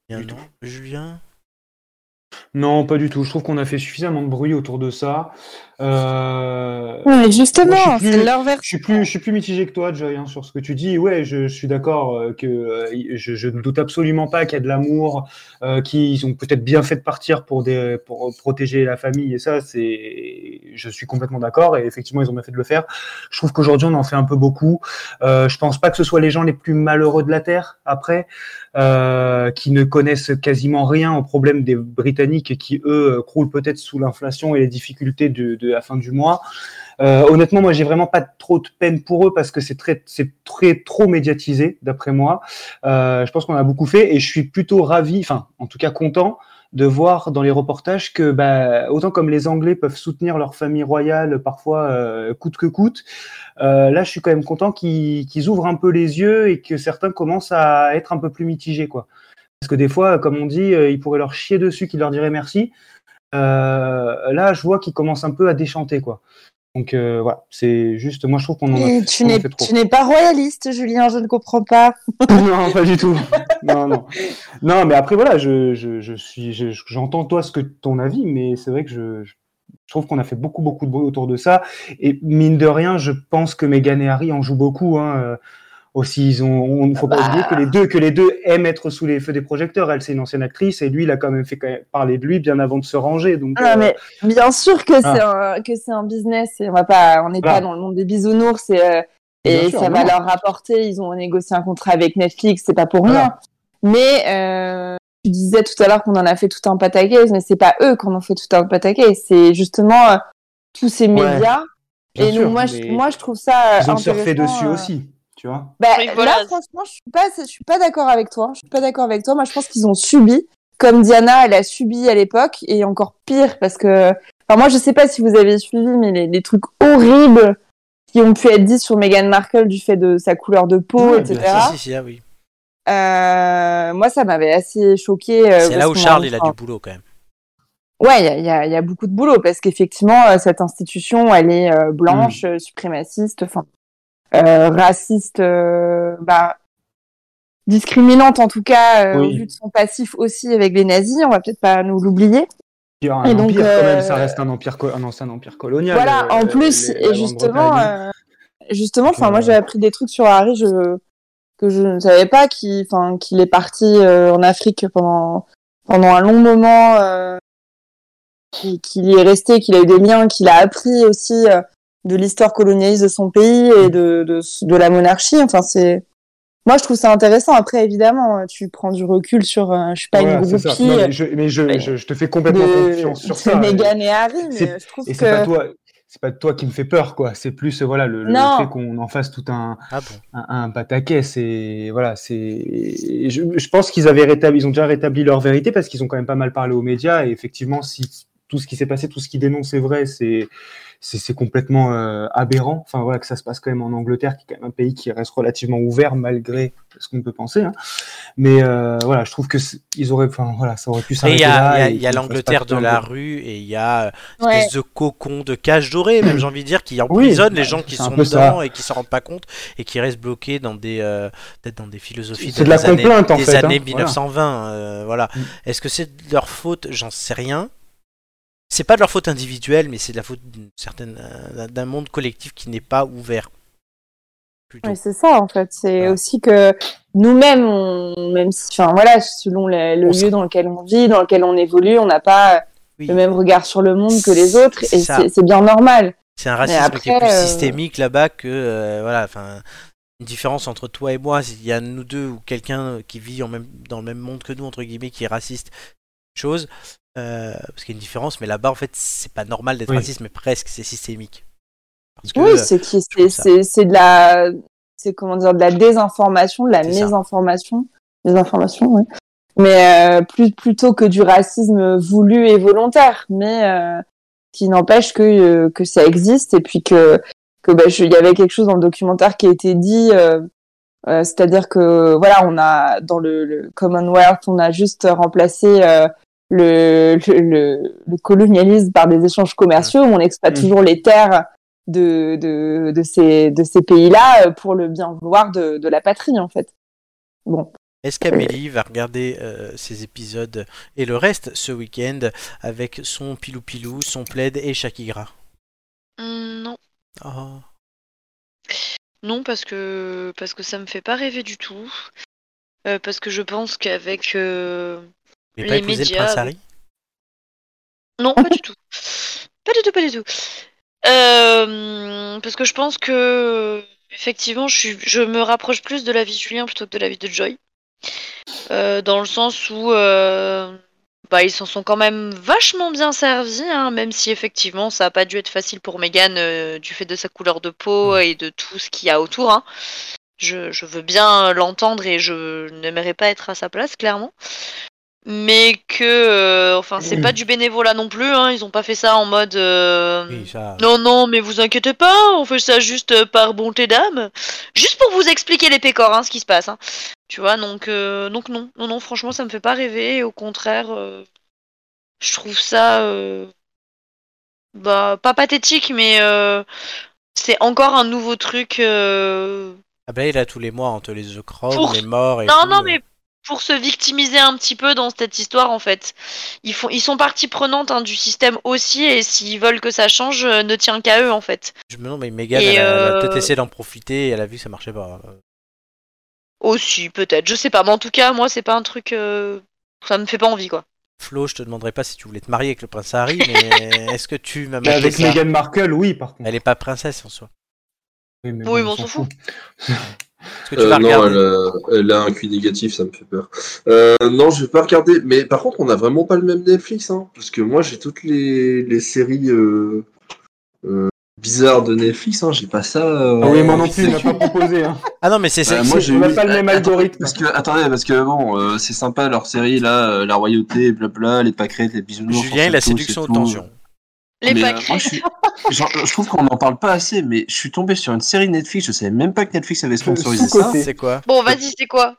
Bien,
Du
non. Julien
Non, pas du tout. Je trouve qu'on a fait suffisamment de bruit autour de ça. Euh,
Mais justement,
Moi, je suis plus-
c'est leur
Je
version.
suis plus, je suis plus mitigé que toi, Joy, hein, sur ce que tu dis. Ouais, je, je suis d'accord euh, que euh, je, je ne doute absolument pas qu'il y a de l'amour, euh, qu'ils ont peut-être bien fait de partir pour, des, pour protéger la famille. Et ça, c'est, je suis complètement d'accord. Et effectivement, ils ont bien fait de le faire. Je trouve qu'aujourd'hui, on en fait un peu beaucoup. Euh, je pense pas que ce soit les gens les plus malheureux de la terre après, euh, qui ne connaissent quasiment rien au problème des Britanniques et qui eux croulent peut-être sous l'inflation et les difficultés de, de la fin du mois. Euh, honnêtement, moi, j'ai vraiment pas trop de peine pour eux parce que c'est très, c'est très trop médiatisé, d'après moi. Euh, je pense qu'on a beaucoup fait et je suis plutôt ravi, enfin, en tout cas content de voir dans les reportages que, bah, autant comme les Anglais peuvent soutenir leur famille royale parfois euh, coûte que coûte, euh, là, je suis quand même content qu'ils qu'ils ouvrent un peu les yeux et que certains commencent à être un peu plus mitigés, quoi. Parce que des fois, comme on dit, euh, ils pourraient leur chier dessus, qu'ils leur diraient merci. Euh, là, je vois qu'ils commencent un peu à déchanter, quoi. Donc euh, voilà, c'est juste, moi je trouve qu'on en a.
Et tu
on en
n'es
fait trop.
tu n'es pas royaliste, Julien, je ne comprends pas.
non, pas du tout. Non, non. Non, mais après voilà, je, je, je suis, je- j'entends toi ce que ton avis, mais c'est vrai que je, je je trouve qu'on a fait beaucoup beaucoup de bruit autour de ça. Et mine de rien, je pense que Meghan et Harry en jouent beaucoup. Hein. euh, Aussi, ils ont, on ne faut
Bah.
pas oublier que les deux, que les deux aiment être sous les feux des projecteurs. Elle, c'est une ancienne actrice, et lui, il a quand même fait quand même parler de lui bien avant de se ranger. Donc,
Ah,
euh,
mais bien sûr que c'est un que c'est un business et on va pas on n'est
Ah. Voilà.
pas dans le monde des bisounours et euh,
Bien
et
sûr,
ça va
non.
leur rapporter ils ont négocié un contrat avec Netflix c'est pas pour rien
Voilà.
mais euh, tu disais tout à l'heure qu'on en a fait tout un pataquès mais c'est pas eux qu'on en fait tout un pataquès c'est justement euh, tous ces médias
bien
et
sûr,
donc, moi
mais
je, moi je trouve ça euh,
ils ont surfé
intéressant,
dessus
euh,
aussi, tu vois.
bah,
Oui, voilà.
Là, franchement, je suis pas, je suis pas d'accord avec toi. Je suis pas d'accord avec toi. Moi, je pense qu'ils ont subi, comme Diana, elle a subi à l'époque, et encore pire parce que, enfin, moi, je sais pas si vous avez suivi, mais les, les trucs horribles qui ont pu être dits sur Meghan Markle du fait de sa couleur de peau,
Ouais,
etc.
Ah, si, si, ah oui.
Euh, moi, ça m'avait assez choqué. euh,
Euh, C'est là où Charles, il a du boulot quand même.
Ouais, il y a, il y a- il y a beaucoup de boulot parce qu'effectivement, euh, cette institution, elle est euh, blanche,
Mm.
euh, suprémaciste, enfin, euh, raciste, euh, bah, discriminante en tout cas, euh,
Oui.
au vu de son passif aussi avec les nazis, on va peut-être pas nous l'oublier.
Il y a un
Et donc,
empire quand même, ça
euh,
reste un empire, co- un ancien empire colonial.
Voilà,
euh,
en plus,
les- la
et justement,
Grande-Bretagne.
euh, justement, enfin,
Donc,
moi
euh,
j'ai appris des trucs sur Harry je, que je ne savais pas, qui, enfin, qu'il est parti euh, en Afrique pendant pendant un long moment, euh, qu'il qu'il y est resté, qu'il a eu des liens, qu'il a appris aussi euh, de l'histoire colonialiste de son pays et de de, de la monarchie. Enfin, c'est moi, je trouve ça intéressant. Après, évidemment, euh, tu prends du recul sur. euh, je suis pas
Voilà,
une
c'est ça.
groupie
Non,
euh,
mais je, mais je-
mais-
je- je te fais complètement
de, euh,
confiance sur
de
ça.
Meghan et Harry,
c'est-
mais je trouve
Et
que
c'est pas toi, c'est pas toi qui me fait peur, quoi. C'est plus euh, voilà le, le
Non.
fait qu'on en fasse tout un
Ah bon
un, un pataquès. C'est voilà, c'est. Je, je pense qu'ils avaient rétabli, ils ont déjà rétabli leur vérité parce qu'ils ont quand même pas mal parlé aux médias. Et effectivement, si tout ce qui s'est passé, tout ce qu'ils dénoncent est vrai, c'est c'est c'est complètement euh, aberrant. Enfin voilà, que ça se passe quand même en Angleterre, qui est quand même un pays qui reste relativement ouvert malgré ce qu'on peut penser. hein. Mais euh, voilà, je trouve que c'est- ils auraient, enfin voilà, ça aurait pu
Et il
s'arrêter
y a, il y a-
là.
il y a
qu'on fasse pas
l'Angleterre
tout
de
un
la
peu.
rue et il y a euh,
ouais.
espèce de cocon de cage dorée, même j'ai envie de dire, qui emprisonne les gens qui
bah, c'est un
sont
peu ça.
dedans et qui s'en rendent pas compte et qui restent bloqués dans des, euh, peut-être dans des philosophies
C'est de la
des années,
complainte, en
des
fait, hein.
années
Voilà.
1920. euh, Voilà.
Mm.
Est-ce que c'est de leur faute J'en sais rien. c'est pas de leur faute individuelle, mais c'est de la faute d'une certaine euh, d'un monde collectif qui n'est pas ouvert. Plutôt.
Ouais, c'est ça en fait. C'est
Voilà.
aussi que nous-mêmes, on- même si, enfin voilà, selon le, le
On
lieu
se-
dans lequel on vit, dans lequel on évolue, on n'a pas
Oui.
le même regard sur le monde que les autres,
C'est
et
ça.
c'est c'est bien normal.
C'est un racisme
après,
qui est plus
euh,
systémique là-bas que euh, voilà, enfin une différence entre toi et moi. S'il y a nous deux ou quelqu'un qui vit en même, dans le même monde que nous entre guillemets qui est raciste, chose euh, parce qu'il y a une différence, mais là-bas en fait c'est pas normal d'être
Oui.
raciste, mais presque c'est systémique. Parce que,
Oui,
euh,
c'est qui,
trouve
c'est
ça.
c'est- c'est de la, c'est comment dire, de la désinformation, de la
C'est ça.
mésinformation, mésinformation, oui. Mais euh, plus plutôt que du racisme voulu et volontaire, mais euh, qui n'empêche que euh, que ça existe et puis que que bah, je- il y avait quelque chose dans le documentaire qui a été dit. euh, euh, C'est-à-dire que voilà, on a dans le, le Commonwealth, on a juste remplacé euh, le, le, le- le colonialisme par des échanges commerciaux. où On exploite
Mmh.
Mhm.
toujours les terres de, de, de ces, de ces pays-là euh, pour le bien vouloir de, de la patrie, en fait.
Est-ce qu'Amélie va regarder euh, ces épisodes et le reste ce week-end avec son pilou-pilou, son plaid et Shakira
Hum, non.
Oh.
Non, parce que parce que ça me fait pas rêver du tout. Euh, parce que je pense qu'avec euh,
Vous voulez
Les
pas épouser le
médias,
prince
oui.
Harry
Non, pas du tout. Pas du tout, pas du tout. Euh, parce que je pense que euh, effectivement, je, suis, je me rapproche plus de la vie de Julien plutôt que de la vie de Joy. Euh, dans le sens où euh, bah, ils s'en sont quand même vachement bien servis, hein, même si effectivement ça n'a pas dû être facile pour Megan euh, du fait de sa couleur de peau et de tout ce qu'il y a autour. hein. Je, je veux bien l'entendre et je n'aimerais pas être à sa place, clairement mais que euh, enfin c'est pas du bénévolat non plus hein, ils ont pas fait ça en mode euh,
Oui, ça.
non non mais vous inquiétez pas on fait ça juste euh, par bonté d'âme juste pour vous expliquer les pécores hein, ce qui se passe hein. tu vois donc euh, donc non non non franchement ça me fait pas rêver et au contraire euh, je trouve ça euh, bah pas pathétique mais euh, c'est encore un nouveau truc euh,
Ah ben là tous les mois entre les The Crown,
Pour-
les morts et
non,
tout,
non,
euh,
mais pour se victimiser un petit peu dans cette histoire, en fait. Ils, font, ils sont partie prenante hein, du système aussi, et s'ils veulent que ça change, euh, ne tient qu'à eux, en fait.
Je me demande, mais Megan,
Et,
elle, a- elle a peut-être
euh,
essayé d'en profiter et elle a vu que ça marchait pas. Euh,
Aussi, peut-être, je sais pas, mais en tout cas, moi, c'est pas un truc. euh, Ça me fait pas envie, quoi.
Flo, je te demanderai pas si tu voulais te marier avec le prince Harry, mais est-ce que tu m'as
Mais
maté
avec
ça
Meghan Markle, oui, par contre.
Elle est pas princesse en soi.
Oui, mais,
Oui, mais on s'en fout.
Est-ce que tu
Euh,
vas
non,
regarder
elle a, elle a un cul négatif, ça me fait peur. Euh, non, je vais pas regarder. Mais par contre, on a vraiment pas le même Netflix, hein, parce que moi, j'ai toutes les, les séries euh, euh, bizarres de Netflix. Hein, j'ai pas ça. euh,
Ah oui, moi non
je
plus,
sais
il m'a pas proposé. hein.
Ah non, mais c'est ça.
Euh, moi,
c'est-
j'ai
on n'a
eu-
pas le même
Attendez,
algorithme.
Parce que, attendez, parce que bon, euh, c'est sympa leur série là, euh, la royauté, blabla, les pâquerettes, les bisounours.
Julien,
on
la
sait tout,
séduction
c'est
aux
tout.
tensions.
Les
Mais, euh,
pâquerettes.
moi, je, suis- genre, je trouve qu'on n'en parle pas assez, mais je suis tombé sur une série Netflix, je savais même pas que Netflix avait sponsorisé ça.
Sous-côté.
C'est quoi
Bon, vas-y, c'est quoi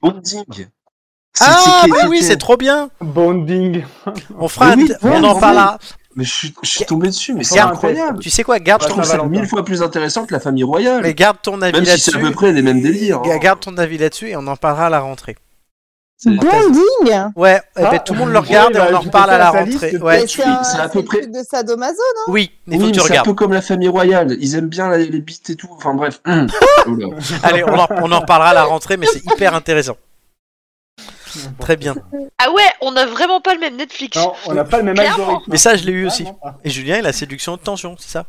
Bonding. C'est-
Ah
c'est qui-
bah oui, c'est trop bien.
Bonding.
On fera,
Mais
un-
oui,
on en
oui.
parlera.
Mais je suis, je suis tombé dessus, mais c'est
Garde-
incroyable.
Tu sais quoi Garde
Je
ton,
trouve ça
Saint-Valentin.
mille fois plus intéressant que la famille royale.
mais garde ton avis
Même si
là-dessus.
c'est à peu près les mêmes délires, hein.
Garde ton avis là-dessus et on en parlera à la rentrée.
C'est-
Branding
Ouais, eh ben,
Ah.
tout le monde le regarde
Ouais,
et
bah,
on en
je vais
reparle à
faire
la
sa liste.
rentrée. Ouais.
suis- c'est à peu près-
de sadomaso,
Oui, mais faut que
Oui, mais
tu
c'est un
regardes.
peu comme la famille royale. Ils aiment bien la- les bites et tout. Enfin bref. Hum. Oula.
Allez, on en, on en reparlera à la rentrée, mais c'est hyper intéressant. Très bien.
Ah ouais, on a vraiment pas le même Netflix.
Non, on n'a pas le même
Clairement.
algorithme.
Mais ça, je l'ai eu aussi.
Vraiment pas.
Et Julien, il a séduction de tension, c'est ça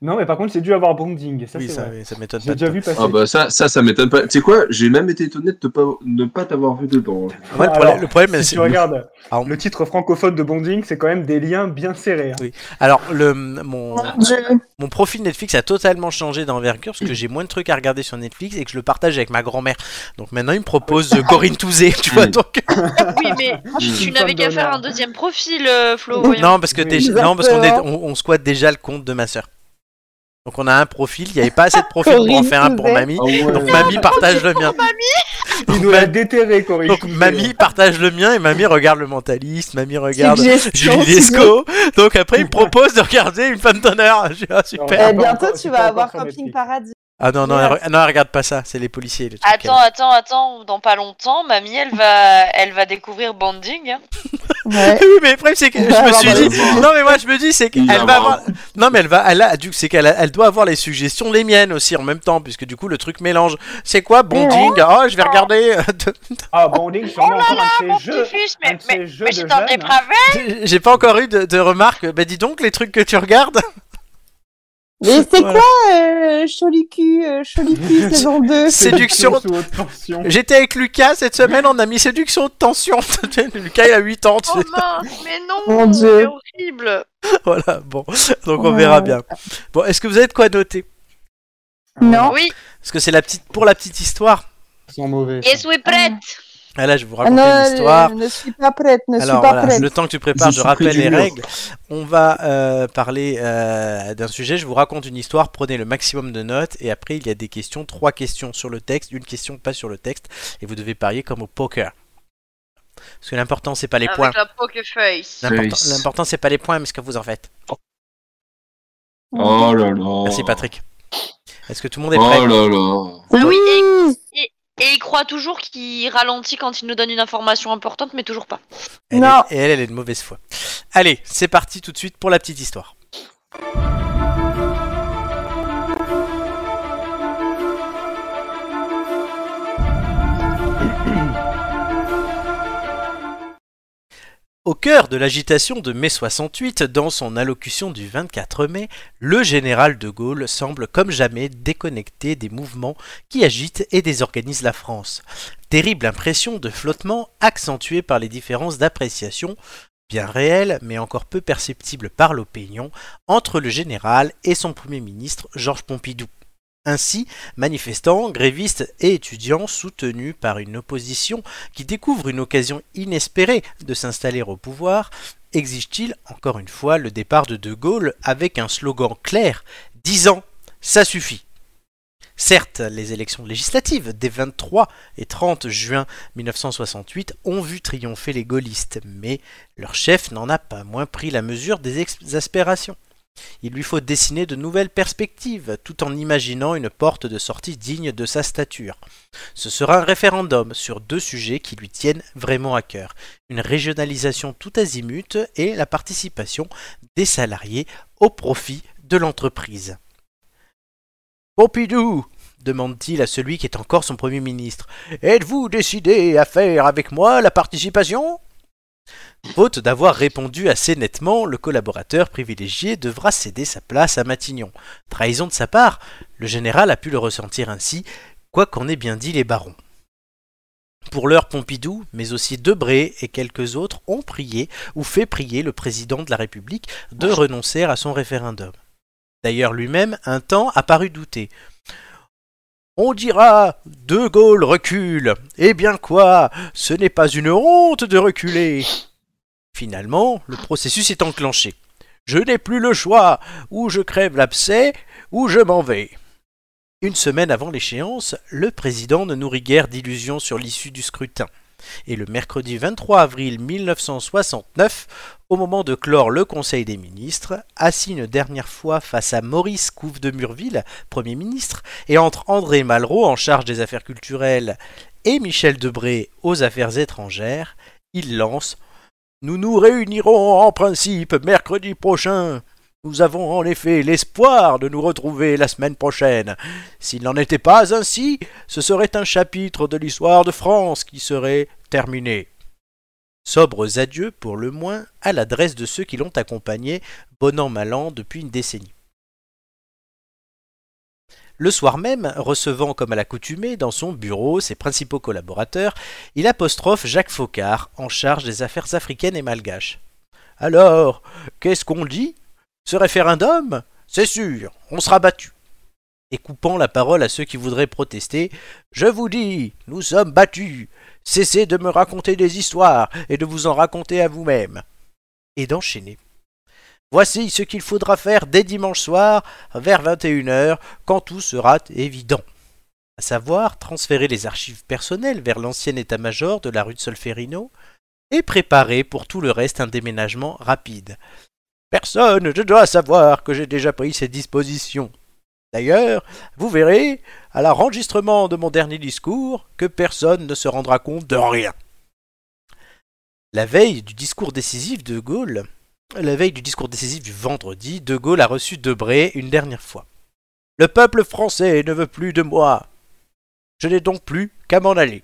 Non, mais par contre, c'est dû avoir bonding. Ça,
Oui,
c'est
ça,
vrai.
oui, ça m'étonne
J'ai
pas.
déjà
de
vu passer.
Ah bah ça, ça, ça m'étonne pas. Tu sais quoi J'ai même été étonné de te pas, ne pas t'avoir vu dedans.
toi. Ouais, le,
Alors,
problème, le problème,
si
c'est. Ah,
tu regardes
Pardon.
le titre francophone de bonding, c'est quand même des liens bien serrés. hein.
Alors, le, mon,
non
mon profil Netflix a totalement changé d'envergure parce que j'ai moins de trucs à regarder sur Netflix et que je le partage avec ma grand-mère. Donc maintenant, il me propose euh, Corinne Touzé, tu vois.
Mm.
Donc...
Oui, mais tu
une
n'avais
femme
qu'à faire
d'honneur.
un deuxième profil, euh, Flo. voyons.
Non, parce que
Oui.
déjà-
Ils
non, parce qu'on est-
ont peur.
on, on squatte déjà le compte de ma sœur. Donc on a un profil, il n'y avait pas assez de profils pour en
Corinne
faire un pour
Touzet.
mamie.
Ah ouais.
Donc mamie partage le mien.
Il nous l'a déterré, Corinne.
Donc mamie partage le mien et mamie regarde le mentaliste, mamie regarde
Suggestion,
Julie Lescaut. Donc après il me propose de regarder une femme d'honneur. Je dis, ah, super.
Ouais.
Eh, bientôt,
Encore-
tu
c'est
vas
pas
avoir
encore sur
Camping
Netflix.
Paradis.
Ah non, non, elle, re- non, elle regarde pas ça, c'est les policiers. les trucs
Attends, attends, attends, dans pas longtemps, mamie, elle va, elle va découvrir Banding. hein.
qu'elle-
Ouais.
Eh Oui, mais le problème, c'est que je me suis dit.
Bah,
Non, mais moi, je me dis, c'est qu'elle
Il
va
va
avoir. Non, mais elle va. Elle a... du- C'est qu'elle a- elle doit avoir les suggestions, les miennes aussi en même temps, puisque du coup, le truc mélange. C'est quoi, bonding Oh, je vais regarder.
Ah,
Oh
Bonding, sûrement encore un de ces jeux.
fils,
Un de ces jeux de jeunes. hein.
J'ai pas encore eu de, de remarques. Bah, dis donc, les trucs que tu regardes.
Mais c'est
Voilà.
quoi, euh, Cholicu, euh, Cholicu saison 2
Séduction.
Sous haute tension.
J'étais avec Lucas cette semaine, on a mis séduction de tension. Lucas, il a 8 ans. tu sais.
Oh mince, mais non,
Mon Dieu.
c'est horrible.
Voilà, bon. Donc, on verra bien. Bon, est-ce que vous avez de quoi noter
Non.
Oui,
Parce que c'est la petite... pour la petite histoire.
Ah, Ils sont mauvais.
et suis prête.
Ah, là, je vais vous
Ah
raconter
non,
une histoire.
euh, ne suis pas prête, ne
Alors
suis pas
voilà,
prête.
le temps que tu prépares,
Je
je,
suis
rappelle
près du
les
mur.
règles. On va euh, parler euh, d'un sujet, je vous raconte une histoire, prenez le maximum de notes et après il y a des questions, trois questions sur le texte, une question pas sur le texte et vous devez parier comme au poker. Parce que l'important c'est pas les points.
Avec la Pokéfeuille.
L'important
Face.
l'important, c'est pas les points mais ce que vous en faites.
Oh là là.
Merci Patrick. Est-ce que tout le monde est prêt
Oh là là.
Ah oui, et, et il croit toujours qu'il ralentit quand il nous donne une information importante, mais toujours pas.
Elle
Non.
est- Et elle, elle est de mauvaise foi. Allez, c'est parti tout de suite pour la petite histoire. Au cœur de l'agitation de mai 68, dans son allocution du 24 mai, le général de Gaulle semble comme jamais déconnecté des mouvements qui agitent et désorganisent la France terrible impression de flottement accentuée par les différences d'appréciation, bien réelles mais encore peu perceptibles par l'opinion, entre le général et son Premier ministre Georges Pompidou. Ainsi, manifestants, grévistes et étudiants soutenus par une opposition qui découvre une occasion inespérée de s'installer au pouvoir, exige-t-il encore une fois le départ de De Gaulle avec un slogan clair disant Ça suffit Certes, les élections législatives des 23 et 30 juin 1968 ont vu triompher les gaullistes, mais leur chef n'en a pas moins pris la mesure des exaspérations. Il lui faut dessiner de nouvelles perspectives, tout en imaginant une porte de sortie digne de sa stature. Ce sera un référendum sur deux sujets qui lui tiennent vraiment à cœur, une régionalisation tout azimut et la participation des salariés au profit de l'entreprise. Pompidou demande-t-il à celui qui est encore son Premier ministre. Êtes-vous décidé à faire avec moi la participation Faute d'avoir répondu assez nettement, le collaborateur privilégié devra céder sa place à Matignon. Trahison de sa part, le général a pu le ressentir ainsi, quoi qu'en aient bien dit les barons. Pour l'heure, Pompidou, mais aussi Debré et quelques autres ont prié ou fait prier le président de la République de renoncer à son référendum. D'ailleurs, lui-même, un temps, a paru douter. On dira De Gaulle recule. Eh bien quoi Ce n'est pas une honte de reculer. Finalement, le processus est enclenché. Je n'ai plus le choix. Ou je crève l'abcès, ou je m'en vais. Une semaine avant l'échéance, le président ne nourrit guère d'illusions sur l'issue du scrutin. Et le mercredi 23 avril 1969, au moment de clore le Conseil des ministres, assis une dernière fois face à Maurice Couve de Murville, Premier ministre, et entre André Malraux en charge des affaires culturelles et Michel Debré aux affaires étrangères, il lance Nous nous réunirons en principe mercredi prochain. Nous avons en effet l'espoir de nous retrouver la semaine prochaine. S'il n'en était pas ainsi, ce serait un chapitre de l'histoire de France qui serait terminé. Sobres adieux, pour le moins, à l'adresse de ceux qui l'ont accompagné, bon an mal an, depuis une décennie. Le soir même, recevant comme à l'accoutumée dans son bureau ses principaux collaborateurs, il apostrophe Jacques Faucard, en charge des affaires africaines et malgaches. Alors, qu'est-ce qu'on dit Ce référendum C'est sûr, on sera battu. Et coupant la parole à ceux qui voudraient protester, Je vous dis, nous sommes battus. Cessez de me raconter des histoires et de vous en raconter à vous-même. Et d'enchaîner. Voici ce qu'il faudra faire dès dimanche soir, vers 21h, quand tout sera évident. À savoir, transférer les archives personnelles vers l'ancien état-major de la rue de Solferino et préparer pour tout le reste un déménagement rapide. Personne ne doit savoir que j'ai déjà pris ces dispositions. D'ailleurs, vous verrez, à l'enregistrement de mon dernier discours, que personne ne se rendra compte de rien. La veille du discours décisif de Gaulle, la veille du discours décisif du vendredi, De Gaulle a reçu Debré une dernière fois. Le peuple français ne veut plus de moi. Je n'ai donc plus qu'à m'en aller.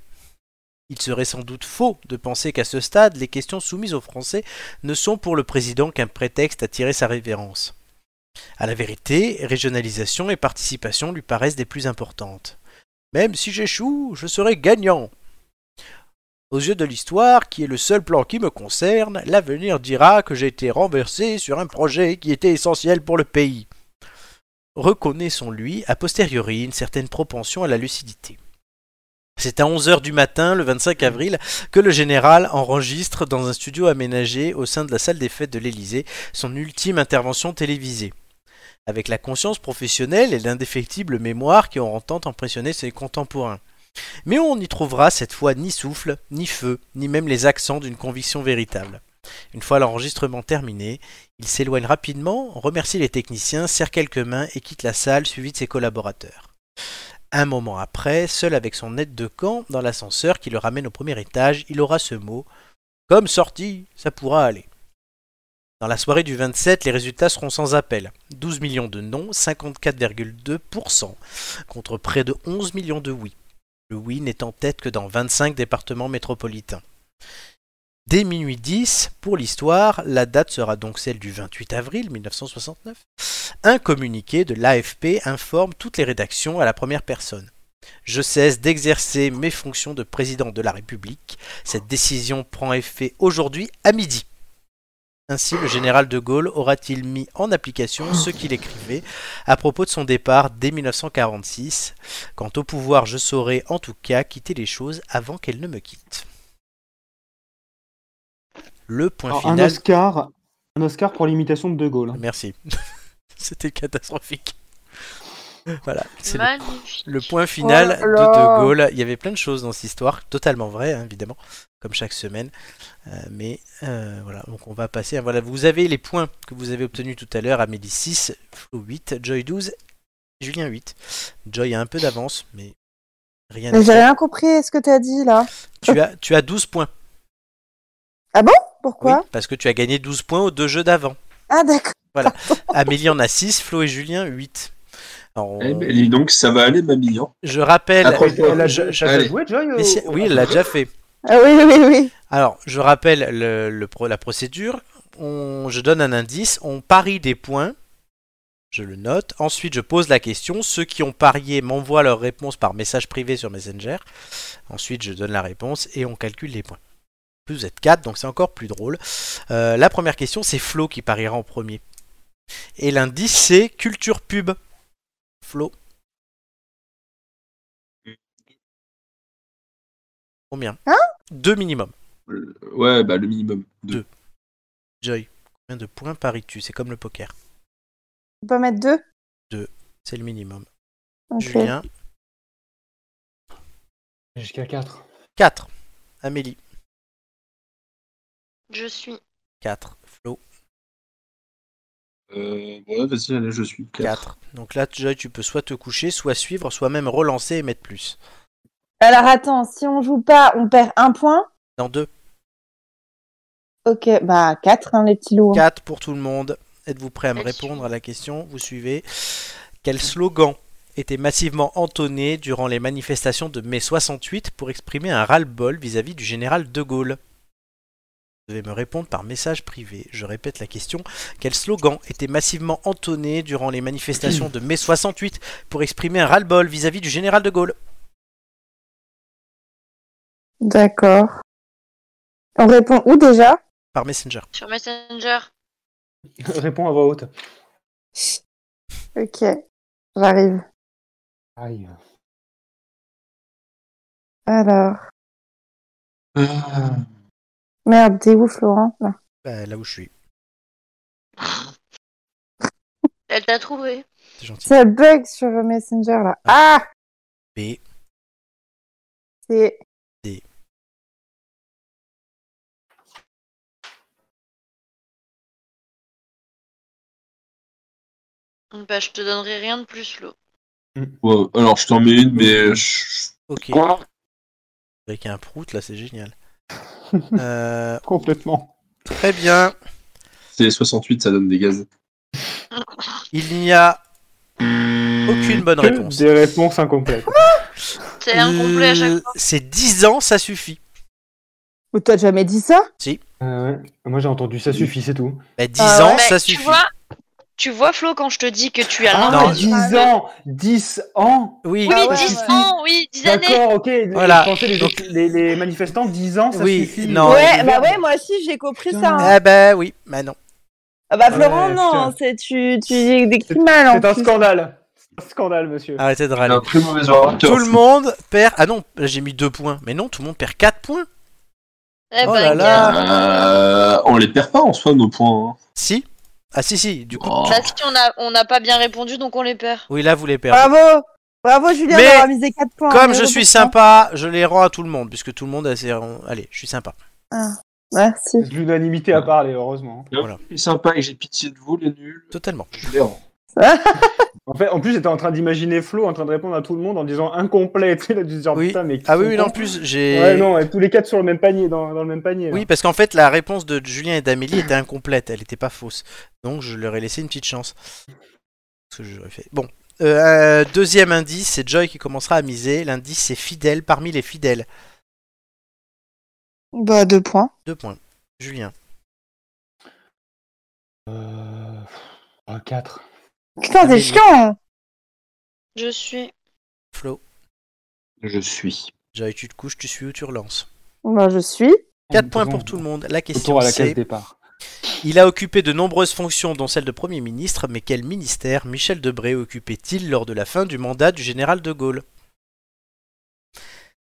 Il serait sans doute faux de penser qu'à ce stade, les questions soumises aux Français ne sont pour le président qu'un prétexte à tirer sa révérence. À la vérité, régionalisation et participation lui paraissent des plus importantes. Même si j'échoue, je serai gagnant. Aux yeux de l'histoire, qui est le seul plan qui me concerne, l'avenir dira que j'ai été renversé sur un projet qui était essentiel pour le pays. Reconnaissons-lui a posteriori une certaine propension à la lucidité. C'est à 11h du matin, le 25 avril, que le général enregistre dans un studio aménagé au sein de la salle des fêtes de l'Élysée son ultime intervention télévisée. Avec la conscience professionnelle et l'indéfectible mémoire qui auront tant impressionné ses contemporains. Mais on n'y trouvera cette fois ni souffle, ni feu, ni même les accents d'une conviction véritable. Une fois l'enregistrement terminé, il s'éloigne rapidement, remercie les techniciens, serre quelques mains et quitte la salle suivi de ses collaborateurs. Un moment après, seul avec son aide de camp dans l'ascenseur qui le ramène au premier étage, il aura ce mot Comme sorti, ça pourra aller. Dans la soirée du 27, les résultats seront sans appel. 12 millions de non, 54,2%, contre près de 11 millions de oui. Le oui n'est en tête que dans 25 départements métropolitains. Dès minuit 10, pour l'histoire, la date sera donc celle du 28 avril 1969. Un communiqué de l'AFP informe toutes les rédactions à la première personne. Je cesse d'exercer mes fonctions de président de la République. Cette décision prend effet aujourd'hui à midi. Ainsi, le général de Gaulle aura-t-il mis en application ce qu'il écrivait à propos de son départ dès 1946 Quant au pouvoir, je saurai en tout cas quitter les choses avant qu'elles ne me quittent. Le point
Alors, un
final.
Oscar, un Oscar pour l'imitation de De Gaulle.
Ah, Merci. C'était catastrophique. Voilà, c'est le,
Magnifique.
le point final
Oh
de
là là.
De Gaulle. Il y avait plein de choses dans cette histoire, totalement vraies, hein, évidemment, comme chaque semaine. Euh, mais euh, voilà, donc on va passer. Voilà, vous avez les points que vous avez obtenus tout à l'heure Amélie 6, Flo 8, Joy 12, Julien 8. Joy a un peu d'avance, mais rien
Mais
n'est
j'ai
fait.
rien compris à ce que t'as dit là.
Tu as, tu as 12 points. Oui,
Pourquoi
parce que tu as gagné 12 points aux deux jeux d'avant.
Ah d'accord. Oh.
Amélie en a 6, Flo et Julien 8. Alors, on-
Eh ben, dis donc, ça va aller, Mamillan.
je rappelle.
Accroche-
Elle, elle a
Je-
déjà
je-
elle a
allez.
joué, Joy
Mais
au-
si-
au-
oui, elle l'a déjà fait.
Ah oui oui oui.
Alors, je rappelle le, le pro- la procédure. On- je donne un indice. On parie des points. Je le note. Ensuite, je pose la question. Ceux qui ont parié m'envoient leur réponse par message privé sur Messenger. Ensuite, je donne la réponse et on calcule les points. Plus vous êtes 4, donc c'est encore plus drôle. Euh, la première question, c'est Flo qui pariera en premier. Et l'indice, c'est culture pub. Flo. Combien
Hein
Deux minimum.
Euh, Ouais, bah le minimum. Deux.
Joy, combien de points paries-tu C'est comme le poker,
On peut mettre deux.
c'est le minimum.
Ok.
Julien,
Jusqu'à 4.
4. Amélie,
Je suis
4. Flo,
Euh, ouais, vas-y, allez, je suis. 4.
4. Donc là, Joy, tu peux soit te coucher, soit suivre, soit même relancer et mettre plus.
Alors attends, si on joue pas, on perd un point.
Dans 2,
Ok, bah quatre hein, les petits loups.
4 pour tout le monde. Êtes-vous prêt à me
Elle suit.
répondre à la question Vous suivez. Quel slogan était massivement entonné durant les manifestations de mai 68 pour exprimer un ras-le-bol vis-à-vis du général de Gaulle Vous devez me répondre par message privé. Je répète la question. Quel slogan était massivement entonné durant les manifestations de mai 68 pour exprimer un ras-le-bol vis-à-vis du général de Gaulle
D'accord. On répond où déjà
Par Messenger.
sur Messenger.
Réponds à voix haute.
Ok, j'arrive.
Aïe.
Alors, merde, t'es où Florent là
Bah, là où je suis.
Elle t'a trouvé.
C'est gentil.
Ça bug sur Messenger là. Ah
B.
C'est.
D.
Bah, je te donnerai rien de plus, Lo.
Ouais, alors je t'en mets une, mais je-
Ok. Avec un prout, là, c'est génial. Euh,
Complètement.
très bien.
c'est 68, ça donne des gaz.
Il n'y a aucune bonne
Que
réponse.
Des réponses incomplètes.
C'est incomplet à chaque
Euh, C'est 10 ans, ça suffit.
Ou t'as jamais dit ça
Euh, ouais. Moi j'ai entendu ça suffit, c'est tout.
Bah, 10
Ah,
ans,
Mais
ça
tu
suffit.
vois, tu vois, Flo, quand je te dis que tu as
non.
Ah,
l'impression.
10 ans 10 ans
Oui,
Oui, hein.
Ah ouais,
10
ouais.
ans, oui, 10 années.
D'accord, ok. les-
Voilà.
Je pensais les,
Donc-
les, les manifestants, 10 ans, ça
Oui,
suffit.
non.
Ouais, bah ouais, moi aussi j'ai compris
Putain.
ça. hein.
Ah bah oui, bah non.
Ah bah
Ouais,
Florent,
putain.
non, c'est tu, tu dis- décris mal en
C'est un
plus.
scandale. C'est un scandale, monsieur.
Arrêtez de
Elle a
râler.
un très mauvais orateur.
Tout le monde perd. Ah non, là j'ai mis 2 points. Mais non, tout le monde perd 4 points.
Eh
Oh là
ben,
là.
Euh, on les perd pas en soi, nos points. hein.
Si Ah si, si, du coup.
Oh.
gars, Là, si on a, on n'a pas bien répondu, donc on les perd.
Oui, là vous les perdez.
Bravo, bravo Julien
Mais,
d'avoir misé 4 points.
Comme
Ah, Mais
je suis
heureusement.
sympa, je les rends à tout le monde, puisque tout le monde a ses... Allez, je suis sympa.
Merci.
C'est de L'unanimité à parler, heureusement.
Voilà.
C'est sympa et j'ai pitié de vous, les nuls.
Totalement.
Je les rends.
En fait, en plus, j'étais en train d'imaginer Flo en train de répondre à tout le monde en disant incomplet. Tu sais, là, tu te dis,
Oui.
putain, mais
Ah oui, oui, non, en
non
plus, j'ai...
Ouais, non, et tous les quatre sur le même panier, dans, dans le même panier. là.
Oui, parce qu'en fait, la réponse de Julien et d'Amélie était incomplète, elle n'était pas fausse. Donc, je leur ai laissé une petite chance. Ce que j'aurais fait. Bon. Euh, euh, deuxième indice, c'est Joy qui commencera à miser. L'indice, c'est fidèle parmi les fidèles.
Bah 2 points.
Deux points. Julien.
Euh... 4.
Putain, c'est chiant. hein.
Je suis.
Flo.
Je suis.
Joy, tu te couches, tu suis ou tu relances.
Bah je suis.
4 points pour tout le monde. La question,
Retour à la case
c'est
départ.
il a occupé de nombreuses fonctions, dont celle de Premier ministre, mais quel ministère Michel Debré occupait-il lors de la fin du mandat du général de Gaulle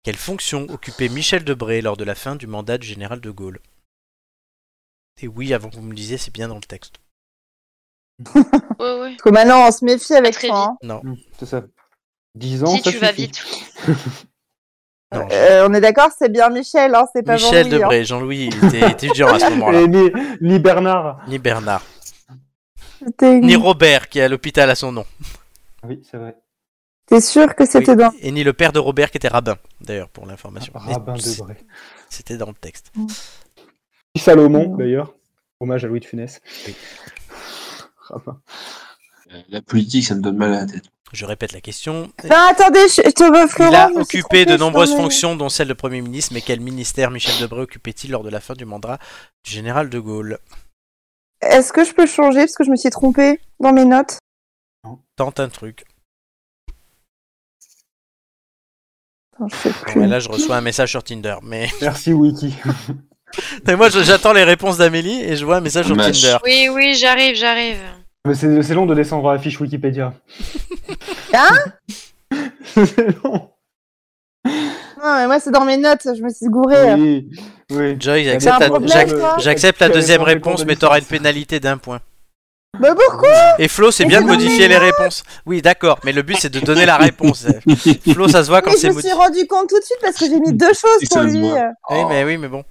Quelle fonction occupait Michel Debré lors de la fin du mandat du général de Gaulle Et oui, avant que vous me le disiez, c'est bien dans le texte.
Oui, oui.
Parce que maintenant on se méfie avec
Très
toi. hein.
Mmh, C'est ça. 10 ans,
si
ça
tu vas
suffit.
vite.
Non,
Euh, on est d'accord, c'est bien Michel, hein, c'est pas
Michel
Jean-Louis, hein.
Debré, Jean-Louis il était étudiant à ce moment-là,
Et ni, ni Bernard.
ni Bernard,
T'es-
ni Robert qui est à l'hôpital à son nom,
Ah Oui, c'est vrai.
T'es sûr que c'était
Oui,
dans
et ni le père de Robert qui était rabbin, d'ailleurs pour l'information. Mais
Rabin
c'est-
Debré.
C'était dans le texte.
Salomon,
Mmh.
d'ailleurs. Hommage à Louis de Funès. Rabin.
Euh, La politique, ça me donne mal à la tête.
Je répète la question.
Non, attendez, je, je te veux Florent.
Il a
je me suis
occupé
trompée,
de
je
nombreuses
t'en ai-
fonctions, dont celle de Premier ministre, mais quel ministère Michel Debré occupait-il lors de la fin du mandat du général de Gaulle
Est-ce que je peux changer parce que je me suis trompée dans mes notes
Tente un truc.
Attends, je sais
Bon,
plus.
mais là, je reçois un message sur Tinder. Mais,
Merci, Wiki.
mais moi, je- j'attends les réponses d'Amélie et je vois un message sur
Match.
Tinder.
Oui, oui, j'arrive, j'arrive.
Ah, Mais c'est c'est long de descendre à la fiche Wikipédia.
Hein
C'est long.
Non, mais moi c'est dans mes notes, je me suis gourée.
Oui. oui.
Joy,
T'as
j'accepte
un
la-
problème,
j'ac-
toi
j'accepte la
Quel
deuxième
est ton
réponse,
réponse
mais t'auras une
de
pénalité d'un point.
Bah pourquoi
Et Flo, c'est
Mais
bien de
c'est dans
modifier les réponses. Oui, d'accord, mais le but, c'est de donner la réponse. Flo, ça se voit quand
Mais je
c'est
me suis
modifié.
rendu compte tout de suite parce que j'ai mis deux choses
Et
pour
ça se
lui.
voit.
Oui, mais oui, mais bon.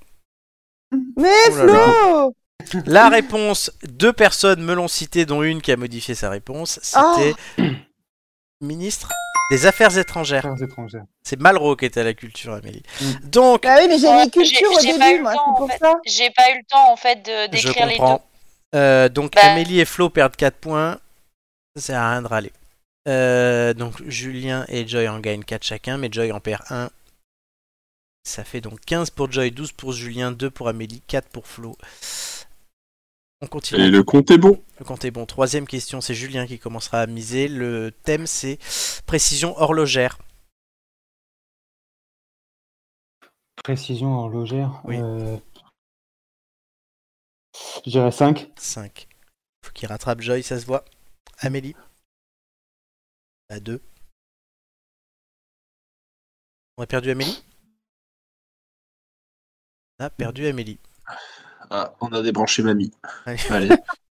Mais
Oh là là.
Flo
La réponse, deux personnes me l'ont cité, dont une qui a modifié sa réponse. C'était ministre des Affaires étrangères.
Affaires étrangères.
C'est Malraux qui était à la culture, Amélie.
Mm.
Donc,
Bah oui, mais j'ai
Ouais,
mis culture
Oh, j'ai-
au
j'ai pas eu
début,
le
moi,
temps,
c'est
en
pour
fait.
ça.
J'ai pas eu le temps en fait de
je
d'écrire les deux.
comprends. Euh, donc,
Bah.
Amélie et Flo perdent 4 points. Ça sert à rien de râler. Euh, donc, Julien et Joy en gagnent 4 chacun, mais Joy en perd 1. Ça fait donc 15 pour Joy, 12 pour Julien, 2 pour Amélie, 4 pour Flo. On continue.
Et le compte est bon.
Le compte est bon. Troisième question, c'est Julien qui commencera à miser. Le thème, c'est précision horlogère.
Précision horlogère.
Oui.
euh, Je dirais 5.
5. Faut qu'il rattrape Joy, ça se voit. Amélie. À 2. On a perdu Amélie On a perdu Amélie.
Ah, on a débranché mamie.
Allez.
Allez.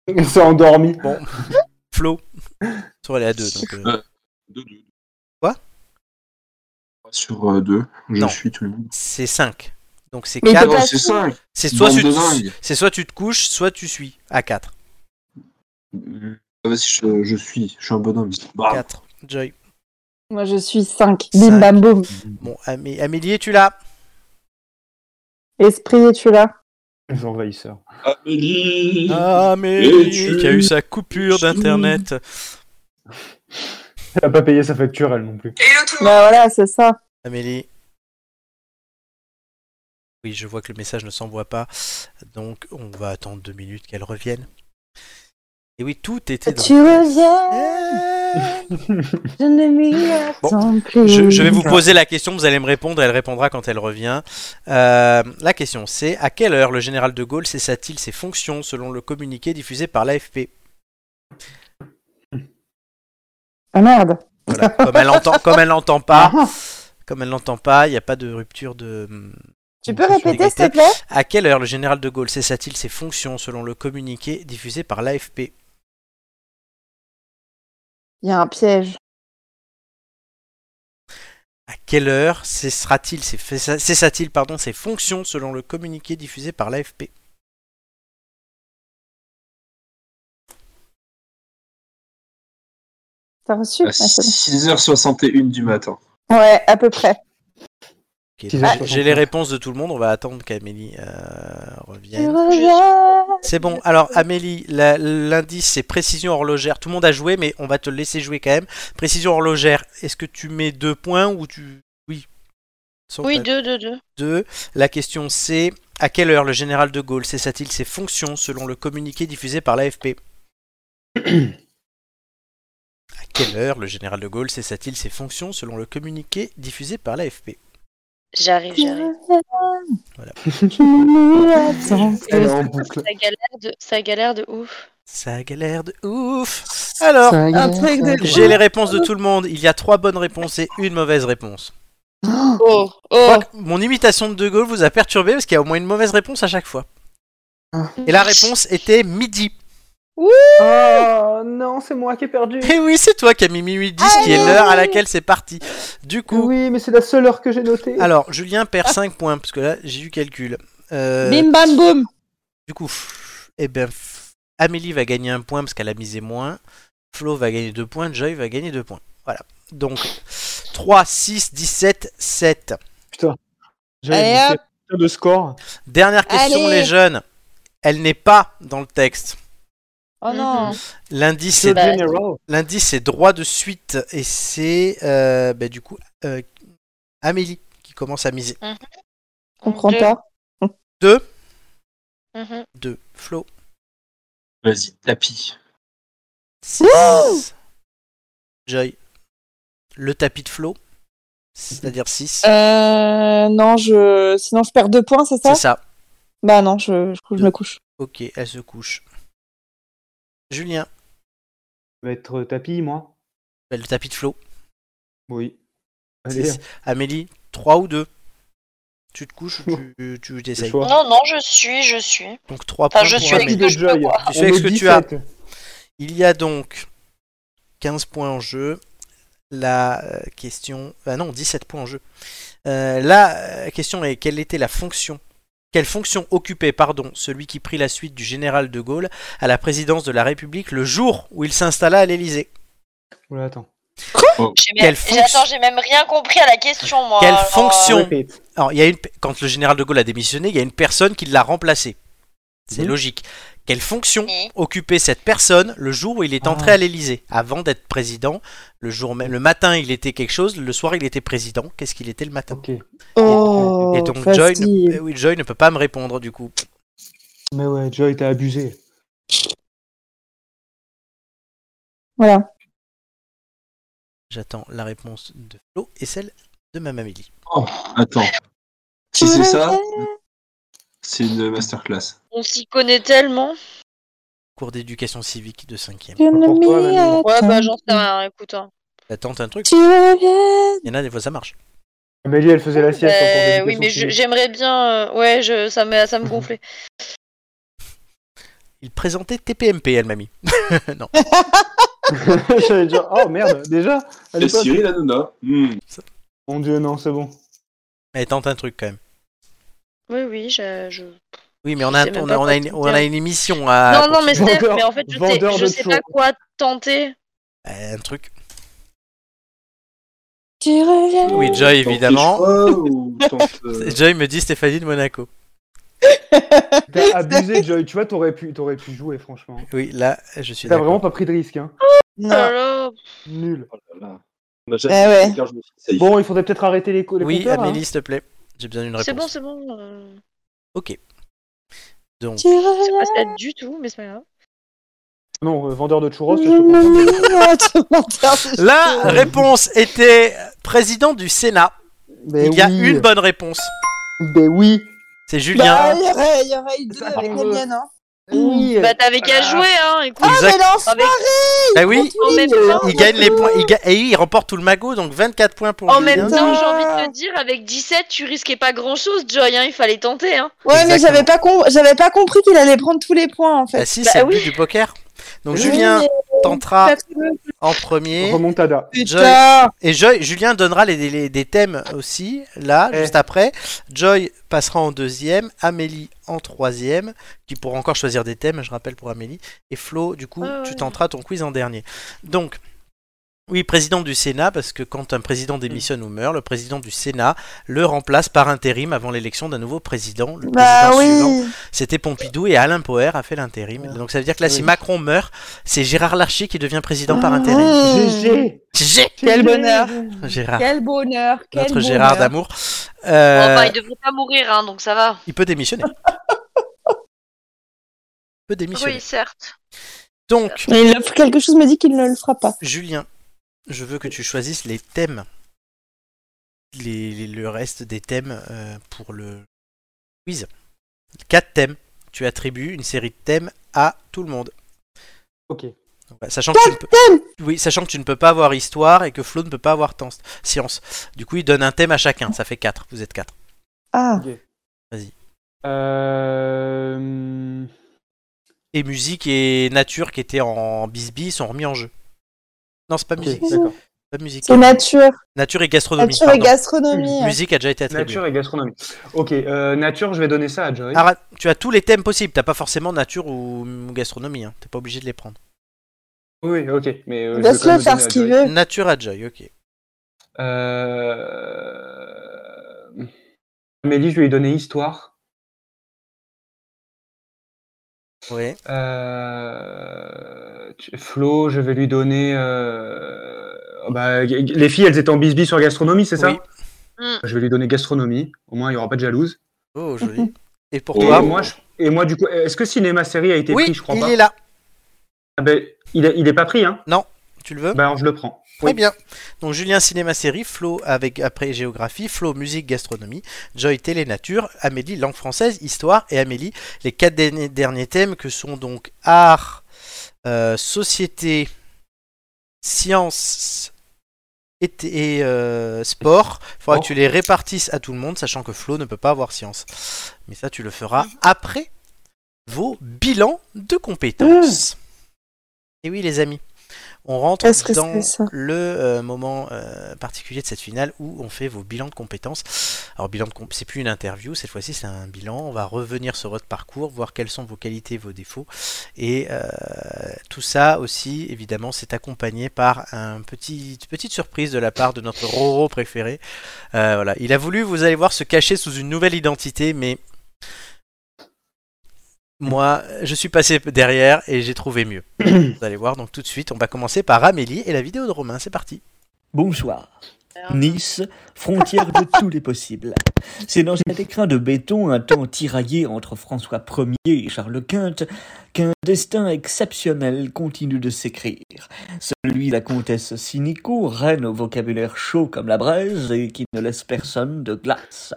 Il s'est endormi.
Bon. Flo. Sur elle est à 2. Donc, euh,
Euh, deux, deux.
Quoi
Sur 2, je
Non.
suis tout le monde.
c'est 5. Donc c'est
Mais il peut
Oh,
pas-
4.
c'est 5
C'est soit,
Bande
tu-
de dingue.
c'est soit tu te couches, soit tu suis. À 4.
Euh, Vas-y, je, je suis, je suis un bonhomme. Bah,
4. Joy.
Moi, je suis 5.
Cinq.
Bim, bam, boum.
Bon, Amé- Amélie, es-tu là
Esprit, es-tu là
Les envahisseurs.
Amélie
Ah. Amélie
Es-tu-
qui a eu sa coupure d'internet.
Elle a pas payé sa facture, elle non plus.
Hello tout le monde
Bah voilà, c'est ça.
Amélie. Oui, je vois que le message ne s'envoie pas, donc on va attendre deux minutes qu'elle revienne. Et oui, tout était dans...
Tu reviens,
Euh,
je ne m'y attends plus.
Je, je vais vous poser la question, vous allez me répondre, elle répondra quand elle revient. Euh, la question c'est à quelle heure le général de Gaulle cessa-t-il ses fonctions selon le communiqué diffusé par l'AFP
Ah merde.
Voilà, comme elle entend, comme elle n'entend pas, comme elle n'entend pas, il n'y a pas de rupture de.
Tu peux répéter, s'il te plaît
À quelle heure le général de Gaulle cessa-t-il ses fonctions selon le communiqué diffusé par l'AFP
Il y a un piège.
À quelle heure cessera-t-il ses cessa- cessa-t-il pardon ses fonctions selon le communiqué diffusé par l'AFP
T'as
Euh,
reçu
À
Ah, c'est
6h61 du matin.
bon. Ouais, à peu près.
Ok,
Six
donc,
heures
J'ai
soixante-neuf.
les réponses de tout le monde. On va attendre qu'Amélie euh,
Tu
revienne.
reviens.
C'est bon. Alors Amélie, la- l'indice c'est précision horlogère. Tout le monde a joué, mais on va te laisser jouer quand même. Précision horlogère. Est-ce que tu mets deux points ou tu oui Sans
Oui,
ta-
2, 2, 2.
deux. La question c'est à quelle heure le général de Gaulle cessa-t-il ses fonctions selon le communiqué diffusé par l'AFP À quelle heure le général de Gaulle cessa-t-il ses fonctions selon le communiqué diffusé par l'AFP
J'arrive,
Tu
j'arrive.
reviens.
Voilà.
Je ne m'y attends
Elle est
plus.
en boucle.
Ça galère de, ça galère de ouf.
Ça galère de ouf. Alors,
Un truc de
j'ai les réponses de tout le monde. Il y a trois bonnes réponses et une mauvaise réponse.
Oh, oh.
Donc, mon imitation de De Gaulle vous a perturbé parce qu'il y a au moins une mauvaise réponse à chaque fois. Et la réponse était midi.
Oh non, c'est moi qui ai perdu.
Et Eh oui, c'est toi qui as mis midi, ce qui est l'heure à laquelle c'est parti. Du coup,
Oui, mais c'est la seule heure que j'ai notée.
Alors, Julien perd 5 points, parce que là, j'ai eu calcul. Euh,
Bim, bam, boum.
du coup, pff, eh ben, pff, Amélie va gagner un point parce qu'elle a misé moins. Flo va gagner 2 points. Joy va gagner 2 points. Voilà. Donc, 3, 6, 17, 7.
J'avais
Allez,
dit c'est de score.
Dernière question,
Allez.
les jeunes. Elle n'est pas dans le texte.
Oh non.
L'indice,
The
c'est,
Bah,
General.
l'indice, c'est droit de suite. Et c'est, euh, ben, du coup, euh, Amélie qui commence à miser.
Je comprends pas.
Mhm.
2. Flo.
Vas-y, tapis.
6. Joy. Le tapis de Flo. C'est-à-dire 6.
Euh, non, je. Sinon, je perds deux points, c'est ça
C'est ça.
Bah non, je, je, je me couche.
Ok, elle se couche. Julien.
Je vais être euh, tapis, moi.
bah, Le tapis de Flo.
Oui. Allez,
Six. Amélie. 3 ou 2. Tu te couches ou tu, tu
c'est
t'essayes
chaud.
Non, non, je suis, je suis.
Donc 3
Enfin,
points
Oh, Ah, je
pour
suis
Tapis
Amélie.
avec-
de
que je peux
Joy.
voir.
Tu sais avec
On
ce que
est
tu as.
17.
Il y a donc 15 points en jeu. La euh, question. Ah non, 17 points en jeu. Euh, la euh, question est quelle était la fonction Quelle fonction occupait pardon, celui qui prit la suite du général de Gaulle à la présidence de la République le jour où il s'installa à l'Élysée
Oula, attends.
J'ai
Quelle
même... j'ai-
fonction-
Attends, j'ai même rien compris à la question, moi.
Quelle
alors, euh,
fonction
Repeat.
Alors, il y a une... pe- quand le général de Gaulle a démissionné, il y a une personne qui l'a remplacé. C'est
Mhm.
logique. Quelle fonction
Oui.
occupait cette personne le jour où il est entré
Ah.
à l'Élysée Avant d'être président, le jour même, le matin il était quelque chose, le soir il était président. Qu'est-ce qu'il était le matin
Ok.
Oh,
Et donc Joy
facile.
ne... eh oui, Joy ne peut pas me répondre du coup.
Mais ouais, Joy, t'as abusé.
Voilà.
J'attends la réponse de Flo et celle de Mme Amélie.
Attends. Si c'est ça, c'est une masterclass.
On s'y connaît tellement.
Cours d'éducation civique de 5e.
Je ne
Pour toi,
m'y
Manon.
attends.
Ouais, bah, j'en
Mmh.
sais rien, écoute. hein.
T'attends un truc
Tu reviens.
Il y en a des fois ça marche.
Amélie, elle faisait hein, la sieste. en cours
Euh,
d'éducation
oui, mais je-
physique.
j'aimerais bien. euh, Ouais, je... ça me ça me
Mmh.
gonflait.
Il présentait TPMP, elle m'a mis. non,
J'allais dire, oh merde, déjà à
Et
l'époque.
Cyril
Ah,
Hanouna. Hmm.
Mon dieu, non, c'est bon.
elle tente un truc quand même.
Oui, oui, je. je-
Oui, mais on a,
Je sais
on
même
a,
pas
on
quoi
a, une,
te
on a
dire.
une émission à.
non, non, mais Steph,
Vendeur-
mais en fait, je
vendeur
sais, je
de
sais
show.
pas quoi tenter.
Euh, Un truc.
Tu reviens.
Oui, Joy, évidemment.
Oh,
Euh.
T'as
Joy me dit Stéphanie de Monaco.
T'as abusé, Joy. Tu vois, t'aurais pu, t'aurais pu jouer, franchement.
Oui, là, je suis
T'as
d'accord.
vraiment pas pris de risque, hein.
Oh là
Non. Eh
là.
Nul.
Oh
Eh.
ouais.
Bon, il faudrait peut-être arrêter les, co- les
Oui,
compteurs. hein.
Amélie, s'il te plaît. J'ai besoin d'une réponse.
C'est bon, c'est bon. euh,
Donc,
Tu
C'est
reviens.
pas ça du tout, mais c'est pas grave.
Non, euh, vendeur de churros, je te comprends.
Tu m'enterres, je-
la réponse était président du Sénat.
Mais
Il y a
Ben oui.
une bonne réponse.
Mais oui.
C'est
Bah,
Julien.
il y aurait, il y aurait eu deux
Ça,
avec
par
les miennes, hein.
Oui.
Bah, t'avais qu'à
Ah.
jouer, hein, écoute.
Ah, mais
Exact.
non, c'est
Avec-
Ah oui,
En même
euh,
temps,
il gagne les points. il ga- Et il remporte tout le magot, donc 24 points pour
en
Julien.
même
Putain.
temps, j'ai envie de te dire, avec 17, tu risquais pas grand chose, Joy, hein, il fallait tenter, hein.
Ouais, mais
Exactement.
j'avais pas, com- j'avais pas compris qu'il allait prendre tous les points, en
Bah
fait.
si,
Bah
c'est le
oui.
but du poker. Donc
Oui,
Julien
mais-
tentera
Putain.
en premier.
Remontada.
Ah. Joy, et Joy, Julien donnera les, les- des thèmes aussi, là,
Eh.
juste après. Joy passera en deuxième, Amélie en troisième, qui pourra encore choisir des thèmes, je rappelle pour Amélie. Et Flo, du coup,
Ah ouais.
tu tenteras ton quiz en dernier. Donc, oui, président du Sénat, parce que quand un président démissionne ou meurt, le président du Sénat le remplace par intérim avant l'élection d'un nouveau président. Le
Bah
président suivant,
oui.
c'était Pompidou et Alain Poher a fait l'intérim. Donc ça veut dire que là, si
Oui.
Macron meurt, c'est Gérard Larcher qui devient président par intérim.
Mmh.
GG.
Gé-
Quel bonheur.
Gérard,
Quel bonheur. Quel
Ah. notre
bonheur.
Gérard d'amour.
Bon,
Euh,
Enfin, il devrait pas mourir, hein, donc ça va.
Il peut démissionner. Il peut démissionner.
Oui, certes.
Donc,
Mais il a- quelque chose me dit qu'il ne le fera pas.
Julien, je veux que tu choisisses les thèmes, les, les- le reste des thèmes euh, pour le quiz. Quatre thèmes. Tu attribues une série de thèmes à tout le monde.
Ok.
Bah, Sachant que, tu ne peux... oui, sachant que tu ne peux pas avoir histoire et que Flo ne peut pas avoir temps- science. Du coup, il donne un thème à chacun. Ça fait 4. Vous êtes 4.
Ah.
Euh...
Et musique et nature qui étaient en bisbis sont remis en jeu. Non, c'est pas
Ok,
musique.
d'accord.
c'est Pas musique.
C'est nature.
Nature et gastronomie.
Nature et
pardon.
gastronomie.
Musique a déjà été attribuée.
Nature et gastronomie. Ok, euh, nature, je vais donner ça à Joy.
Arrête, tu as tous les thèmes possibles. T'as pas forcément nature ou ou gastronomie. Hein. T'es pas obligé de les prendre.
Oui, ok. Mais euh, je vais quand
Laisse-le
même
faire
donner
ce
à
qu'il
Joy.
veut.
Nature à Joy, ok.
Euh... Amélie, je vais lui donner histoire.
Ouais.
Euh... tu- Flo, je vais lui donner. euh, oh, bah, g- g- les filles, elles étaient en bisbis sur gastronomie, c'est ça
Oui.
Mm.
Je vais lui donner gastronomie. Au moins, il n'y aura pas de jalouse.
Oh, joli. Et pour
Oh.
Et
toi
moi, je- et moi, du coup, est-ce que cinéma série a été
Oui,
pris Je crois
il
pas.
est là.
Ah ben, il, est, il est pas pris, hein
Tu le veux
Bah, alors, je le prends.
Très bien. Donc Julien cinéma série, Flo avec après géographie, Flo musique gastronomie, Joy télé nature, Amélie langue française, histoire et Amélie les quatre derniers, derniers thèmes que sont donc art, euh, société, sciences et, t- et, euh, sport. Il faudra que tu les répartisses à tout le monde, sachant que Flo ne peut pas avoir science. Mais ça tu le feras après vos bilans de compétences. Et oui les amis. On rentre
Qu'est-ce que
dans
c'est, ça
le euh, moment euh, particulier de cette finale où on fait vos bilans de compétences. Alors bilan de comp- c'est plus une interview, cette fois-ci c'est un bilan. On va revenir sur votre parcours, voir quelles sont vos qualités, vos défauts. Et euh, tout ça aussi, évidemment, c'est accompagné par un petit, une petite surprise de la part de notre Roro préféré. Euh, voilà, il a voulu, vous allez voir, se cacher sous une nouvelle identité, mais moi, je suis passé derrière et j'ai trouvé mieux. Vous allez voir, donc tout de suite, on va commencer par Amélie et la vidéo de Romain, c'est parti.
Bonsoir. Nice, frontière de tous les possibles. C'est dans cet écrin de béton, un temps tiraillé entre François Ier et Charles Quint, qu'un destin exceptionnel continue de s'écrire. Celui la comtesse Sinico, reine au vocabulaire chaud comme la braise et qui ne laisse personne de glace.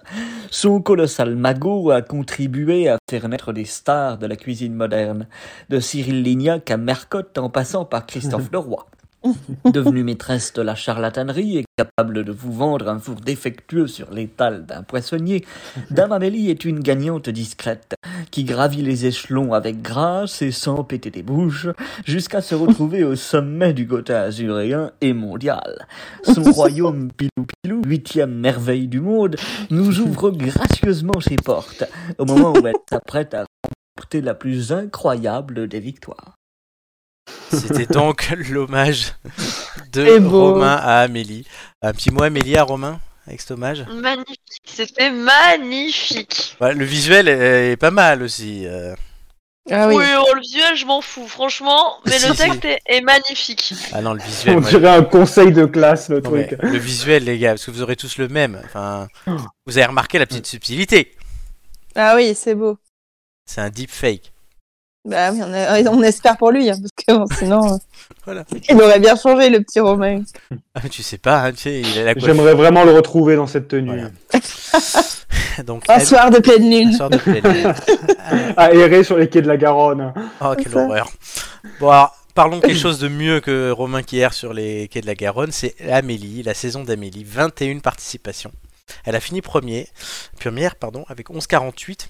Son colossal magot a contribué à faire naître des stars de la cuisine moderne, de Cyril Lignac à Mercotte en passant par Christophe Leroy. devenue maîtresse de la charlatanerie et capable de vous vendre un four défectueux sur l'étal d'un poissonnier, Dame Amélie est une gagnante discrète qui gravit les échelons avec grâce et sans péter des bouches jusqu'à se retrouver au sommet du Gotha azuréen et mondial. Son royaume Pilou Pilou, huitième merveille du monde, nous ouvre gracieusement ses portes au moment où elle s'apprête à remporter la plus incroyable des victoires.
C'était donc l'hommage
C'est
de
beau.
Romain à Amélie. Un petit mot Amélie à Romain avec cet hommage.
Magnifique, c'était magnifique.
Ouais, le visuel est, est pas mal aussi. euh.
Ah
oui, oh, le visuel, je m'en fous, franchement, mais
Si,
le
si.
texte est, est magnifique.
Ah non, le visuel.
On
moi,
dirait un conseil de classe, le
non, mais
truc. Oh.
le visuel, les gars, parce que vous aurez tous le même. Enfin, vous avez remarqué la petite subtilité.
Ah oui, c'est beau.
C'est un deep fake.
Bah oui, on, a- on espère pour lui, hein, parce que bon, sinon, euh,
Voilà.
il aurait bien changé le petit Romain.
Ah, mais tu sais pas, hein, tu sais, il a la coiffe.
J'aimerais vraiment le retrouver dans cette tenue.
Voilà. Donc,
Ah,
Un
Ab-
soir de pleine lune.
Soir de pleine lune.
À errer sur les quais de la Garonne. hein.
Oh, quelle horreur. Bon, alors, parlons quelque chose de mieux que Romain qui erre sur les quais de la Garonne. C'est Amélie, la saison d'Amélie, 21 participations. Elle a fini premier, première pardon, avec 11,48.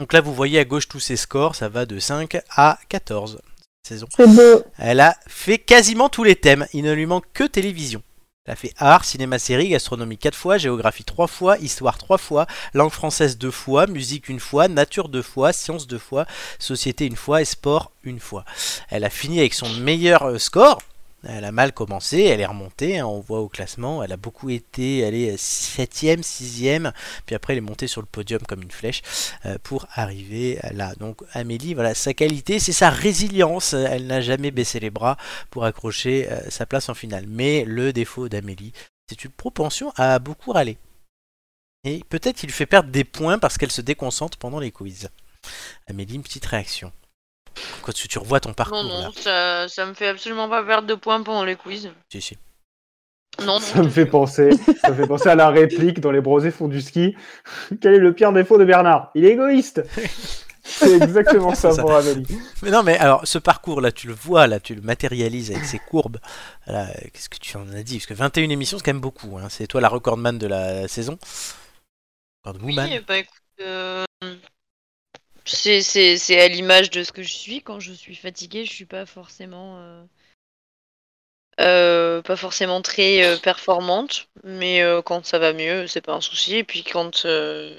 Donc là, vous voyez à gauche tous ses scores, ça va de 5 à 14 cette saison.
C'est beau.
Elle a fait quasiment tous les thèmes, il ne lui manque que télévision. Elle a fait art, cinéma, série, gastronomie 4 fois, géographie 3 fois, histoire 3 fois, langue française 2 fois, musique 1 fois, nature 2 fois, sciences 2 fois, société 1 fois et sport 1 fois. Elle a fini avec son meilleur euh, score. Elle a mal commencé, elle est remontée, hein, on voit au classement, elle a beaucoup été, elle est 7ème, 6ème, puis après elle est montée sur le podium comme une flèche euh, pour arriver là. Donc Amélie, voilà, sa qualité, c'est sa résilience, Euh, elle n'a jamais baissé les bras pour accrocher euh, sa place en finale. Mais le défaut d'Amélie, c'est une propension à beaucoup râler. Et peut-être qu'il lui fait perdre des points parce qu'elle se déconcentre pendant les quiz. Amélie, une petite réaction. Quand tu, tu revois ton parcours
non,
là.
non, ça, ça me fait absolument pas perdre de points pendant les quiz.
Si, si.
Non, non.
Ça me fait penser, ça me fait penser à la réplique dans Les Brosés font du ski. Quel est le pire défaut de Bernard Il est égoïste. C'est exactement ça
C'est ça.
pour Amélie.
Mais non, mais alors, ce parcours-là, tu le vois, là, tu le matérialises avec ses courbes. Voilà, euh, Qu'est-ce que tu en as dit Parce que 21 émissions, c'est quand même beaucoup. hein. C'est toi la recordman de la saison. Recordwoman.
Oui, bah écoute, euh, c'est, c'est, c'est à l'image de ce que je suis. Quand je suis fatiguée, je suis pas forcément, euh, euh, pas forcément très euh, performante. Mais euh, quand ça va mieux, c'est pas un souci. Et puis quand, euh,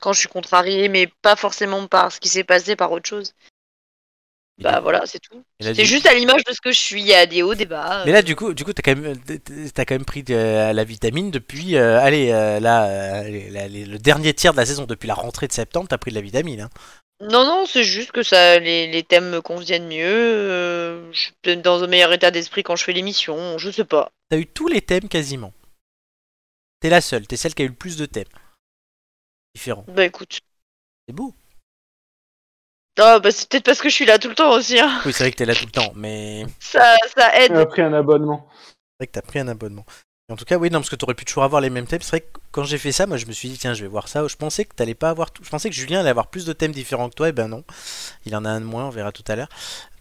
quand je suis contrariée, mais pas forcément par ce qui s'est passé, par autre chose. Bah voilà, c'est tout.
Et là,
C'est
du-
juste à l'image de ce que je suis. Il y a des hauts, des bas. euh,
Mais là, du coup, du coup, t'as quand même, t'as quand même pris de euh, la vitamine depuis, euh, allez, euh, là, euh, allez, là, les- le dernier tiers de la saison, depuis la rentrée de septembre, t'as pris de la vitamine. hein.
Non, non, c'est juste que ça, les, les thèmes me conviennent mieux. euh, je suis peut-être dans un meilleur état d'esprit quand je fais l'émission, je sais pas.
T'as eu tous les thèmes quasiment. T'es la seule, t'es celle qui a eu le plus de thèmes différents.
Bah écoute.
C'est beau.
Ah, bah c'est peut-être parce que je suis là tout le temps aussi. Hein.
Oui, c'est vrai que t'es là tout le temps, mais
Ça, ça aide.
Elle a pris un abonnement.
C'est vrai que t'as pris un abonnement. Et en tout cas, oui, non, parce que t'aurais pu toujours avoir les mêmes thèmes. C'est vrai que quand j'ai fait ça, moi, je me suis dit, tiens, je vais voir ça. Je pensais que t'allais pas avoir tout. Je pensais que Julien allait avoir plus de thèmes différents que toi. Et ben non, il en a un de moins. On verra tout à l'heure.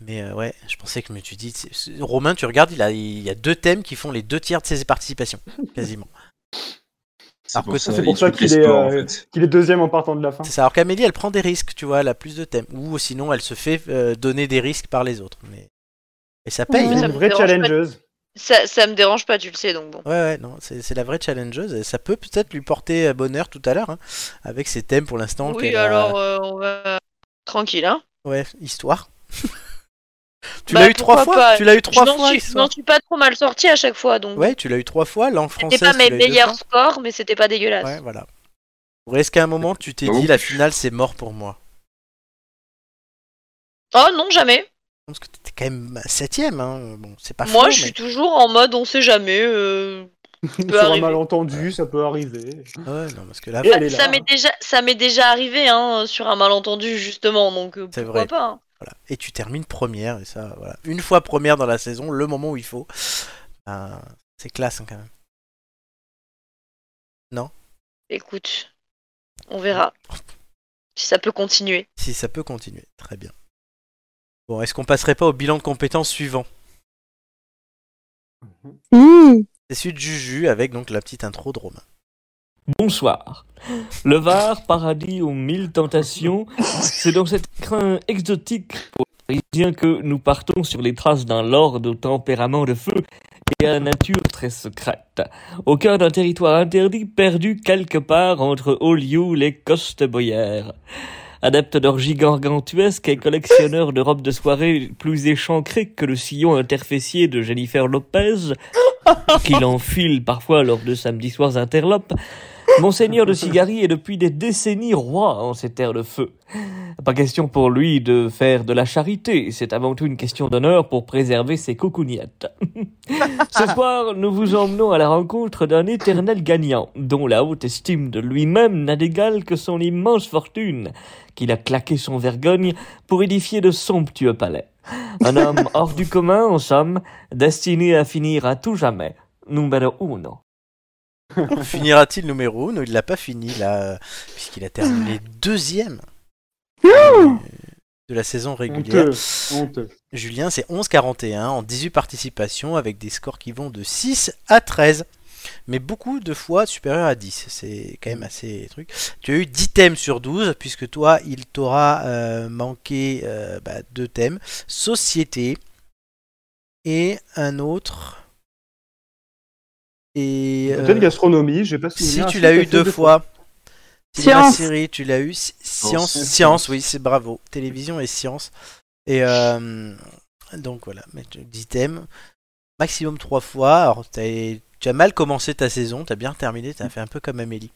Mais euh, ouais, je pensais que je me suis dit, c'est- c'est- Romain, tu regardes, il a, il y a deux thèmes qui font les deux tiers de ses participations, quasiment. Alors que-
c'est pour ça
il
qu'il
fait
est,
sport, en
euh,
fait.
Qu'il est deuxième en partant de la fin.
C'est ça. Alors qu'Amélie, elle prend des risques, tu vois, elle a plus de thèmes. Ou sinon, elle se fait euh, donner des risques par les autres. Mais et ça paye.
Ouais.
C'est
hein.
une
me
vraie
dérange pas.
challengeuse.
Ça, ça me dérange pas, tu le sais donc bon.
Ouais, ouais, non, c'est c'est la vraie challengeuse. Et ça peut peut-être lui porter euh, bonheur tout à l'heure, hein, avec ses thèmes pour l'instant.
oui,
qu'elle a-
alors euh, on va. Tranquille, hein.
Ouais, histoire. tu
Bah,
l'as eu trois
pourquoi
fois
pas
Tu l'as eu trois
je m'en
fois
suis, je
histoire.
m'en suis pas trop mal sorti à chaque fois donc.
Ouais, tu l'as eu trois fois, langue
C'était
française.
pas
tu
mes
l'as eu deux
meilleurs
fois.
scores, mais c'était pas dégueulasse.
Ouais, voilà. Ou est-ce qu'à un moment tu t'es
Non.
dit la finale c'est mort pour moi
Oh non, jamais.
Parce que t'étais quand même septième, hein. Bon, c'est pas
Moi,
faux,
je
mais-
suis toujours en mode on sait jamais. euh, peut
Sur un
arriver.
malentendu, ça peut arriver.
Ouais, non, parce que là,
Et elle est
Bah, Ça
là.
m'est déjà, ça m'est déjà arrivé hein, sur un malentendu justement, donc euh,
C'est
pourquoi
vrai.
pas. hein.
voilà. Et tu termines première, et ça, voilà. Une fois première dans la saison, le moment où il faut. Ben, c'est classe hein, quand même.
Écoute, on verra si ça peut continuer.
Si ça peut continuer, très bien. Bon, est-ce qu'on passerait pas au bilan de compétences suivant
Mmh.
C'est celui de Juju avec donc la petite intro de Romain.
Bonsoir. Le Var, paradis aux mille tentations, c'est dans cet écrin exotique pour les Parisiens que nous partons sur les traces d'un lord au tempérament de feu et à nature très secrète. Au cœur d'un territoire interdit, perdu quelque part entre Olioul et Costeboyère. Adepte d'orgies gargantuesques et collectionneur de robes de soirée plus échancrées que le sillon interfessier de Jennifer Lopez, qu'il enfile parfois lors de samedis soirs interlopes, Monseigneur de Cigari est depuis des décennies roi en ces terres de feu. Pas question pour lui de faire de la charité, c'est avant tout une question d'honneur pour préserver ses cocougnettes. Ce soir, nous vous emmenons à la rencontre d'un éternel gagnant, dont la haute estime de lui-même n'a d'égal que son immense fortune, qu'il a claqué sans vergogne pour édifier de somptueux palais. Un homme hors du commun, en somme, destiné à finir à tout jamais, numéro uno.
Finira-t-il numéro 1 Il l'a pas fini là, puisqu'il a terminé deuxième euh, de la saison régulière.
Honteux, honteux.
Julien, c'est 11-41 en 18 participations avec des scores qui vont de 6 à 13. Mais beaucoup de fois supérieurs à 10. C'est quand même assez truc. Tu as eu 10 thèmes sur 12, puisque toi, il t'aura euh, manqué euh, bah, deux thèmes. Société et un autre. Et,
Peut-être
euh,
gastronomie, j'ai pas
si
souvenir.
tu l'as eu deux fois.
Science.
Siri, tu l'as eu. Sci- Science,
Science.
science, oui, c'est bravo. Télévision et science. Et euh, donc voilà, mais tu- 10 thèmes. Maximum trois fois. Alors, t'as- tu as mal commencé ta saison, tu as bien terminé, tu as fait un peu comme Amélie.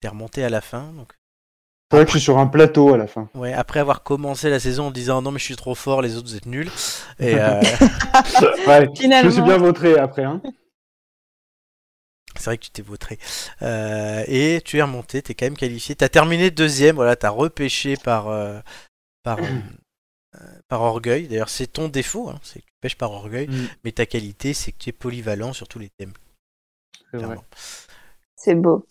Tu es remonté à la fin. Donc...
C'est vrai que je suis sur un plateau à la fin.
Ouais, après avoir commencé la saison en disant non, mais je suis trop fort, les autres vous êtes nuls. Et euh,
Ouais, je
Finalement.
me suis bien vautré après. Hein.
C'est vrai que tu t'es vautré. Euh, et tu es remonté, t'es quand même qualifié. T'as terminé deuxième, voilà, t'as repêché par, euh, par, euh, euh, par orgueil. D'ailleurs, c'est ton défaut, hein, c'est que tu pêches par orgueil.
Mm.
Mais ta qualité, c'est que tu es polyvalent sur tous les thèmes.
C'est vrai.
clairement.
C'est beau.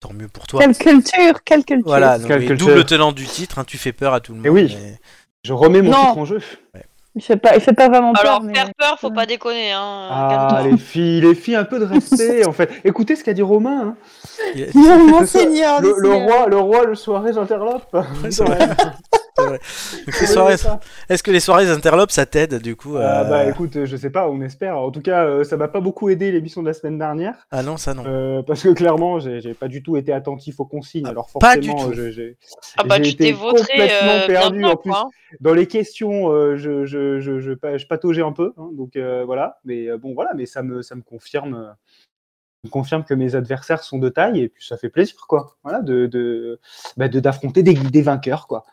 Tant mieux pour toi.
Quelle culture, quelle culture.
Voilà, donc,
Quel
mais
culture.
double tenant du titre, hein, tu fais peur à tout le monde.
Eh oui.
mais-
Je remets mon
Non.
titre en jeu.
Il fait pas, il fait pas vraiment
Alors,
peur. mais-
faire peur, faut pas déconner. Hein.
Ah,
Calme-toi.
les filles, les filles, un peu de respect en fait. Écoutez ce qu'a dit Romain. hein.
Il- Ah,
Monseigneur,
Le, le
Monseigneur.
roi, le roi, le soirée, j'interlope.
c'est vrai. Donc, les soirées- Est-ce que les soirées interlopes, ça t'aide du coup
Ah,
euh,
bah écoute, je sais pas, on espère. En tout cas, euh, ça m'a pas beaucoup aidé l'émission de la semaine dernière.
ah non, ça non.
euh, parce que clairement, j'ai j'ai pas du tout été attentif aux consignes.
Ah,
Alors forcément,
pas du tout.
je- j'ai-
Ah bah,
j'ai
tu
été
t'es vautré
complètement
euh, bien
perdu,
dedans,
en plus.
quoi. hein.
dans les questions, euh, je, je, je, je, pa- je pataugeais un peu. hein, donc euh, voilà, mais euh, bon voilà, mais ça me, ça me confirme. euh, ça me confirme que mes adversaires sont de taille et puis ça fait plaisir quoi voilà de de- bah, de- d'affronter des, des vainqueurs quoi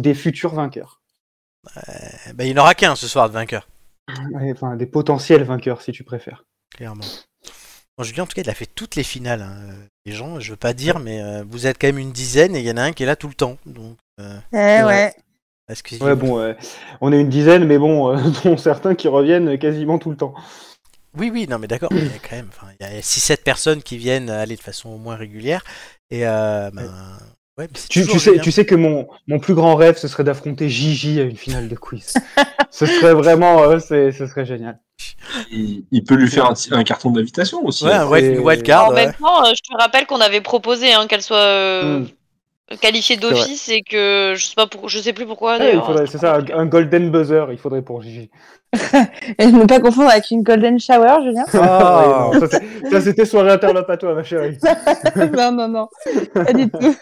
des futurs vainqueurs
Eh ben, il n'y en aura qu'un ce soir de vainqueur.
Ouais, enfin des potentiels vainqueurs si tu préfères
clairement. Bon, Julien, en tout cas, il a fait toutes les finales. hein. Euh, Les gens, je veux pas dire, mais euh, vous êtes quand même une dizaine et il y en a un qui est là tout le temps. Donc,
Eh ouais.
excusez
ouais bon euh, on est une dizaine mais bon euh, dont certains qui reviennent quasiment tout le temps
Oui, oui, non, mais d'accord. mais Il y a quand même, enfin, il y a 6-7 personnes qui viennent aller de façon au moins régulière. Et euh, ben, ouais, mais c'est
Tu,
toujours
tu sais,
Julien.
tu sais que mon, mon plus grand rêve, ce serait d'affronter Gigi à une finale de quiz. ce serait vraiment, euh, c'est- ce serait génial.
Il, euh, il peut lui faire un, un carton d'invitation aussi.
Ouais, un wild-
c'est-
une wild card.
en
ouais.
même temps, euh, je te rappelle qu'on avait proposé hein, qu'elle soit euh, qualifiée
Mm. vrai.
d'office et que je sais pas pour... je sais plus pourquoi
Ouais, Ah il
d'ailleurs. hein,
faudrait- c'est ça, un, un golden buzzer, il faudrait pour Gigi.
Et ne pas confondre avec une golden shower, Julien.
Ah.
Ouais, non, ça, c'est- ça, c'était soirée interlope à toi, ma chérie.
non, non, non. Pas du tout.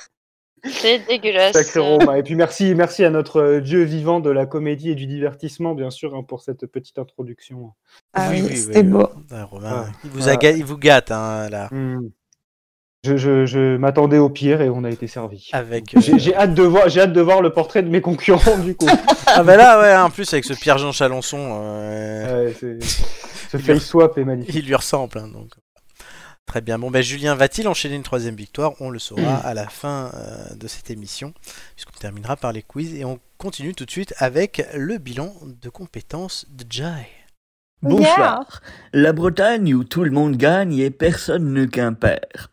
C'est dégueulasse. euh,
Sacré Romain. Et puis merci, merci à notre euh, dieu vivant de la comédie et du divertissement, bien sûr, hein, pour cette petite introduction.
Ah oui, c'était beau.
Ouais, Romain,
Ouais.
il, vous a
Ouais.
ga- il vous gâte hein, là.
Hmm. Je, je- je m'attendais au pire et on a été servi.
Avec, euh,
J'ai j'ai hâte de voir, j'ai hâte de voir le portrait de mes concurrents du coup.
Ah bah là, ouais, en plus avec ce Pierre-Jean Chalençon. euh,
Ouais, c'est- ce face swap est magnifique.
Il lui ressemble, hein, donc. Très bien. Bon, ben Julien va-t-il enchaîner une troisième victoire On le saura à la fin euh, de cette émission, puisqu'on terminera par les quiz et on continue tout de suite avec le bilan de compétences de Jai.
Bonsoir. La Bretagne où tout le monde gagne et personne ne qu'un père.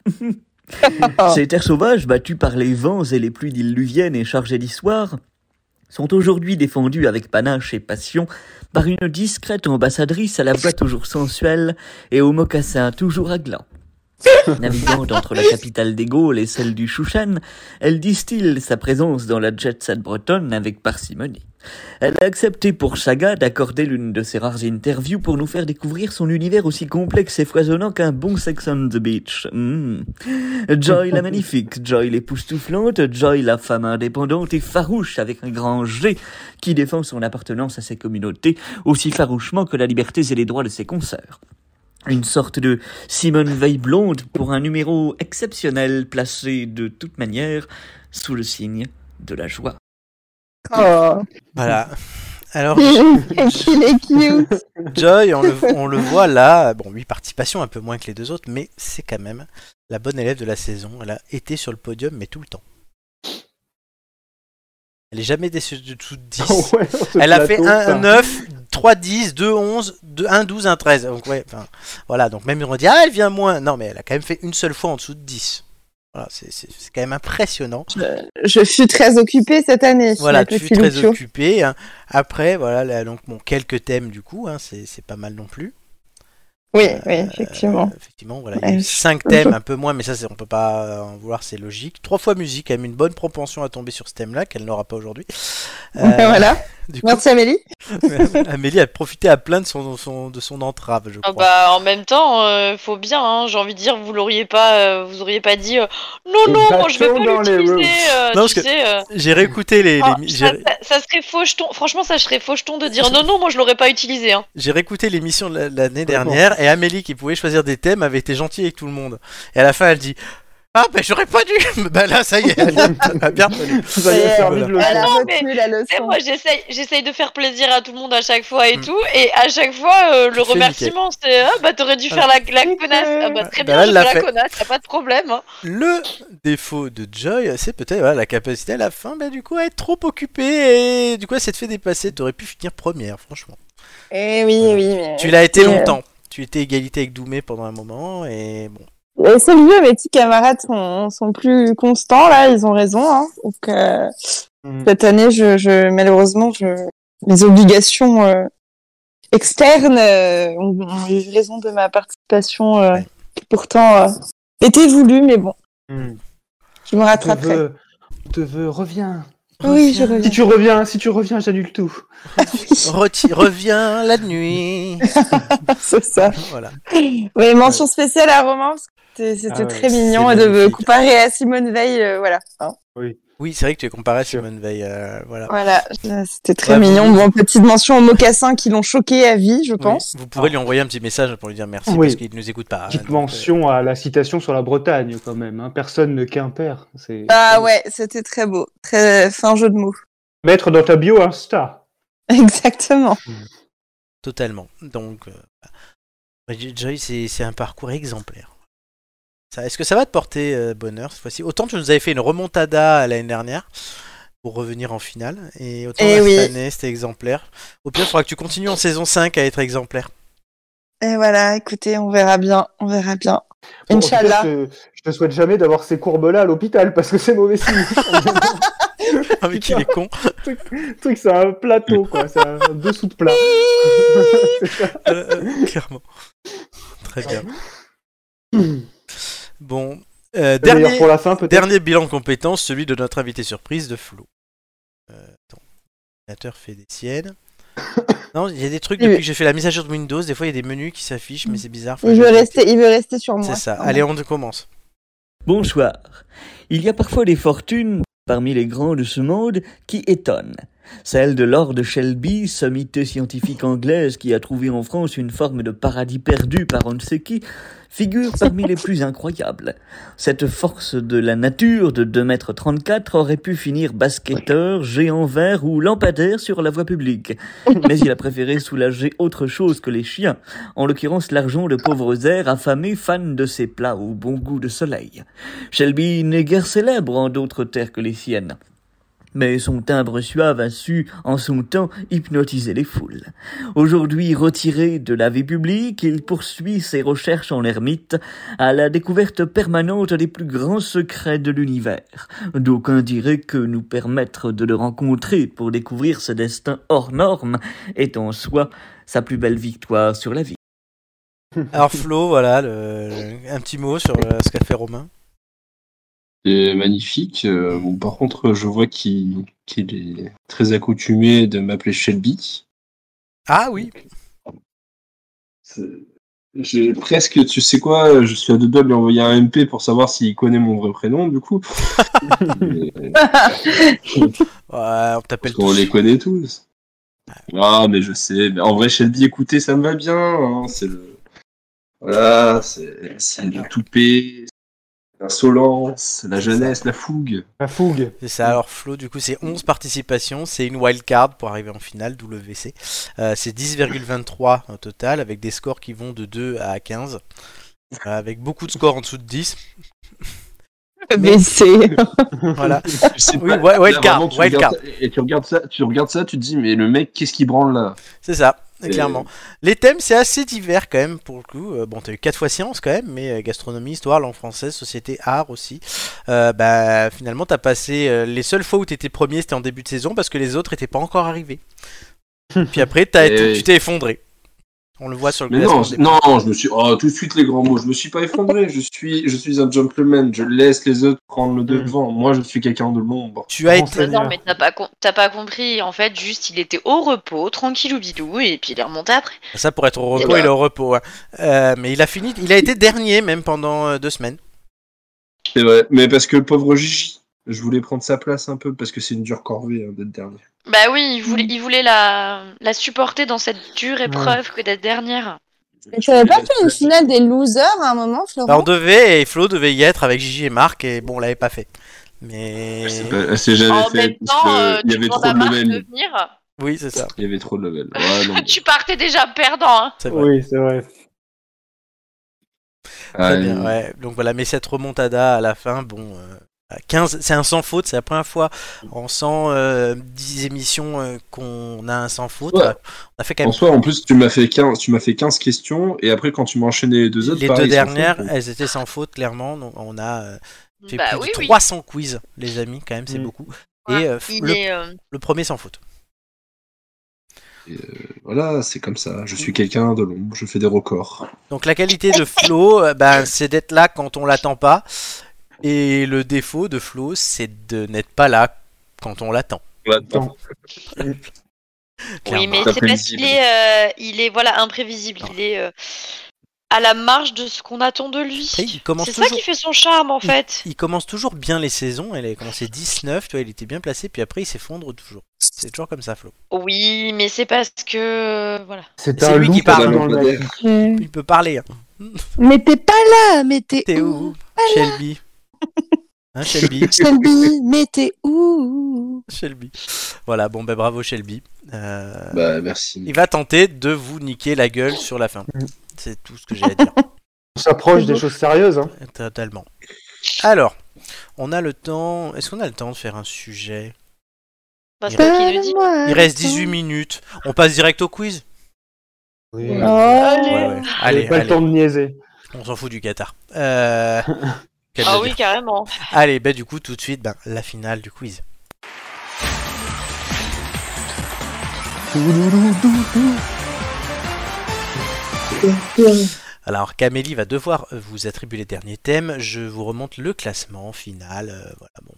Ces terres sauvages battues par les vents et les pluies diluviennes et chargées d'histoire sont aujourd'hui défendus avec panache et passion par une discrète ambassadrice à la voix toujours sensuelle et aux mocassins toujours à gland. Naviguant entre la capitale des Gaules et celle du Chouchen, elle distille sa présence dans la jet set bretonne avec parcimonie. Elle a accepté pour Saga d'accorder l'une de ses rares interviews pour nous faire découvrir son univers aussi complexe et foisonnant qu'un bon Sex on the Beach. Hmm. Joy la magnifique, Joy l'époustouflante, Joy la femme indépendante et farouche avec un grand G qui défend son appartenance à ses communautés aussi farouchement que la liberté et les droits de ses consoeurs. Une sorte de Simone Veil blonde pour un numéro exceptionnel placé de toute manière sous le signe de la joie.
Oh,
Voilà. Alors,
qu'il est cute.
Joy, on le, on le voit là, bon, oui, participation un peu moins que les deux autres, mais c'est quand même la bonne élève de la saison. Elle a été sur le podium, mais tout le temps. Elle est jamais déçue de tout 10.
Ouais, sur ce
Elle a fait
plateau, ça.
1, 9, 3, 10, 2, 11, 2, 1, 12, 1, 13. Donc, ouais, enfin, voilà. Donc, même on dit, ah, elle vient moins. Non, mais elle a quand même fait une seule fois en dessous de 10. Voilà, c'est c'est- c'est quand même impressionnant.
Je suis très occupée cette année.
Voilà,
ma
tu es
petite
très
Lucio.
occupé. hein. Après, voilà, là, donc, bon, quelques thèmes du coup, hein, c'est c'est pas mal non plus.
Oui,
Euh,
oui, effectivement.
Euh, effectivement, voilà, il y a eu
Ouais.
cinq thèmes, un peu moins, mais ça, c'est- on peut pas en vouloir, c'est logique. Trois fois musique, elle a une bonne propension à tomber sur ce thème-là, qu'elle n'aura pas aujourd'hui. Euh,
voilà.
Du coup,
Merci Amélie.
Amélie a profité à plein de son, son- de son entrave, je
Ah
crois.
bah en même temps, euh, faut bien, hein, j'ai envie de dire, vous l'auriez pas, euh, vous auriez pas dit, euh, non
Et
non, moi, je vais
bâtons dans
pas
les
l'utiliser,
roues. Oh,
euh,
Non,
tu
parce que-
sais, euh,
J'ai réécouté les, les
ah,
mi-
ça,
j'ai-
ça- ça serait faucheton, franchement ça serait faucheton de dire non non, moi je l'aurais pas utilisé. Hein.
j'ai réécouté l'émission de la- l'année
Complètement.
dernière et Amélie qui pouvait choisir des thèmes avait été gentille avec tout le monde. Et à la fin elle dit ah ben j'aurais pas dû. ben là ça y est, elle a bien tenu.
Vous allez
Ouais,
faire
euh,
vivre le
Elle a
show.
non,
retenu la
Tu sais,
leçon.
moi j'essaye, j'essaye de faire plaisir à tout le monde à chaque fois et
Mm.
tout, et à chaque fois
Tu
euh, le
te fais
remerciement c'est ah bah t'aurais dû faire la, la connasse, ah bah très
Bah,
bien,
elle
j'ai
l'a
fait la
fait.
connasse, y a pas de problème. hein.
Le défaut de Joy, c'est peut-être voilà, la capacité à la fin, ben, du coup à être trop occupée et du coup elle s'est fait dépasser. T'aurais pu finir première, franchement.
Eh oui, oui. mais-
Tu l'as été
Et, euh,
longtemps. Tu étais égalité avec Doumé pendant un moment et bon.
Les seuls vieux, mes petits camarades sont, sont plus constants, là, ils ont raison. Hein. Donc, euh,
Mm.
cette année, je, je, malheureusement, je, les obligations euh, externes euh, ont, ont eu raison de ma participation, euh,
Ouais.
qui pourtant euh, était voulue, mais bon,
Hmm.
Mm.
je me
Te
rattraperai.
veux, te veux, reviens.
Oui, je
Si
reviens.
tu reviens, si tu reviens, j'annule tout.
Reti- reviens la nuit.
C'est ça.
voilà.
Oui, mention spéciale à Romain, parce que c'était c'était
Ah ouais,
très
c'est
mignon et de me
magnifique. Ah.
comparer à Simone Veil, euh, voilà. hein.
Oui, c'est vrai que tu es comparé à
Sûr.
Simone Veil. euh, voilà.
Voilà, euh, c'était très
Ouais,
mignon.
vous-
Bon, petite mention aux mocassins qui l'ont choqué à vie, je
Oui,
pense.
Vous pourrez lui envoyer un petit message pour lui dire merci
Oui.
parce qu'il ne nous écoute pas. hein,
Petite
donc,
mention à la citation sur la Bretagne, quand même. hein. Personne ne qu'impère. C'est-
Ah ouais, c'était très beau, très euh, fin jeu de mots.
Mettre dans ta bio hein, Insta.
Exactement.
euh, totalement. Donc, euh, voilà. Joy- Joy, c'est c'est un parcours exemplaire. Ça- Est-ce que ça va te porter euh, bonheur cette fois-ci Autant tu nous avais fait une remontada l'année dernière pour revenir en finale, et autant
Eh
là,
oui.
cette année c'était exemplaire. Au pire, il faudra que tu continues en saison 5 à être exemplaire.
Et voilà, écoutez, on verra bien, on verra bien.
Bon, en tout cas,
Inch'Allah.
Je, te- je te souhaite jamais d'avoir ces courbes-là à l'hôpital parce que c'est mauvais signe.
Ah, mais qu'il est con
Le truc, c'est un plateau, quoi. C'est un dessous de plat. C'est ça.
Euh, euh, Clairement. Très bien. Bon. euh,
Le meilleur
dernier,
pour la fin, peut-être.
Dernier bilan compétence, celui de notre invité surprise de Flo. Euh, attends, l'ordinateur fait des siennes. Non, il y a des trucs depuis que j'ai fait la mise à jour de Windows, des fois il y a des menus qui s'affichent, mais c'est bizarre. faut
Il
que
veut
je-
rester, il veut Mm. rester sur moi.
C'est ça. Allez, on commence.
Bonsoir. Il y a parfois des fortunes parmi les grands de ce monde qui étonnent. Celle de Lord Shelby, sommité scientifique anglaise qui a trouvé en France une forme de paradis perdu par on ne sait qui, figure parmi les plus incroyables. Cette force de la nature de 2m34 aurait pu finir basketteur, géant vert ou lampadaire sur la voie publique. Mais il a préféré soulager autre chose que les chiens en l'occurrence l'argent de pauvres airs affamés fans de ses plats au bon goût de soleil. Shelby n'est guère célèbre en d'autres terres que les siennes. mais son timbre suave a su, en son temps, hypnotiser les foules. Aujourd'hui retiré de la vie publique, il poursuit ses recherches en ermite à la découverte permanente des plus grands secrets de l'univers. D'aucuns diraient que nous permettre de le rencontrer pour découvrir ce destin hors norme est en soi sa plus belle victoire sur la vie.
Alors Flo, voilà, le- un petit mot sur euh, ce qu'a fait Romain.
C'est magnifique. Euh, bon, par contre, je vois qu'il qu'il est très accoutumé de m'appeler Shelby.
Ah oui,
C'est- J'ai presque, tu sais quoi, je suis à deux doigts de lui envoyer un MP pour savoir s'il connaît mon vrai prénom, du coup. Mais-
Ouais, on
Parce
t'appelle
qu'on
tous.
les connaît tous. Ah, mais je sais. Mais en vrai, Shelby, écoutez, ça me va bien. hein, C'est le. Voilà, c'est c'est le toupet, l'insolence, la jeunesse, la fougue.
La fougue.
C'est ça, alors Flo, du coup, c'est 11 participations, c'est une wild card pour arriver en finale, WC. Euh, c'est 10,23 au total, avec des scores qui vont de 2 à 15, euh, avec beaucoup de scores en dessous de 10.
Mais c'est.
Voilà.
Je sais
Oui,
pas,
wild- wild
là,
card,
vraiment, tu
wild
regardes ça- Et tu regardes ça, tu regardes ça, tu te dis, mais le mec, qu'est-ce qu'il branle là
C'est ça,
Et-
clairement. Les thèmes, c'est assez divers quand même, pour le coup. Euh, bon, t'as eu 4 fois science quand même, mais euh, gastronomie, histoire, langue française, société, art aussi. Euh, bah, finalement, t'as passé. euh, les seules fois où t'étais premier, c'était en début de saison, parce que les autres étaient pas encore arrivés. Puis après, t'as
Eh
été-
oui.
tu t'es effondré. On le voit sur le
Mais
classement
non,
des-
non, je me suis. Oh, tout de suite les grands mots. Je me suis pas effondré. Je suis, je suis un gentleman. Je laisse les autres prendre le devant. Moi, je suis quelqu'un de l'ombre.
Tu as
Comment
été.
ça
Bah non,
Seigneur.
mais t'as pas, com- t'as pas compris. En fait, juste, il était au repos, tranquille ou bidou, et puis il est remonté après.
Ça pour être au repos,
Voilà.
il est au repos. hein. Euh, mais il a fini, il a été dernier même pendant euh, deux semaines.
C'est vrai. Mais parce que le pauvre Gigi, je voulais prendre sa place un peu parce que c'est une dure corvée hein, d'être dernier.
Bah oui, il voulait, il voulait la, la supporter dans cette dure épreuve que d'être dernière.
Mais t'avais pas fait une finale des losers à un moment,
Bah, on
Florent
devait et Flo devait y être avec Gigi et Marc et bon, on l'avait pas fait. Mais
C'est pas- c'est jamais
En
fait.
même
parce que
temps, euh,
il y
tu
avait
demandes
trop
à
de
Marc
level.
de venir.
oui, c'est ça.
Il y avait trop de level. Ouais, non, mais-
Tu partais déjà perdant. Hein.
C'est vrai.
Oui, c'est vrai.
Très
Ah,
bien,
il-
ouais. Donc voilà, mais cette remontada à la fin, bon, euh, à 15, c'est un sans faute, c'est la première fois en 110 émissions euh, qu'on a un sans faute.
Ouais.
On a fait quand
En
même
soi, en plus, tu m'as fait 15, tu m'as fait 15 questions, et après, quand tu m'as enchaîné les deux autres,
les
pareil,
deux
ils s'en foutent.
dernières, elles étaient sans faute clairement. Donc on a euh, fait
Bah
plus
oui,
de
oui.
300 quiz, les amis, quand même, c'est
Mm.
beaucoup.
Ouais,
Et euh,
Il
le,
est, euh,
le premier sans faute.
Voilà, c'est comme ça. Je suis quelqu'un de l'ombre, je fais des records.
Donc la qualité de Flo, euh, ben, c'est d'être là quand on l'attend pas. Et le défaut de Flo, c'est de n'être pas là quand on l'attend.
Attends.
Oui,
clairement.
mais
Pas
c'est parce qu'il
prévisible.
est, euh, il est voilà imprévisible. Il est euh, à la marge de ce qu'on attend de lui.
Après, il commence
C'est ça
toujours-
qui fait son charme en fait.
Il commence toujours bien les saisons. Elle a commencé 19, tu vois, il était bien placé, puis après il s'effondre toujours. C'est toujours comme ça, Flo.
Oui, mais c'est parce que euh, voilà.
C'est
C'est
un
lui
loup
qui parle.
dans le lac.
Il peut parler. hein.
Euh, Mais t'es pas là, mais t'es
T'es où
où
Shelby. Hein, Shelby
Shelby, mais t'es où
Shelby. Voilà, bon, ben bravo, Shelby. Euh,
Bah, merci.
Il va tenter de vous niquer la gueule sur la fin.
Mm.
C'est tout ce que j'ai à dire.
On s'approche des choses sérieuses. Hein.
Totalement. Alors, on a le temps. Est-ce qu'on a le temps de faire un sujet
Bah,
Il
c'est ça qui nous dit.
Il reste 18 minutes. On passe direct au quiz
Oui.
Oh.
Ouais,
Euh,
ouais. Allez,
pas
allez,
le temps de niaiser.
on s'en fout du Qatar. Euh, quelle
Ah
belle
oui, carrément.
Allez, ben du coup, tout de suite, ben, la finale du quiz. Alors, Camélie va devoir euh, vous attribuer les derniers thèmes. Je vous remonte le classement final. euh, voilà, bon.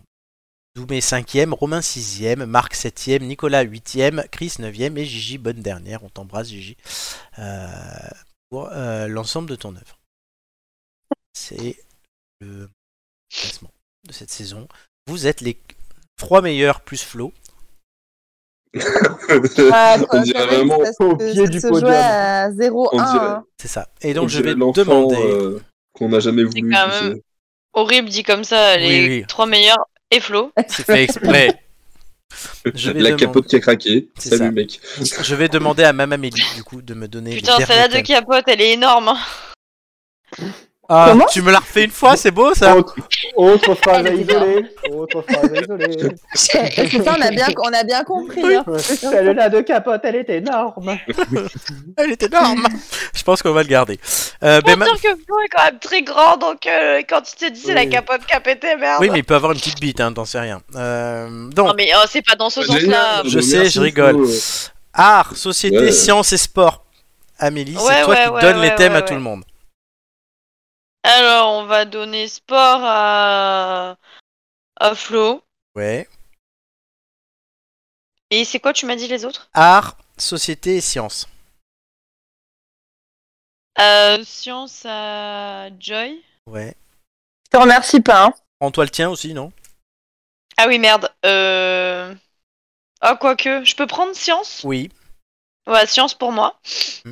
Doumé 5e, Romain 6e, Marc 7e, Nicolas 8e, Chris 9e et Gigi, bonne dernière. On t'embrasse, Gigi, euh, pour euh, l'ensemble de ton œuvre. C'est le classement de cette saison. Vous êtes les trois meilleurs plus Flo.
Ah, quoi,
on dirait
quand même,
vraiment.
parce
au
que
pied
ça
du
se
podium.
jouait à
On
0-1.
dirait-
hein.
C'est ça. Et donc
on
je vais
dirait l'enfant,
demander.
euh, qu'on n'a jamais voulu.
quand
tu
même-
sais.
Horrible dit comme ça, les
Oui, oui.
trois meilleurs et Flo.
C'est fait exprès. Je vais,
La
demander-
capote qui a craqué.
C'est
Salut,
ça.
mec.
je vais demander à Mamamélie du coup de me donner
Putain,
les
celle-là
derniers
de
thèmes.
capote, elle est énorme. hein.
Ah,
Comment
tu me l'as refait une fois, c'est beau
Oh.
ça
Autre, autre phrase à
Elle était là.
isoler. Autre phrase à isoler.
C'est ça, on a bien, on a bien compris. hein.
Celle-là de capote, elle est énorme.
Elle est énorme Je pense qu'on va le garder. Euh, ben, ma-
Pourtant que Flo est quand même très grand, donc euh, quand il te dit c'est la
Oui.
capote qui a pété, merde.
Oui, mais il peut avoir une petite bite, hein, t'en sais rien. Euh, donc,
Non, mais oh, c'est pas dans ce sens-là.
Génial.
je
Merci,
sais, je rigole.
Flo.
Art, société,
Ouais.
sciences et sport. Amélie, c'est
Ouais,
toi
ouais,
qui
ouais,
donnes
ouais,
les thèmes
ouais,
à tout
ouais.
le monde.
Alors, on va donner sport à, à Flo.
Ouais.
Et c'est quoi, tu m'as dit les autres
Art, société et sciences.
euh, Science à Joy.
Ouais.
Je te remercie pas. hein.
Prends-toi le tien aussi, non
Ah oui, merde. Euh... Ah, quoique, je peux prendre science
Oui.
Ouais, science pour moi.
Je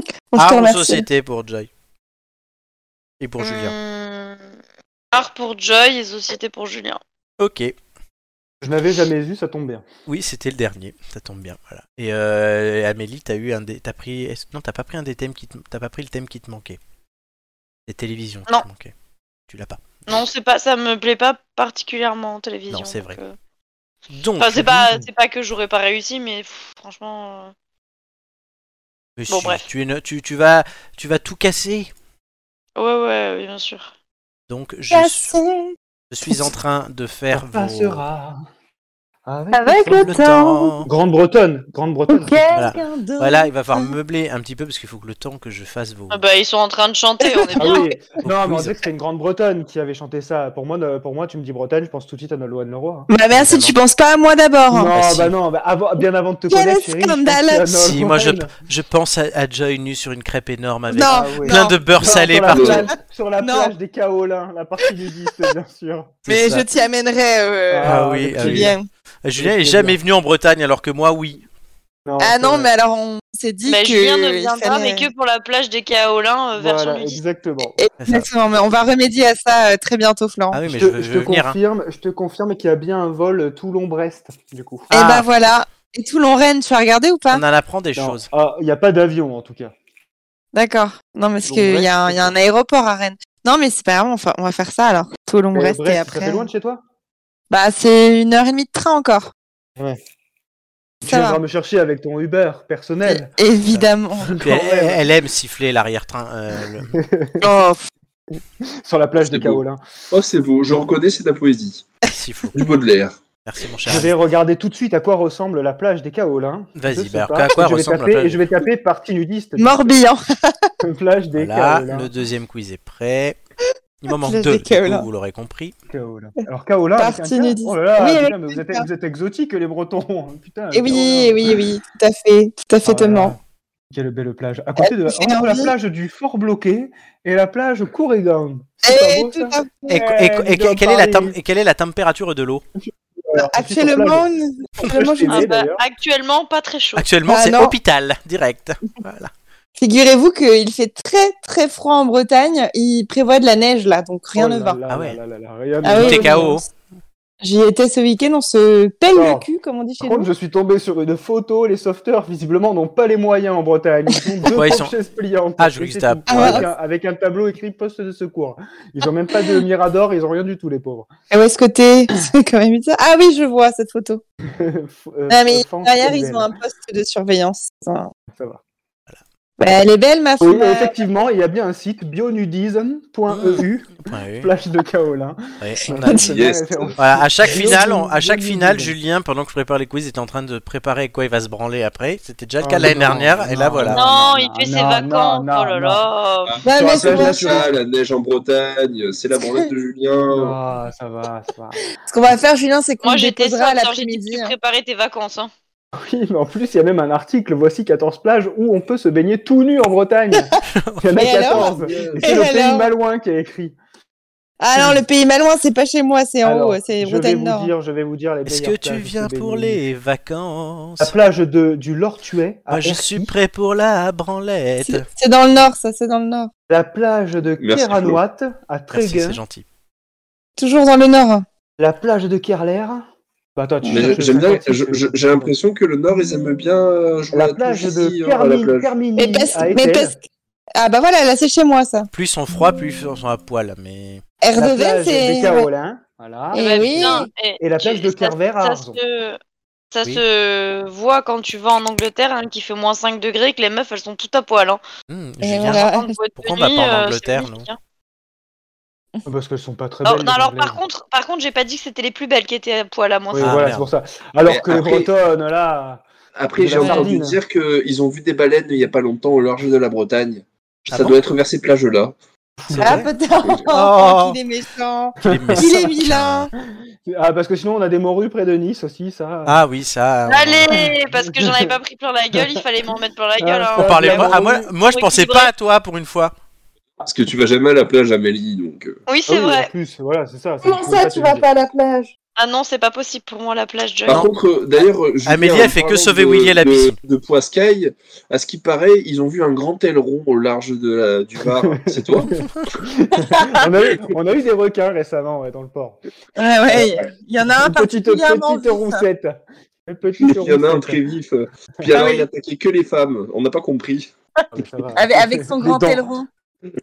te
Art ou
remercie.
société pour Joy Et
Mm.
pour Julien.
Hmm, Art pour Joy et société pour Julien.
Ok.
Je n'avais jamais vu, ça tombe bien.
Oui, c'était le dernier, ça tombe bien. Voilà. Et euh, Amélie, t'as eu un des, t'as pris, est-ce- non, t'as pas pris un des thèmes qui, te- t'as pas pris le thème qui te manquait. Les télévisions qui
Non.
te manquaient. Tu l'as pas.
Non, c'est pas, ça me plaît pas particulièrement en télévision.
Non, c'est
donc,
vrai.
euh,
Donc,
Enfin, c'est pas, c'est pas que j'aurais pas réussi, mais pff, franchement. euh,
mais
bon,
si,
bref.
Tu, es ne- tu, tu vas, tu vas tout casser.
euh, Ouais, ouais, oui, bien sûr.
Donc, je,
Merci.
je suis en train de faire vos...
Passera.
Avec le
le
temps.
temps.
Grande-Bretagne, Grande-Bretagne.
Voilà.
Quelqu'un d'autre.
Voilà, il va falloir meubler un petit peu parce qu'il faut que le temps que je fasse vos.
Ah bah, ils sont en train de chanter, on est
Ah
bien.
oui, non, mais on
quiz.
disait que c'était une Grande-Bretagne qui avait chanté ça. Pour moi, ne- pour moi, tu me dis Bretagne, je pense tout de suite à Nolwenn Leroy. hein.
Bah, merci, tu penses pas à moi d'abord.
non,
hein.
bah
bah,
si.
non, bah avant- bien avant de te
Quel
connaître, chérie, je pense
scandale.
qu'il y a
Si, moi, je-
Nolwenn.
Je pense à, à Joy nu sur une crêpe énorme avec
Non,
Ah ouais.
plein
non.
de beurre
Sur-
salé
sur la
partout.
plage- Sur la
Non.
plage des Kaolins, la partie nudiste, bien sûr.
C'est
Mais
ça.
je t'y amènerai, euh,
Ah oui,
le
ah
petit-
oui.
Julien.
Julien
C'est
est jamais venu en Bretagne alors que moi, oui.
Non,
Ah
c'est
non,
vrai.
mais alors on s'est dit
Bah,
que.
Julien ne
il
viendra,
fallait-
mais que pour la plage des Kaolins, euh, version
Voilà,
nudiste.
exactement.
Exactement, mais on va remédier à ça euh, très bientôt, Flan.
Ah oui, mais
je,
je, veux,
te-
je
je
veux
te
venir. hein.
confirme, je te confirme qu'il y a bien un vol euh, Toulon-Brest, du coup.
Ah.
Et bah voilà. Et Toulon-Rennes, tu as regardé ou pas
On en apprend des
Non,
choses.
ah, Il n'y a pas d'avion, en tout cas.
D'accord. Non, mais parce
Toulon,
qu'il
Brest,
y, a un-
c'est
y a
ça.
un aéroport à Rennes. Non, mais c'est pas grave, on fa- on va faire ça alors. Toulon-Brest
Euh, Brest,
et
ça
après.
fait loin de chez toi
Bah, c'est une heure et demie de train encore.
Ouais. Tu
Ça
viendras
va.
me chercher avec ton Uber personnel.
É- Évidemment.
Puis elle, elle aime siffler l'arrière-train. euh, le-
Oh, pff,
Sur la plage de
C'est beau.
Kaolin.
Oh, c'est beau, je reconnais, c'est de la poésie.
s'il faut.
Du Baudelaire.
Merci mon cher.
Je vais regarder tout de suite à quoi ressemble la plage des Kaolin. Je
Vas-y,
sais
bah, alors,
pas.
à quoi
je vais
ressemble
taper,
la
et
plage
Je vais taper partie nudiste.
Morbihan.
plage des
Voilà,
Kaolin.
le deuxième quiz est prêt. Il m'en
Je
manque
l'ai
deux,
fait
du
que
coup,
là.
vous l'aurez compris.
Kaolin. Alors Kaolin, avec un
Partie
K
nudiste.
Oh là là,
Oui, avec
putain, mais vous, êtes, vous êtes exotiques les Bretons. Putain,
Et oui,
Kaolin.
eh oui, eh oui, tout à fait. Tout à fait,
Oh là
Thomas.
là, Quelle belle plage. À côté de
J'ai
entre la
envie.
plage du Fort Bloqué et la plage Courregan.
Eh, tout à
Et, et- et- et quelle, est la tem- et quelle est la température de l'eau
Absolument. Absolument, je
Ah,
Ah
Oui,
bah,
d'ailleurs.
actuellement, pas très
Ah
chaud.
Actuellement,
Bah,
c'est
non.
hôpital, direct. Voilà.
Figurez-vous qu'il fait très très froid en Bretagne. Il prévoit de la neige là, donc
Oh
rien ne va.
Ah ouais.
Ah
Tout
oui,
est
oui,
KO.
oui. J'y étais ce week-end, on se pèle
Alors,
le cul, comme on dit chez
Par contre,
nous.
je suis tombé sur une photo. Les sauveteurs, visiblement, n'ont pas les moyens en Bretagne. Ils ont deux
Ouais, ils
pauvres
sont-
chaises pliantes.
Ah, je
Et
croyais que
c'est
c'était à-
tout.
Ah,
avec, un, avec un tableau écrit poste de secours. Ils ont même pas de mirador, ils ont rien du tout, les pauvres.
Et où est-ce que t'es C'est quand même bizarre. Ah oui, je vois cette photo.
euh,
Ah, mais derrière, ils ont un poste de surveillance. Ça-
Ça va.
Bah, elle est belle, ma
Oui,
femme.
mais effectivement, il y a bien un site bionudism.eu,
Ouais, oui.
plage de Kaolin.
Ouais, on a-
Voilà, c'est
Yes.
ma référence.
Voilà, à chaque finale, on- à
Bonne
chaque
idée.
finale, Julien, pendant que je prépare les quiz, était en train de préparer à quoi il va se branler après. C'était déjà le
Ah,
cas l'année
non,
dernière, et là
non,
voilà.
non,
non,
il fait
non,
ses
non,
vacances.
non,
oh là
non.
là.
Ouais,
Sur
Bah, Ah, mais
la
c'est
plage
bon,
nationale, la neige en Bretagne, c'est la branlette de Julien.
Ah, ça va, ça va.
Ce qu'on va faire, Julien, c'est qu'on
Moi,
le
j'étais
déposera à
sotte, hein, j'ai dit
l'après-midi.
tu
hein.
préparais tes vacances. Hein.
Oui, mais en plus, il y a même un article, voici 14 plages où on peut se baigner tout nu en Bretagne. Il y en a
Et alors
14. Et c'est le
Et
pays
alors
malouin qui a écrit.
Ah non, le pays malouin, c'est pas chez moi, c'est en
Alors,
haut, c'est
je vais
Bretagne
vous
Nord.
dire, je vais vous dire les
Est-ce que
meilleures
tu
plages où
viens
se
pour
baigner.
les vacances
La plage de, du Lortuet à
Moi, je
Erquy,
suis prêt pour la branlette.
C'est c'est dans le Nord, ça, c'est dans le Nord.
la plage de
Merci, Flo.
Keranouat à
Merci,
Tréguin,
c'est gentil.
Toujours dans le Nord.
la plage de Kerler. Bah, attends, tu
Mais
cherches
J'aime bien,
56,
je- je-
euh,
j'ai l'impression que le Nord, ils aiment bien euh, jouer à
La
la
plage
touche ici,
de
hein, à la
Kermini,
plage.
Kermini
Mais parce,
à
mais
Étel.
parce- Ah bah voilà, là c'est chez moi ça.
Plus ils sont froids, plus ils sont à poil. Mais
La
Erdeven,
plage
c'est.
de Kaolin, voilà.
Eh
Et-
ben,
Ouais,
oui.
Ah putain, eh,
Et la plage
tu-
de
ça-
Carver à
ça
Arzon.
se- Ça
Oui.
se voit quand tu vas en Angleterre, hein, qui fait moins 5 degrés, que les meufs elles sont toutes à poil. Hein.
Hmm,
Et
Julien,
voilà.
Ah,
Par contre, votre
Pourquoi on va
tenue,
pas en
euh, c'est
Angleterre,
unique,
nous
hein.
Ah, Parce qu'elles sont pas très
Oh,
belles. les
non, alors par
Anglaises.
contre, par contre, j'ai pas dit que c'était les plus belles qui étaient à poil hein, à moins
Oui,
Ah,
5.
voilà,
merde.
c'est pour ça. Alors
Mais
que
après-
les Bretonnes, là.
Après,
De
j'ai
la
entendu
sardine.
dire qu'ils ont vu des baleines il y a pas longtemps au large de la Bretagne.
Ah
ça
bon
doit être vers ces plages-là.
c'est
Ah
vrai
putain,
Oh.
qu'il est méchant.
qu'il
oh.
est méchant.
Il est vilain.
Ah, parce que sinon, on a des morues près de Nice aussi, ça.
Ah oui, ça. on-
Allez, parce que j'en avais pas pris plein la gueule, il fallait m'en mettre plein la gueule.
Ah,
hein.
On parlait.
la
moi- ah, moi,
morue.
moi, je
Faut
pensais
équilibrer.
pas à toi pour une fois.
Parce que tu vas jamais à la plage, Amélie, donc. euh.
Oui,
Ah oui,
c'est vrai.
En plus, voilà, c'est ça.
Comment ça, tu vas pas à la plage
Ah non, c'est pas possible pour moi la plage, Joy.
Par contre, euh, d'ailleurs, euh, Julien,
Amélie, elle fait que
parlant
sauver
de-
Willy à la
de-
piscine.
De Poiscaille, à ce qui paraît, ils ont vu un grand aileron au large de la- du bar. C'est toi
on, a eu, on a eu des requins récemment ouais, dans le port.
Ouais, ouais, il y en a un
Une petite,
particulièrement
petite
vif.
roussette. Une
Il
Ah,
petite
y en a un
roussette.
très vif. euh, Puis alors, il attaquait que les femmes. On n'a pas compris.
Ah, mais ça va.
Avec, avec son
Les
grand
dents,
aileron.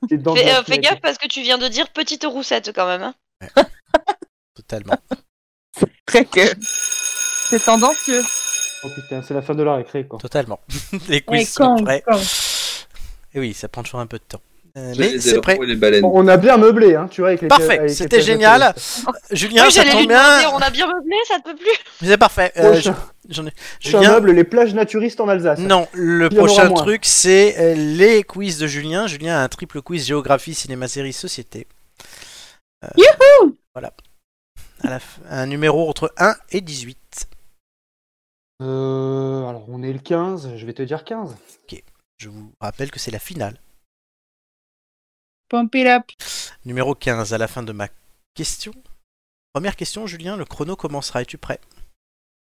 les dents de
Fais,
la
euh, fais
fenêtre.
gaffe parce que tu viens de dire petite roussette quand même. hein.
Totalement.
Ah.
Très que. C'est tendancieux.
Oh putain, c'est la fin de la récré, quoi.
Totalement. Les quiz
Ouais,
sont
quand-
prêts.
quand.
Et oui, ça prend toujours un peu de temps. Euh,
J'allais
mais
dire,
c'est prêt.
oh, les baleines.
Bon, on a bien meublé, hein, tu vois, avec les
Parfait,
avec les
c'était
pièces de
génial.
théâtre.
Julien,
oui,
ça
j'allais lui
tombe
demander,
bien.
on a bien meublé, ça te peut plus
C'est parfait. Euh,
Prochain-
je- j'en ai-
prochain
Julien,
meuble, les plages naturistes en Alsace.
Non, le
Il y en aura
prochain
moins.
truc, c'est euh, les quiz de Julien. Julien a un triple quiz géographie, cinéma, série, société. Euh, Voilà. À la f- un numéro entre 1 et 18.
Euh, alors, on est le 15, je vais te dire 15.
Je vous rappelle que c'est la finale.
Pump it up.
Numéro 15, à la fin de ma question. Première question, Julien, le chrono commencera. Es-tu prêt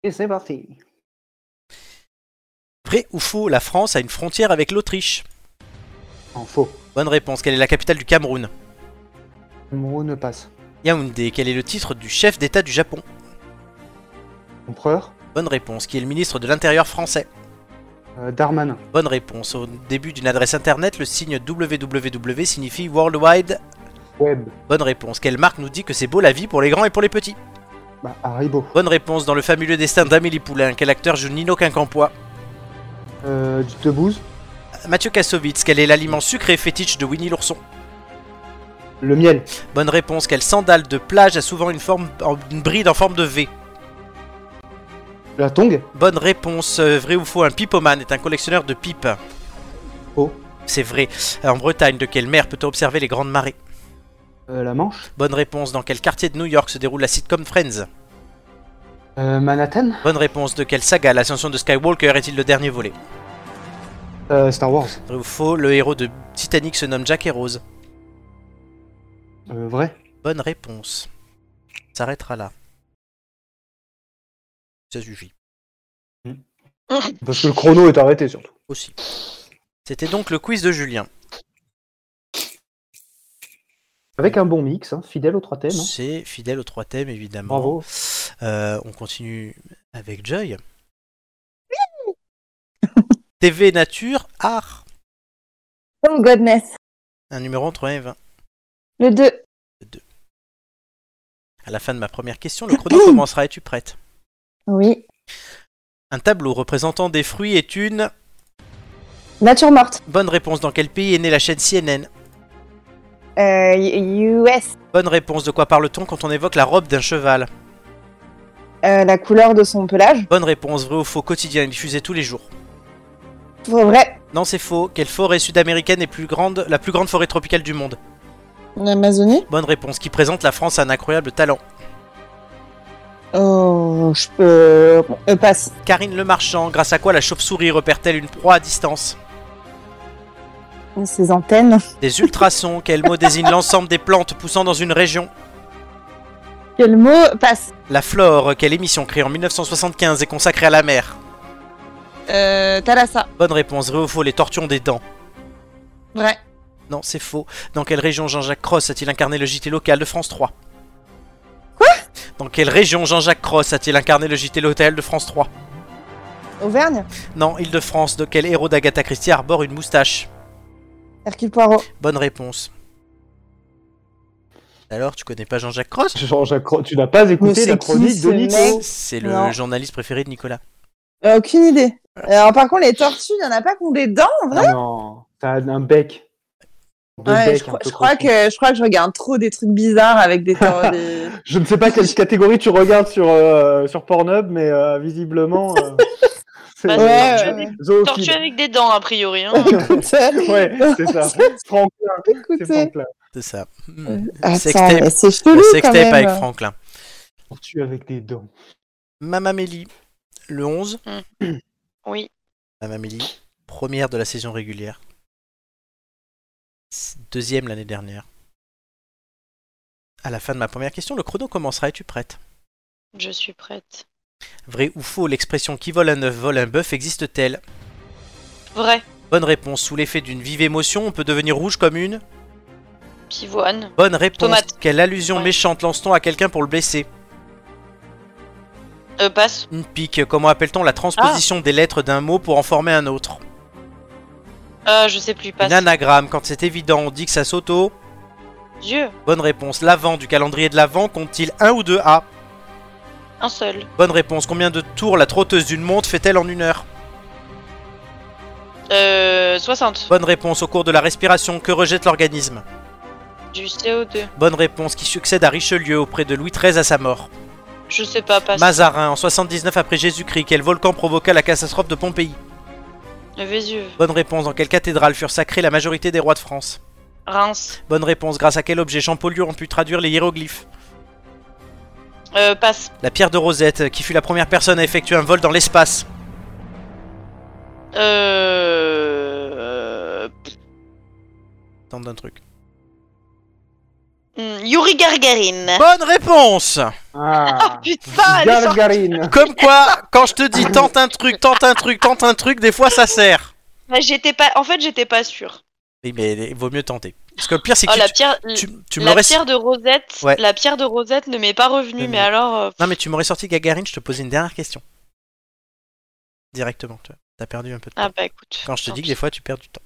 Et c'est parti.
Vrai ou faux, la France a une frontière avec l'Autriche
En faux.
Bonne réponse. Quelle est la capitale du Cameroun
Numéro ne passe.
Yaoundé. Quel est le titre du chef d'État du Japon
Empereur.
Bonne réponse. Qui est le ministre de l'Intérieur français
Euh, Darmanin.
Bonne réponse. Au début d'une adresse internet, le signe www signifie World Wide.
Web.
Bonne réponse. Quelle marque nous dit que c'est beau la vie pour les grands et pour les petits
Bah, Haribo.
Bonne réponse. Dans le fabuleux destin d'Amélie Poulain, quel acteur joue Nino Quincampoix
Euh, du Debouze.
Mathieu Kassovitz, quel est l'aliment sucré fétiche de Winnie l'ourson
Le miel.
Bonne réponse. Quelle sandale de plage a souvent une, forme, en- une bride en forme de V
La tongue.
Bonne réponse. Euh, Vrai ou faux, un pipoman est un collectionneur de pipes
Faux.
C'est vrai. Euh, En Bretagne, de quelle mer peut-on observer les grandes marées
Euh, la manche.
Bonne réponse. Dans quel quartier de New York se déroule la sitcom Friends
Euh, Manhattan.
Bonne réponse. De quelle saga l'ascension de Skywalker est-il le dernier volet
Euh, Star Wars.
Vrai ou faux, le héros de Titanic se nomme Jack et Rose
Euh, vrai.
Bonne réponse. On S'arrêtera là. Ça suffit.
Parce que le chrono est arrêté surtout.
Aussi. C'était donc le quiz de Julien.
Avec un bon mix, hein, fidèle aux trois thèmes. hein.
C'est fidèle aux trois thèmes, évidemment.
Bravo.
Euh, on continue avec Joy. TV, nature, art.
Oh, goodness.
Un numéro entre 1 et 20.
Le 2.
À la fin de ma première question, le chrono commencera. Es-tu prête
Oui.
Un tableau représentant des fruits est une
Nature morte.
bonne réponse. Dans quel pays est née la chaîne CNN
Euh, US.
Bonne réponse. De quoi parle-t-on quand on évoque la robe d'un cheval
Euh, la couleur de son pelage.
Bonne réponse. Vrai ou faux Quotidien est diffusé tous les jours.
Pour vrai.
Non, c'est faux. Quelle forêt sud-américaine est plus grande, la plus grande forêt tropicale du monde
L'Amazonie.
Bonne réponse. Qui présente la France à un incroyable talent
Oh, je peux. Euh, passe.
Karine Le Marchand. Grâce à quoi la chauve-souris repère-t-elle une proie à distance
Ses antennes.
Des ultrasons. Quel mot désigne l'ensemble des plantes poussant dans une région
Quel mot passe
La flore. Quelle émission créée en 1975 est consacrée à la mer
euh, Thalassa.
Bonne réponse. Vrai ou faux Les tortillons des dents
Vrai.
Non, c'est faux. Dans quelle région Jean-Jacques Cross a-t-il incarné le JT local de France 3
Quoi
Dans quelle région Jean-Jacques Cross a-t-il incarné le JT local de France 3
Auvergne.
Non, Île-de-France. De quel héros d'Agatha Christie arbore une moustache
Hercule Poirot.
Bonne réponse. Alors, tu connais pas Jean-Jacques Cross
Jean-Jacques Ro- tu n'as pas
Mais
écouté
c'est
la
qui,
chronique
ce
de Nico.
mec
C'est le
Non.
journaliste préféré de Nicolas.
Euh, aucune idée. Alors, par contre, les tortues, il y en a pas qui ont des dents, en vrai.
Ah non, t'as un bec. Deux
Ouais,
becs
je,
un
crois,
peu
je crois
crochus.
que, je crois que je regarde trop des trucs bizarres avec des. tor- des-
Je ne sais pas quelle catégorie tu regardes sur, euh, sur Pornhub, mais euh, visiblement. euh, c'est-
Bah,
Ouais, ouais,
tortue-
ouais.
zoophile.
Tortue avec des dents, a priori. hein.
Écoute,
Ouais, c'est ça. Franklin, c'est
écoutez.
Franklin.
C'est ça. Hmm.
Euh, Attends,
Sextape.
mais c'est
Le
chelou quand
sextape
même.
avec Franklin.
Tortue avec des dents.
Mamamélie, le 11.
Oui.
Mamamélie, première de la saison régulière. S- Deuxième l'année dernière. À la fin de ma première question, le chrono commencera. Es-tu prête
Je suis prête.
Vrai ou faux, l'expression qui vole un œuf vole un bœuf existe-t-elle
Vrai.
Bonne réponse. Sous l'effet d'une vive émotion, on peut devenir rouge comme une.
Pivoine.
Bonne réponse.
Tomate.
Quelle allusion
Ouais.
méchante lance-t-on à quelqu'un pour le blesser
Euh, passe.
Une pique. Comment appelle-t-on la transposition des lettres d'un mot pour en former un autre
Ah, je sais plus. Passe.
Une anagramme. Quand c'est évident, on dit que ça s'auto.
Dieu.
Bonne réponse. L'avant du calendrier de l'avant compte-t-il un ou deux A
Un seul.
Bonne réponse. Combien de tours la trotteuse d'une montre fait-elle en une heure
Euh, 60.
Bonne réponse. Au cours de la respiration, que rejette l'organisme
Du CO2.
Bonne réponse. Qui succède à Richelieu auprès de Louis XIII à sa mort
Je sais pas. Passe.
Mazarin, en 79 après Jésus-Christ, quel volcan provoqua la catastrophe de Pompéi
Le Vésuve.
Bonne réponse. Dans quelle cathédrale furent sacrés la majorité des rois de France
Reims.
Bonne réponse. Grâce à quel objet Champollion ont pu traduire les hiéroglyphes
Euh, passe.
La pierre de Rosette, qui fut la première personne à effectuer un vol dans l'espace.
Euh...
Tente d'un truc.
hmm, Yuri Gargarine.
Bonne réponse
Ah,
Putain, elle est sortie.
Gargarine.
Comme quoi, quand je te dis tente un truc, tente un truc, tente un truc, des fois ça sert.
Bah, j'étais pas. En fait, j'étais pas sûre.
Oui, mais il vaut mieux tenter. Parce que le pire, c'est que
Oh, la
tu,
pierre.
tu- tu
la
m'aurais...
pierre de Rosette.
Ouais.
La pierre de Rosette ne m'est pas revenue,
Non,
mais
mais-
alors. euh,
Non, mais tu m'aurais sorti Gagarine, je te posais une dernière question. Directement, tu vois. T'as perdu un peu de temps.
Ah bah écoute.
quand je te
tant
dis que
pis.
des fois, tu perds du temps.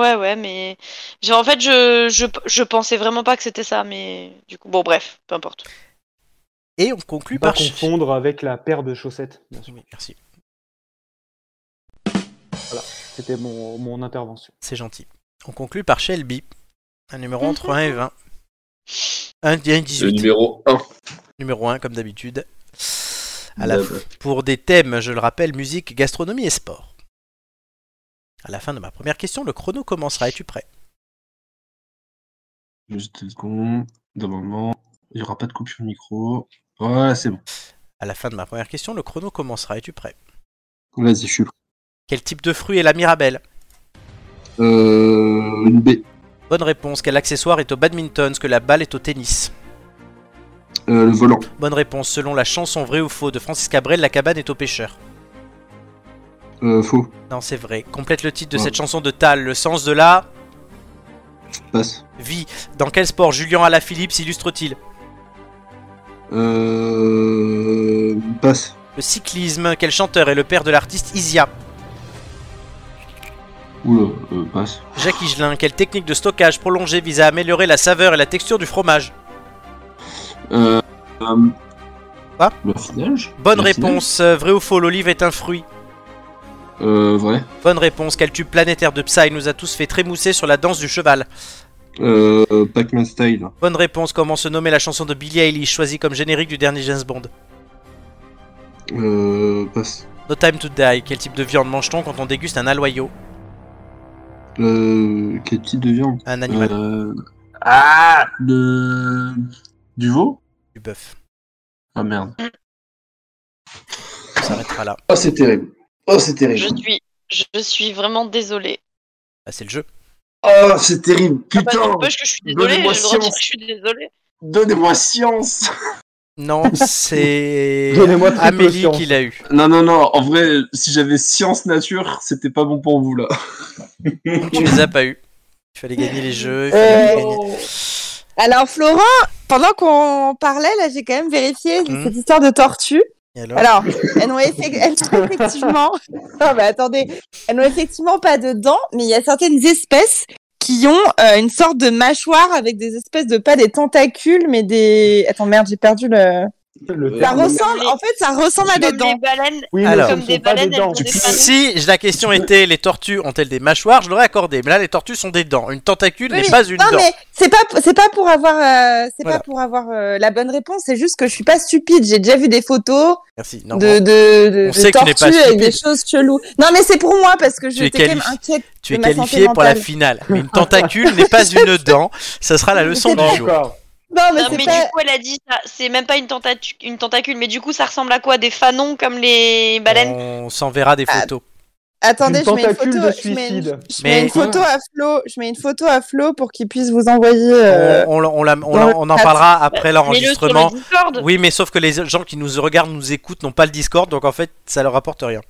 Ouais, ouais, mais. Genre, en fait, je, je, je pensais vraiment pas que c'était ça, mais. Du coup, bon, bref, peu importe.
Et on conclut
Pas
par... ch-
confondre avec la paire de chaussettes. bien sûr.
Oui, merci.
C'était mon, mon intervention.
C'est gentil. On conclut par Shelby. Un numéro entre
Mhm.
1 et 20. Un, il y a une
Le
18.
numéro 1.
Numéro 1, comme d'habitude. À la pour des thèmes, je le rappelle, musique, gastronomie et sport. À la fin de ma première question, le chrono commencera. Es-tu prêt
Juste une seconde. D'un moment. Il n'y aura pas de coupure de micro. Voilà, c'est bon.
À la fin de ma première question, le chrono commencera. Es-tu prêt
Vas-y, je suis prêt.
Quel type de fruit est la mirabelle
Euh, une B.
Bonne réponse. Quel accessoire est au badminton ce que la balle est au tennis
Euh, le volant.
Bonne réponse. Selon la chanson Vrai ou Faux de Francis Cabrel, la cabane est au pêcheur.
Euh, faux.
Non, c'est vrai. Complète le titre de
Ouais.
cette chanson de Tal, le sens de la
Passe.
vie. Dans quel sport Julien Alaphilippe s'illustre-t-il
Euh, passe.
Le cyclisme. Quel chanteur est le père de l'artiste Isia
Oula, euh, passe.
Jacques Higelin, quelle technique de stockage prolongée vise à améliorer la saveur et la texture du fromage
Euh, euh,
Ah.
Le freinage
Bonne
Le
réponse, euh, vrai ou faux, l'olive est un fruit.
freinage Euh, vrai.
Bonne réponse, quel tube planétaire de Psy nous a tous fait trémousser sur la danse du cheval
Euh, Pac-Man style.
Bonne réponse, comment se nommait la chanson de Billie Eilish choisie comme générique du dernier James Bond
Euh, passe.
No Time to Die, quel type de viande mange-t-on quand on déguste un aloyau
Euh, quel type de viande
Un animal
Euh, Ah de... Du veau
du bœuf.
Ah merde.
On s'arrêtera là,
Oh, c'est terrible. Oh, c'est
Je
terrible.
suis, je suis vraiment désolée.
Bah, c'est le jeu.
Oh, c'est terrible.
Ah bah, c'est
Putain
dommage que je suis désolée, j'ai le
donnez-moi
droit de dire
science.
que je suis désolée.
Donnez-moi science
Non, c'est
Donnez-moi triple
Amélie
science.
qui l'a eu.
Non, non, non. En vrai, si j'avais science nature, c'était pas bon pour vous, là.
Tu les as pas eu. Il fallait gagner les jeux, il
Eh.
fallait gagner.
Euh, Alors, Florent, pendant qu'on parlait, là, j'ai quand même vérifié
Mmh.
Mhm.
cette histoire de tortue.
Et alors
Alors, elles n'ont effe- elles n'ont effectivement. Non, mais attendez. Elles n'ont effectivement pas de dents, mais il y a certaines espèces qui ont euh, une sorte de mâchoire avec des espèces de pas des tentacules mais des attends merde j'ai perdu le
Le
ça
terme-
ressemble en fait ça ressemble à des
Comme
dents
les baleines,
Oui, mais
Alors.
ce
comme
ne
des
sont pas
baleines, elles
dents.
ont des pattes.
Si la question était les tortues ont-elles des mâchoires, je l'aurais accordé. Mais là, les tortues sont des dents. Une tentacule
Oui,
n'est pas une
non
dent.
mais c'est pas c'est pas pour avoir euh, c'est
Voilà.
pas pour avoir euh, la bonne réponse c'est juste que je suis pas stupide j'ai déjà vu des photos
Merci. Non,
de de, de,
On
de
sait que tu n'es
tortues
pas
avec des
stupide.
choses cheloues non mais c'est pour moi parce que
Tu es
j'étais quand même
qualifi-
inquiète
tu es
de ma santé
qualifié pour la
mentale.
finale. Mais une tentacule n'est pas une dent. Ça sera la leçon
Pas
du jour.
encore.
non mais
Non, Ah, mais
c'est pas
du coup, elle a dit, ça, c'est même pas une, tentatu- une tentacule, mais du coup, ça ressemble à quoi Des fanons comme les baleines
On s'enverra des
Ah,
photos.
Attendez,
Une
je mets une
tentacule
photo.
de
je mets une-
suicide.
Je
Mais-
mets une photo à Flo. Je mets une photo à Flo pour qu'il puisse vous envoyer.
Oh.
euh,
on, on, on la- on
dans
la-
le
on en
chat.
parlera après
Mets-le sur le
l'enregistrement.
Discord.
Oh, Oui, mais sauf que les gens qui nous regardent, nous écoutent, n'ont pas le Discord, donc en fait, ça leur apporte rien.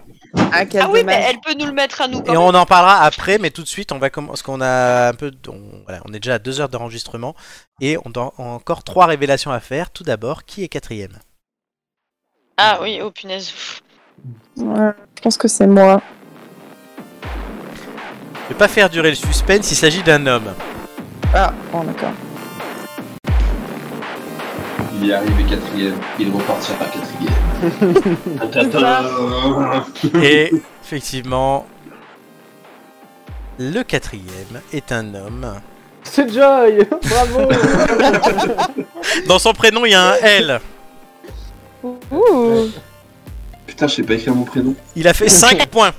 Ah, quel
Ah oui, mais
dommage.
elle peut nous le mettre à nous quand
Et
même.
on en parlera après, mais tout de suite, on va commencer. Parce qu'on a un peu. On, voilà, on est déjà à deux heures d'enregistrement et on doit- on a encore trois révélations à faire. Tout d'abord, qui est quatrième
Ah oui, oh punaise. Pff.
Ouais, je pense que c'est moi.
Ne pas faire durer le suspense, il s'agit d'un homme.
Ah, bon, d'accord.
Il est arrivé quatrième, il repartira par quatrième. Ta-ta-ta.
Et effectivement, le quatrième est un homme.
C'est Joy Bravo
Dans son prénom, il y a un L.
Ouh.
Putain, je sais pas écrire mon prénom.
Il a fait 5 points.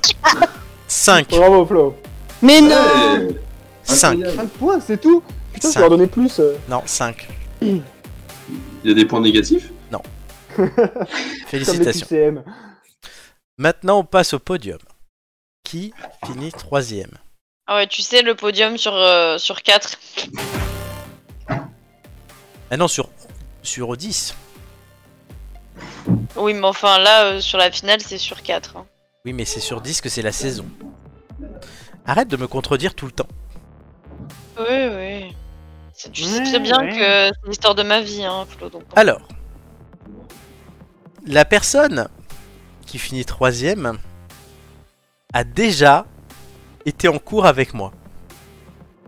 5.
Bravo Flo
Mais
Ah.
non.
Ouais.
5.
Incroyable.
5 points, Ah, c'est tout Putain, je
Cinq.
vais leur donner plus euh.
Non, 5.
Il y a des points négatifs
comme les
Félicitations.
QCM.
Maintenant, on passe au podium. Qui finit troisième
Ah ouais, tu sais, le podium sur, euh, sur 4.
Ah non, sur, sur 10.
Oui, mais enfin là, euh, sur la finale, c'est sur hein. 4.
Oui, mais c'est sur 10 que c'est la saison. Arrête de me contredire tout le temps.
Oui, oui. C'est- Tu sais
Ouais,
très bien
ouais.
que c'est l'histoire de ma vie, hein, Flo. Donc,
Alors, la personne qui finit troisième a déjà été en cours avec moi.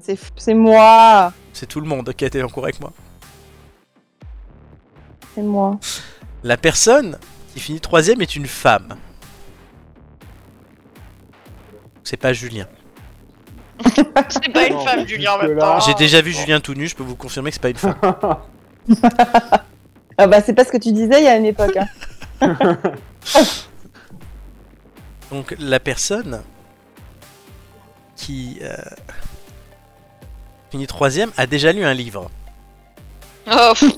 C'est fou, c'est moi.
C'est tout le monde qui a été en cours avec moi.
C'est moi.
La personne qui finit troisième est une femme. C'est pas Julien.
c'est pas une
Non,
femme, Julien, en même temps.
jusque-là.
J'ai déjà vu Julien tout nu, je peux vous confirmer que c'est pas une femme.
Ah bah c'est pas ce que tu disais il y a une époque. hein.
Donc la personne qui euh, finit troisième a déjà lu un livre.
Oh, pff.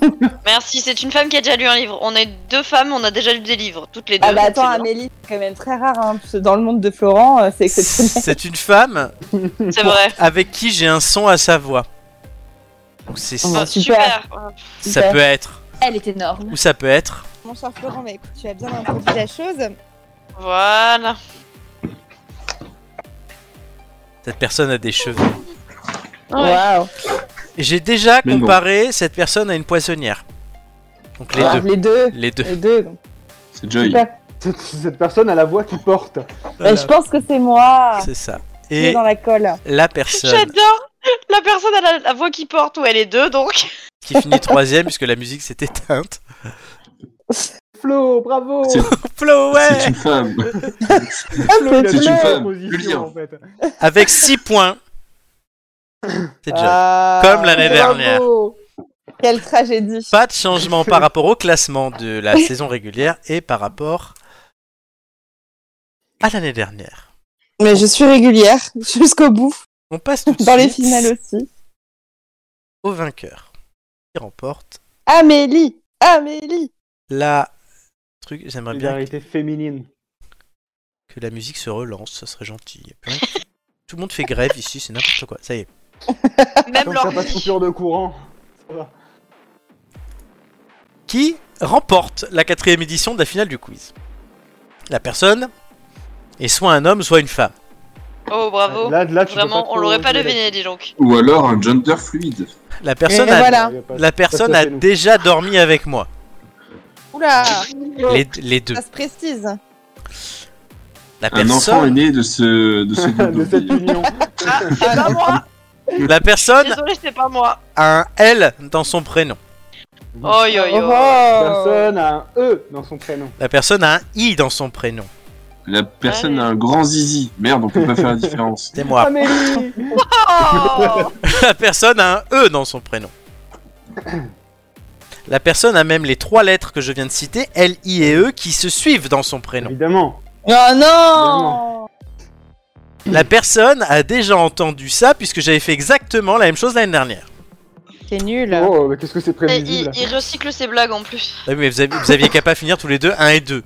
merci, c'est une femme qui a déjà lu un livre. On est deux femmes, on a déjà lu des livres, toutes les deux.
Ah bah
donc
attends,
c'est bien.
Amélie, c'est quand même très rare. Hein, parce que dans le monde de Florent, euh, c'est exceptionnel.
C'est une femme
c'est vrai.
avec qui j'ai un son à sa voix. Donc c'est
Oh,
Oh,
super.
super.
ça peut être
Elle est énorme.
ou ça peut être.
Mon cher Florent, mais écoute, tu as bien introduit la chose.
Voilà.
Cette personne a des cheveux.
Ouais.
Waouh.
J'ai déjà
Mais non.
comparé cette personne à une poissonnière. Donc les
Ah,
deux.
Les deux.
Les deux.
Les deux. donc.
C'est
Bah,
Joy.
Super.
Cette- Cette personne a la voix qui porte.
Bah, je pense que c'est moi.
C'est ça.
Je suis
Et
dans la colle.
la personne
J'adore. La personne, elle a la voix qui porte, ou elle est deux, donc.
qui finit troisième, puisque la musique s'est éteinte.
Flo, bravo
C'est-
Flo, ouais
C'est une femme.
Flo, il a
C'est
fait
une
la
femme,
position,
le lien.
en fait.
Avec 6 points. C'est déjà.
Ah,
Comme l'année dernière.
bravo. Quelle tragédie.
Pas de changement par rapport au classement de la saison régulière et par rapport à l'année dernière.
Mais je suis régulière jusqu'au bout
On passe tout de
dans les
suite
finales aussi.
au vainqueur. Qui remporte
Amélie, Amélie. la
la truc. J'aimerais bien
Solidarité féminine.
que la musique se relance, ce serait gentil. Il y a plein de- Tout le monde fait grève ici, c'est n'importe quoi. Ça y est.
Même
Tant que t'as
leur
pas de coupure de courant. ça va.
Qui remporte la quatrième édition de la finale du quiz La personne est soit un homme, soit une femme.
Oh, bravo.
Là, là, tu peux
Vraiment,
trop
on l'aurait pas
jouer
deviné, dis donc.
Ou alors un gender fluide.
La personne
Et
a
voilà.
là-dessus.
La personne a
c'est nous.
déjà dormi avec moi.
Oula,
Les, les deux.
ça se précise.
La
Un enfant est
personne,
né de ce de ce
de cette
double.
union.
Ah, c'est pas moi.
La personne
Désolé, c'est pas moi.
a un L dans son prénom.
Oh yo yo.
Personne a un E dans son prénom.
La personne a un I dans son prénom.
La personne a un grand zizi. Merde, on peut pas faire la différence.
C'est
Ah.
moi.
Amélie
Oh
La personne a un E dans son prénom. La personne a même les trois lettres que je viens de citer, L, I et E, qui se suivent dans son prénom.
Évidemment.
Oh
Vraiment.
non
La personne a déjà entendu ça puisque j'avais fait exactement la même chose l'année dernière.
C'est nul.
Oh, mais qu'est-ce que c'est
Et il,
prévisible
il recycle ses blagues en plus.
Ah oui, mais vous aviez, vous aviez qu'à pas finir tous les deux 1 et 2.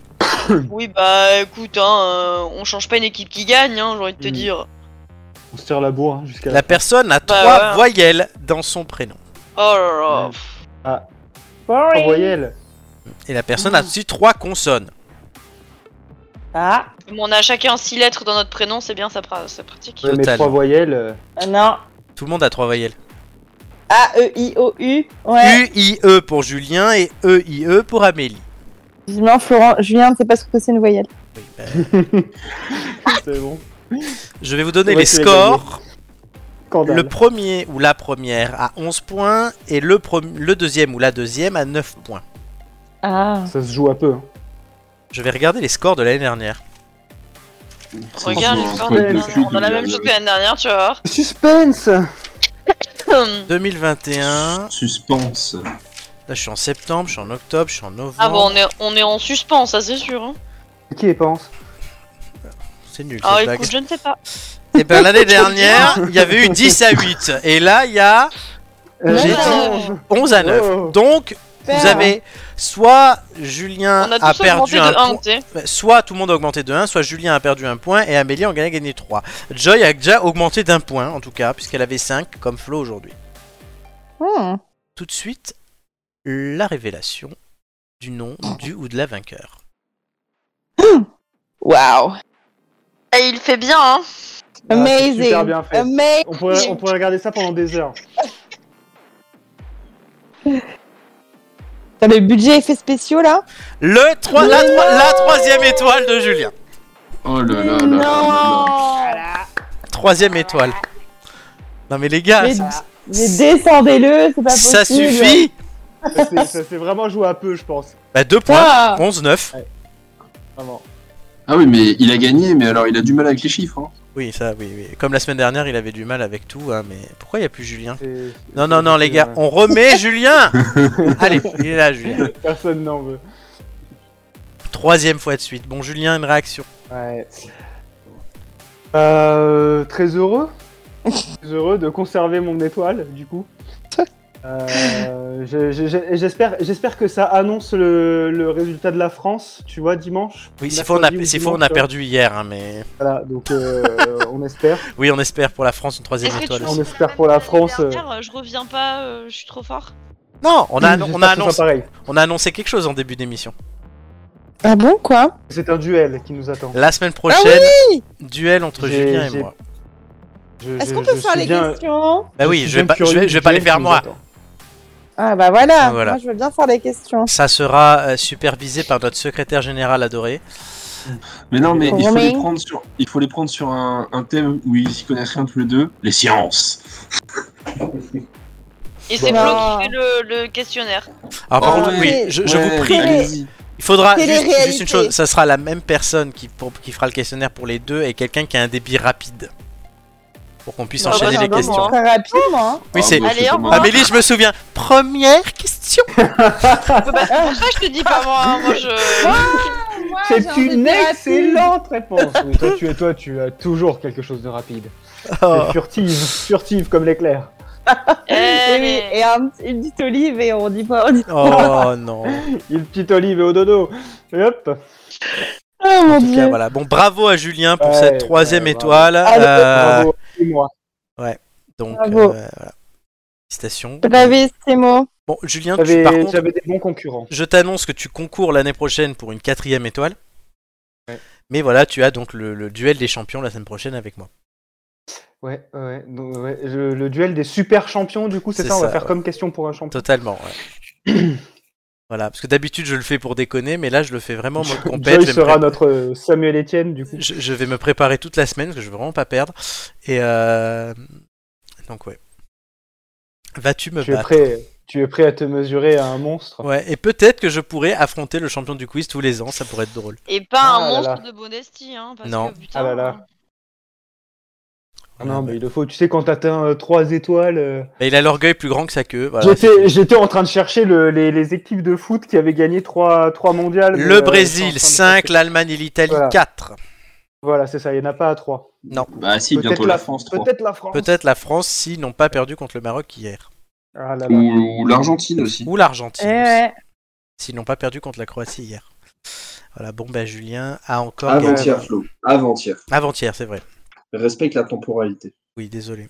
Oui, bah écoute, hein, euh, on change pas une équipe qui gagne, hein, j'ai envie de te
Mm.
dire.
On se tire la bourre hein, jusqu'à
La personne a
Bah
trois
ouais.
voyelles dans son prénom.
Oh là là.
Ouais. la voyelle.
Et la personne a aussi trois consonnes.
Ah,
Mais on a chacun six lettres dans notre prénom, c'est bien, ça, pra- ça pratique.
Ouais, mais
Total.
trois voyelles. euh,
non. E
Tout le monde a trois voyelles.
A-E-I-O-U. Ouais.
U, I, E pour Julien et E, I, E pour Amélie.
Julien, Florent, Julien, c'est pas ce que c'est une voyelle.
Oui, bah,
Ah.
C'est bon.
je vais vous donner
Ouais,
les
tu l'as gagné.
scores.
Scandale.
Le premier ou la première à 11 points et le, prom- le deuxième ou la deuxième à 9 points.
Ah.
Ça se joue un peu. hein.
Je vais regarder les scores de l'année dernière.
Regarde,
Franchement,
les
un
gens,
truc de
on a-
cul
on a la
de-
même chose que l'année dernière, tu vas
Suspense
voir.
2021.
Suspense.
Là, je suis en septembre, je suis en octobre, je suis en novembre.
Ah bon, on est, on est en suspens, ça c'est sûr. Hein.
Qui y pense
C'est nul
Alors
cette blague.
écoute, Ah je ne sais pas.
Et ben l'année dernière, il y avait eu 10 à 8 et là il y a
Euh,
J'ai
non.
11 à 9.
Oh.
Donc vous avez soit Julien
On a
Ah, a
tous
perdu
augmenté de
un
1,
point,
tu sais.
Bah, soit tout le monde a augmenté de 1, soit Julien a perdu un point et Amélie en a gagné 3. Joy a déjà augmenté d'un point en tout cas puisqu'elle avait 5 comme Flo aujourd'hui.
Hmm.
Tout de suite la révélation du nom du ou de la vainqueur.
Wow.
Et il fait bien, hein.
Ah, c'est
Amazing.
Super bien fait.
Amazing.
On pourrait, on pourrait regarder ça pendant des heures.
T'as le budget effets spéciaux là
Le trois- la, troi- la troisième étoile de Julien.
Oh là là là là là.
Non
Troisième étoile. Non mais les gars,
Mais,
ça,
mais descendez-le, c'est pas possible.
ça suffit
Ça s'est- ça s'est vraiment joué à peu, je pense.
Bah 2 points,
Ah.
11-9.
Vraiment.
Ah oui, mais il a gagné, mais alors il a du mal avec les chiffres. Hein.
Oui, ça, oui, oui. Comme la semaine dernière, il avait du mal avec tout, hein, mais pourquoi il n'y a plus Julien
C'est-
Non, non, non, les gars, on remet Julien Allez, il est là, Julien.
Personne n'en veut.
Troisième fois de suite. Bon, Julien, une réaction.
Ouais. Euh, très heureux. très heureux de conserver mon étoile, du coup. Euh, je- je- je- J'espère j'espère que ça annonce le, le résultat de la France, tu vois, dimanche.
Oui, c'est faux, on a,
Mercredi ou
c'est faux, on a
dimanche,
perdu hier, hein, mais...
Voilà, donc euh, on espère.
Oui, on espère pour la France une troisième
Est-ce que
étoile
tu
aussi.
On espère pour la France, euh.
Dernière, je reviens pas, euh, je suis trop fort.
Non, on a,
J'espère
on, a
que ce sera
annoncé,
pareil.
on a annoncé quelque chose en début d'émission.
Ah bon, quoi
C'est un duel qui nous attend.
La semaine prochaine, duel entre
Ah J'ai-
Julien et
j'ai-
moi.
Je-
Est-ce
je-
qu'on peut
je
faire
suis
les
bien-
questions
Bah oui,
suis
je vais
bien
pas, je
curieux
vais,
du
je vais pas les
duel
faire
qui nous
moi.
attend.
Ah bah voilà.
Ah, voilà.
moi je veux bien faire les questions.
Ça sera euh, supervisé par notre secrétaire général adoré.
Mais non, mais il faut, les
Roaming.
prendre sur, il faut les prendre sur un, un thème où ils s'y connaissent rien tous les deux les sciences.
Et c'est
Bah.
Flo qui fait le, le questionnaire.
Alors par
Ah
Oh,
contre, oui,
ouais.
je, je vous
Ouais,
prie,
allez-y.
il faudra
Télé-
juste,
télé-réalité.
juste une chose, ça sera la même personne qui, pour- qui fera le questionnaire pour les deux et quelqu'un qui a un débit rapide. Pour qu'on puisse
Ah,
enchaîner les
bah, ça va,
questions.
moi.
Très rapidement. hein.
Oui, c'est-
bah,
Allez, au
comme un-
revoir.
Ah, Amélie, je me souviens. Première question.
Pour ça, Ah, je te dis pas moi, hein, moi je.
Ah, j'ai
C'est
envie de
une
dire rapide.
excellente réponse. Oui, toi, tu, toi, tu as toujours quelque chose de rapide.
Oh.
T'es Furtive, furtive comme l'éclair.
Eh,
Et, oui,
mais-
et un petit- une petite olive et on dit pas. On dit...
Oh non.
Une petite olive et au dodo. Et
Euh,
hop.
Oh mon
En tout
dieu.
cas, voilà. Bon, bravo à Julien pour
Ouais,
cette troisième
ouais, bravo.
étoile.
Allez,
Euh,
Bravo. Et moi.
donc,
Bravo.
euh, voilà. Félicitations.
Bravissimo.
Bon, Julien, tu-
J'avais
par contre,
j'avais des bons concurrents.
je t'annonce que tu concours l'année prochaine pour une quatrième étoile.
Ouais.
Mais voilà, tu as donc le, le duel des champions la semaine prochaine avec moi.
Ouais, ouais. donc, ouais, je- le duel des super champions, du coup, c'est
C'est
ça, On va
ça,
faire
ouais.
comme question pour un champion.
Totalement, ouais. voilà, parce que d'habitude je le fais pour déconner, mais là je le fais vraiment en mode compète.
Joy
Je, vais me
sera
pré-
notre euh, Samuel Etienne, du coup.
je- je vais me préparer toute la semaine, parce que je veux vraiment pas perdre. Et euh... Donc ouais. Vas-tu me
Tu es
battre
prêt, euh, tu es prêt à te mesurer à un monstre
Ouais, et peut-être que je pourrais affronter le champion du quiz tous les ans, ça pourrait être drôle.
Et pas
Ah
un
là
monstre
là.
de modestie, hein. Parce
Non.
Que, putain,
Ah là là. Ah Non,
Ouais,
mais il le faut. Tu sais, quand t'atteins euh, trois étoiles. euh,
Bah, il a l'orgueil plus grand que sa queue. voilà.
J'étais, j'étais en train de chercher le- les, les équipes de foot qui avaient gagné trois, trois mondiales. mais,
Le
euh,
Brésil,
je suis en train de
5, l'Allemagne et l'Italie,
Voilà.
4.
Voilà, c'est ça, il n'y en a pas à trois.
Bah si, bientôt la France 3.
Peut-être la France.
Peut-être la France s'ils n'ont pas perdu contre le Maroc hier.
Ah là là.
Ou, ou l'Argentine aussi.
Ou
Eh
l'Argentine, aussi,
ouais.
s'ils n'ont pas perdu contre la Croatie hier. Voilà, bon ben Julien a encore gagné.
Avant-hier, Flo. Avant-hier.
Avant-hier, c'est vrai.
Respecte la temporalité.
Oui, désolé.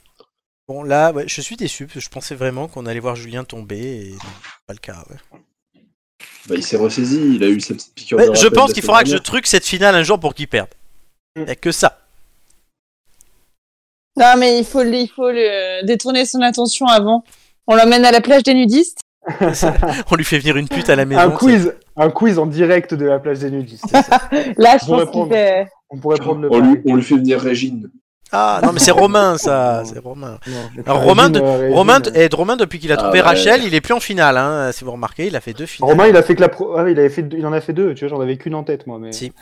Bon là, ouais, je suis déçu parce que je pensais vraiment qu'on allait voir Julien tomber et non, pas le cas. ouais.
Bah, il s'est ressaisi, il a eu cette petite piqûre
Ouais,
de
je
rappel
pense
la
qu'il
semaine
faudra que je
dernière.
truque cette finale un jour pour qu'il perde. Il n'y a que ça.
Non, mais il faut, le- il faut le, détourner son attention avant. On l'emmène à la plage des nudistes.
On lui fait venir une pute à la maison.
un
ça-
quiz, un quiz en direct de la plage des nudistes.
Là, je
Vous
pense qu'il
répondre.
fait.
On pourrait prendre le.
On lui, on lui fait venir Régine.
Ah non mais c'est Romain ça, c'est Romain.
Non, le
Alors, Romain
Régine,
de-
euh, Régine,
Romain,
euh,
et Romain depuis qu'il a
Ah
trouvé
ouais.
Rachel, il est plus en finale. Hein, si vous remarquez, il a fait deux finales.
Romain, il a fait que la pro... ah, oui, il, avait fait... il en a fait deux, tu vois, j'en avais qu'une en tête moi. Mais...
Si.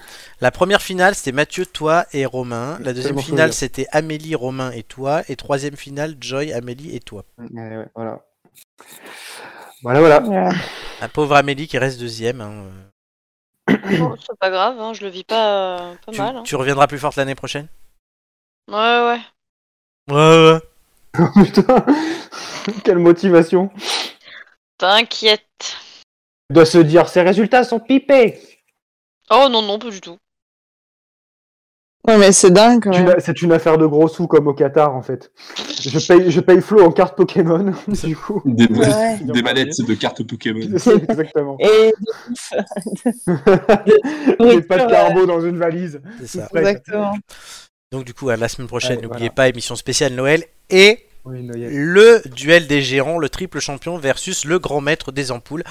La première finale, c'était Mathieu, toi et Romain. La deuxième
Tellement
finale,
souvenir.
c'était Amélie, Romain et toi. Et troisième finale, Joy, Amélie et toi.
Ouais, Mm, eh ouais, voilà. Voilà, voilà.
La pauvre Amélie qui reste deuxième. hein.
bon, c'est pas grave, hein, je le vis pas, euh, pas
Tu,
mal. hein.
tu reviendras plus forte l'année prochaine
Ouais, ouais.
Ouais, ouais.
Putain, quelle motivation.
T'inquiète.
Il doit se dire, ces résultats sont pipés.
Oh non, non, pas du tout.
Non, mais c'est dingue quand
C'est
même.
une- C'est une affaire de gros sous comme au Qatar en fait. Je paye, je paye Flo en carte Pokémon, du coup.
Des,
Ouais.
des mallettes de cartes Pokémon.
Exactement.
Et
Des pas de carbo dans une valise.
C'est ça.
Ouais.
exactement.
Donc, du coup, à la semaine prochaine,
Allez,
n'oubliez pas, émission spéciale Noël et
Oui, Noël.
le duel des géants, le triple champion versus le grand maître des ampoules.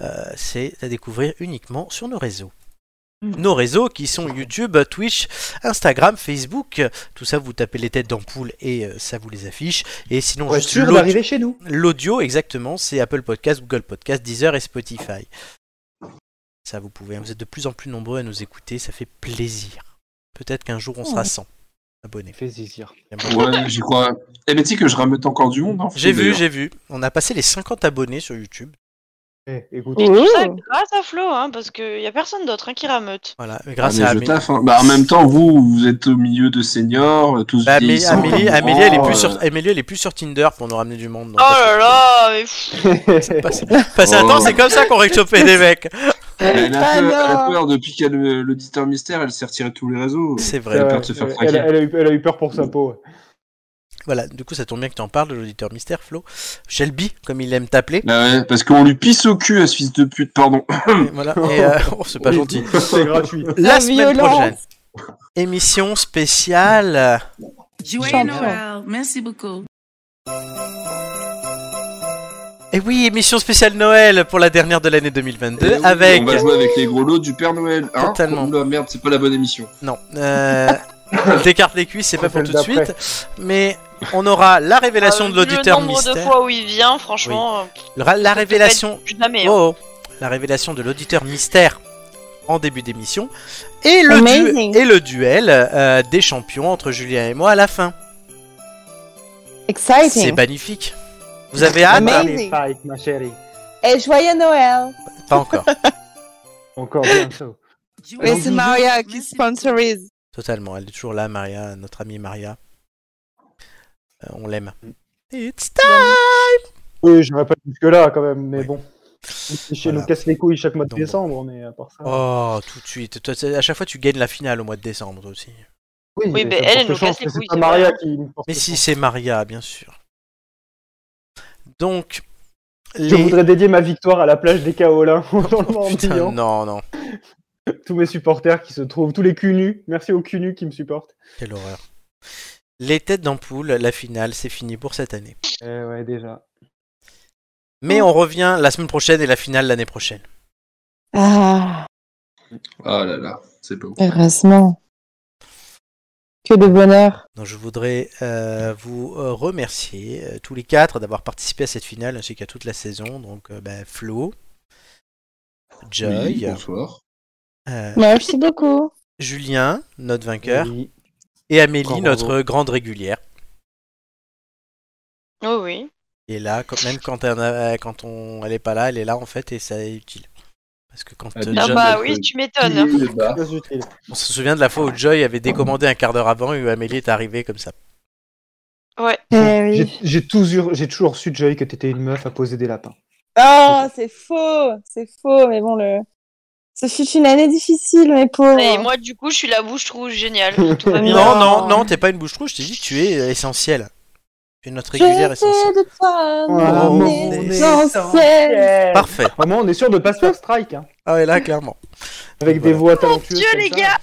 Euh, C'est à découvrir uniquement sur nos réseaux. Nos réseaux qui sont YouTube, Twitch, Instagram, Facebook. Tout ça, vous tapez les têtes d'ampoule et euh, ça vous les affiche. Et sinon,
Pour être
juste
sûr
l'audio-
d'arriver chez nous.
l'audio, exactement, c'est Apple Podcast, Google Podcast, Deezer et Spotify. Ça, vous pouvez. hein. Vous êtes de plus en plus nombreux à nous écouter. Ça fait plaisir. Peut-être qu'un jour, on sera 100 abonnés.
Fais zizir.
Ouais, j'y crois. Eh, mais tu sais que je ramène encore du monde. hein,
J'ai vu,
d'ailleurs.
j'ai vu. On a passé les 50 abonnés sur YouTube.
Eh, écoute,
Et tout ça
Ouh.
grâce à Flo, hein, parce qu'il y a personne d'autre hein, qui rameute.
Voilà, mais
Ah,
grâce
mais
à
je
Amélie.
taffe, hein. Bah, en même temps, vous, vous êtes au milieu de seniors, euh, tous
Bah, Amé-
vieillissants.
Amélie,
comme
Amélie,
moi,
elle est plus
euh,
sur, Amélie, elle est plus sur Tinder pour nous ramener du monde. donc
Oh
parce que-
là là, mais pff,
Passe- passe un
Oh.
temps, c'est comme ça qu'on réchauffait des mecs.
Elle a,
Ah,
peur, elle a
non.
peur depuis qu'elle euh, l'auditeur mystère, elle s'est retirée de tous les réseaux.
C'est
c'est
vrai.
Ouais.
vrai,
peur de se faire
elle-
traquer.
elle a eu- elle a eu peur pour sa peau.
Voilà, du coup, ça tombe bien que tu en parles de l'auditeur mystère, Flo. Shelby, comme il aime t'appeler.
Ah ouais, parce qu'on lui pisse au cul à ce fils de pute, pardon.
Et voilà. Et, euh, oh, c'est pas
Oui,
gentil.
C'est gratuit.
La
La
semaine
violence.
prochaine, émission spéciale.
Joyeux
Champion.
Noël. Merci beaucoup.
Et Eh oui, émission spéciale Noël pour la dernière de l'année 2022
Et Eh oui,
avec.
On va jouer avec les gros lots du Père Noël. Hein
Totalement.
Oh là, merde, c'est pas la bonne émission.
Non. Euh... T'écartes les cuisses, c'est pas pour
Celle
tout de
d'après.
suite. Mais on aura la révélation
euh,
de
vu
l'auditeur
Le nombre de
mystère.
fois où il vient, franchement, euh,
La, la révélation.
pff, jamais. hein.
Oh, oh. la révélation de l'auditeur mystère en début d'émission et le
Amazing.
du- et le duel euh, des champions entre Julien et moi à la fin. C'est
Exciting.
magnifique. Vous avez hâte
Amazing.
Magnifique, ma chérie.
Et joyeux Noël.
Pas encore.
Encore bientôt.
Et c'est Maria qui sponsorise.
Totalement. Elle est toujours là, Maria, notre amie Maria. Euh, on l'aime.
Mm.
It's time.
Oui, je pas jusque-là quand même, mais
Oui.
bon. Chez
Voilà.
nous casse les couilles chaque mois de
Donc,
décembre, mais à part ça.
Oh, tout de suite. Toi, c'est- À chaque fois, tu gagnes la finale au mois de décembre, toi aussi.
Oui, mais
ça me
elle,
porte
elle nous
chance
casse les
que c'est
couilles,
pas
c'est
Maria
vrai.
qui me porte
Mais si,
chance.
c'est Maria, bien sûr. Donc, les...
Je voudrais dédier ma victoire à la plage des Kaolins dans le
Putain,
Morbihan.
non, non.
Tous mes supporters qui se trouvent, tous les culs nus. Merci aux culs nus qui me supportent.
Quelle horreur. Les têtes d'ampoule, la finale, c'est fini pour cette année.
Eh ouais, déjà. Mm.
Mais on revient la semaine prochaine et la finale l'année prochaine.
Ah,
Ah là là, c'est beau.
heureusement. Que de bonheur.
Donc, je voudrais euh, vous euh, remercier euh, tous les quatre d'avoir participé à cette finale ainsi qu'à toute la saison. Donc euh, bah, Flo,
Oui,
Joy,
bonsoir.
euh,
Merci beaucoup.
Julien, notre vainqueur,
Oui.
et Amélie,
Bravo.
notre grande régulière.
Oh oui.
Et là, quand, même quand, elle, euh, quand on, elle est pas là, elle est là en fait et ça est utile. Parce que quand
Ah,
euh,
Déjà,
Ah bah
notre-
oui, tu m'étonnes. hein.
Le bar.
Très utile.
on se souvient de la fois où Joy avait décommandé un quart d'heure avant et où Amélie est arrivée comme ça.
Ouais.
Eh oui.
J'ai- J'ai toujours, j'ai toujours su, Joy, que t'étais une meuf à poser des lapins.
Oh, c'est faux, c'est faux, mais bon, le... ce fut une année difficile, mes pauvres.
Et moi, du coup, je suis la bouche rouge, génial. Tout va bien.
Non, non, non, t'es pas une bouche rouge, je t'ai dit, tu es essentielle. Tu es notre régulière
J'essaie
essentielle.
de toi,
Voilà,
Oh, mon
mon
Eh
essentiel.
Parfait.
Vraiment, on est sûr de pas se faire strike, hein,
Ah ouais, là, clairement.
avec
Voilà.
des voix talentueuses.
Dieu,
comme
les
ça.
gars,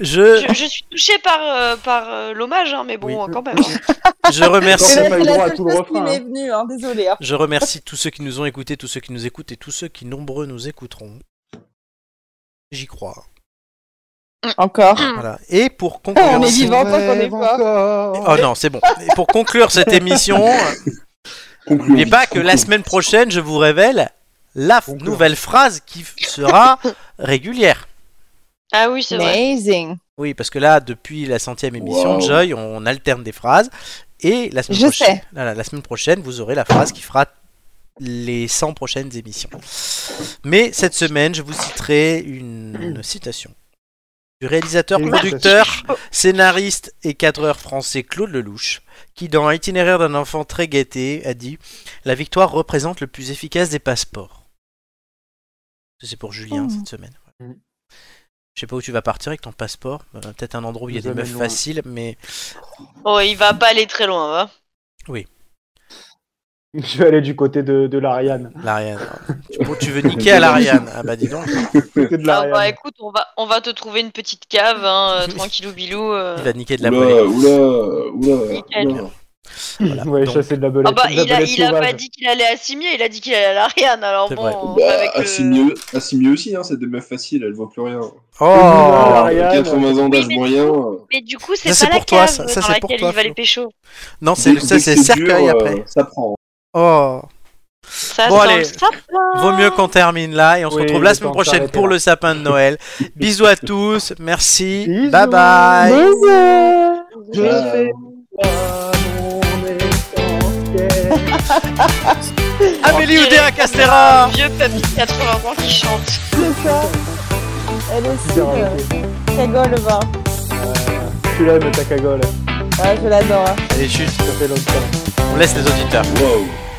Je,
je, je suis touchée par, euh, par euh, l'hommage, hein, mais bon,
Oui.
quand même. hein.
je remercie.
Merci.
Mais
pas eu
là, C'est
le droit
la
à
seule
tout le
chose qui
refrain,
m'est
hein.
venue, hein, désolé. hein.
Je remercie tous ceux qui nous ont écoutés, tous ceux qui nous écoutent et tous ceux qui nombreux nous écouteront. J'y crois.
Encore.
Voilà. Et pour conclure.
On est
cette-
vivant tant qu'on est
Rêve
pas.
encore.
Oh non, c'est bon. Et pour conclure cette émission, n'oubliez pas que la semaine prochaine, je vous révèle la f-
Conclure.
nouvelle phrase qui f- sera régulière.
Ah oui, c'est vrai.
Amazing.
Oui, parce que là, depuis la centième émission,
Wow.
Joy, on alterne des phrases. Et la semaine,
Je
prochaine,
sais.
voilà, la semaine prochaine, vous aurez la phrase qui fera les 100 prochaines émissions. Mais cette semaine, je vous citerai une citation du réalisateur,
Une
producteur, scénariste et cadreur français Claude Lelouch, qui, dans Itinéraire d'un enfant très gâté, a dit La victoire représente le plus efficace des passeports. Ça, C'est pour Julien
Oh.
cette semaine.
Mm.
Je sais pas où tu vas partir avec ton passeport. Euh, Peut-être un endroit où il y a
Nous
des meufs
amène loin.
faciles, mais
Oh, il va pas aller très loin, hein. va.
Je vais aller du côté de, de l'Ariane.
l'Ariane. hein. tu, tu veux niquer à l'Ariane. Ah bah dis donc.
Côté de
Ah bah
l'Ariane.
écoute, on va, on va te trouver une petite cave, hein, euh, tranquillou bilou. euh.
Il va niquer de la volée.
Oula, oula, oula,
Nickel.
oula.
Voilà,
ouais,
donc-
chasser de la belette.
Ah bah
de la
il a,
belette
il a pas
sauvage.
dit qu'il allait à Simier, il a dit qu'il allait à l'Ariane, alors
C'est
bon,
vrai.
on va
Bah,
avec le-
Assimieux Assimieux aussi, hein, c'est des meufs faciles, elles voient plus rien.
Oh
Ah, Ariane.
80 ans d'âge
Oui, mais
moyen.
Mais du coup, c'est
Ça, c'est
pas la
pour toi,
cave
ça- ça,
dans
c'est pour toi,
laquelle il va
Flo.
les pécho.
Non, c'est
Dès-
ça,
dès
c'est
que dur,
cercueil
euh,
après.
Ça prend.
Oh.
Ça,
Bon,
c'est dans
allez.
le sapin.
Vaut mieux qu'on termine là et on se
Oui,
retrouve la
le
semaine
temps de
prochaine
s'arrêter
pour
là.
le sapin de Noël. Bisous à tous, merci,
Bisous.
bye bye.
Bisous.
Je
Euh,
fais pas mon essentiel.
Amélie
On dirait
Oudéa
un
Castera.
Vieux papy de 80 ans qui chante.
C'est ça. Elle est
Tiens,
sûre.
ok.
Cagole, va.
Euh, Tu l'aimes ta cagole,
Ouais, je l'adore. hein.
Allez, chut,
ça fait longtemps.
on laisse les auditeurs.
Wow.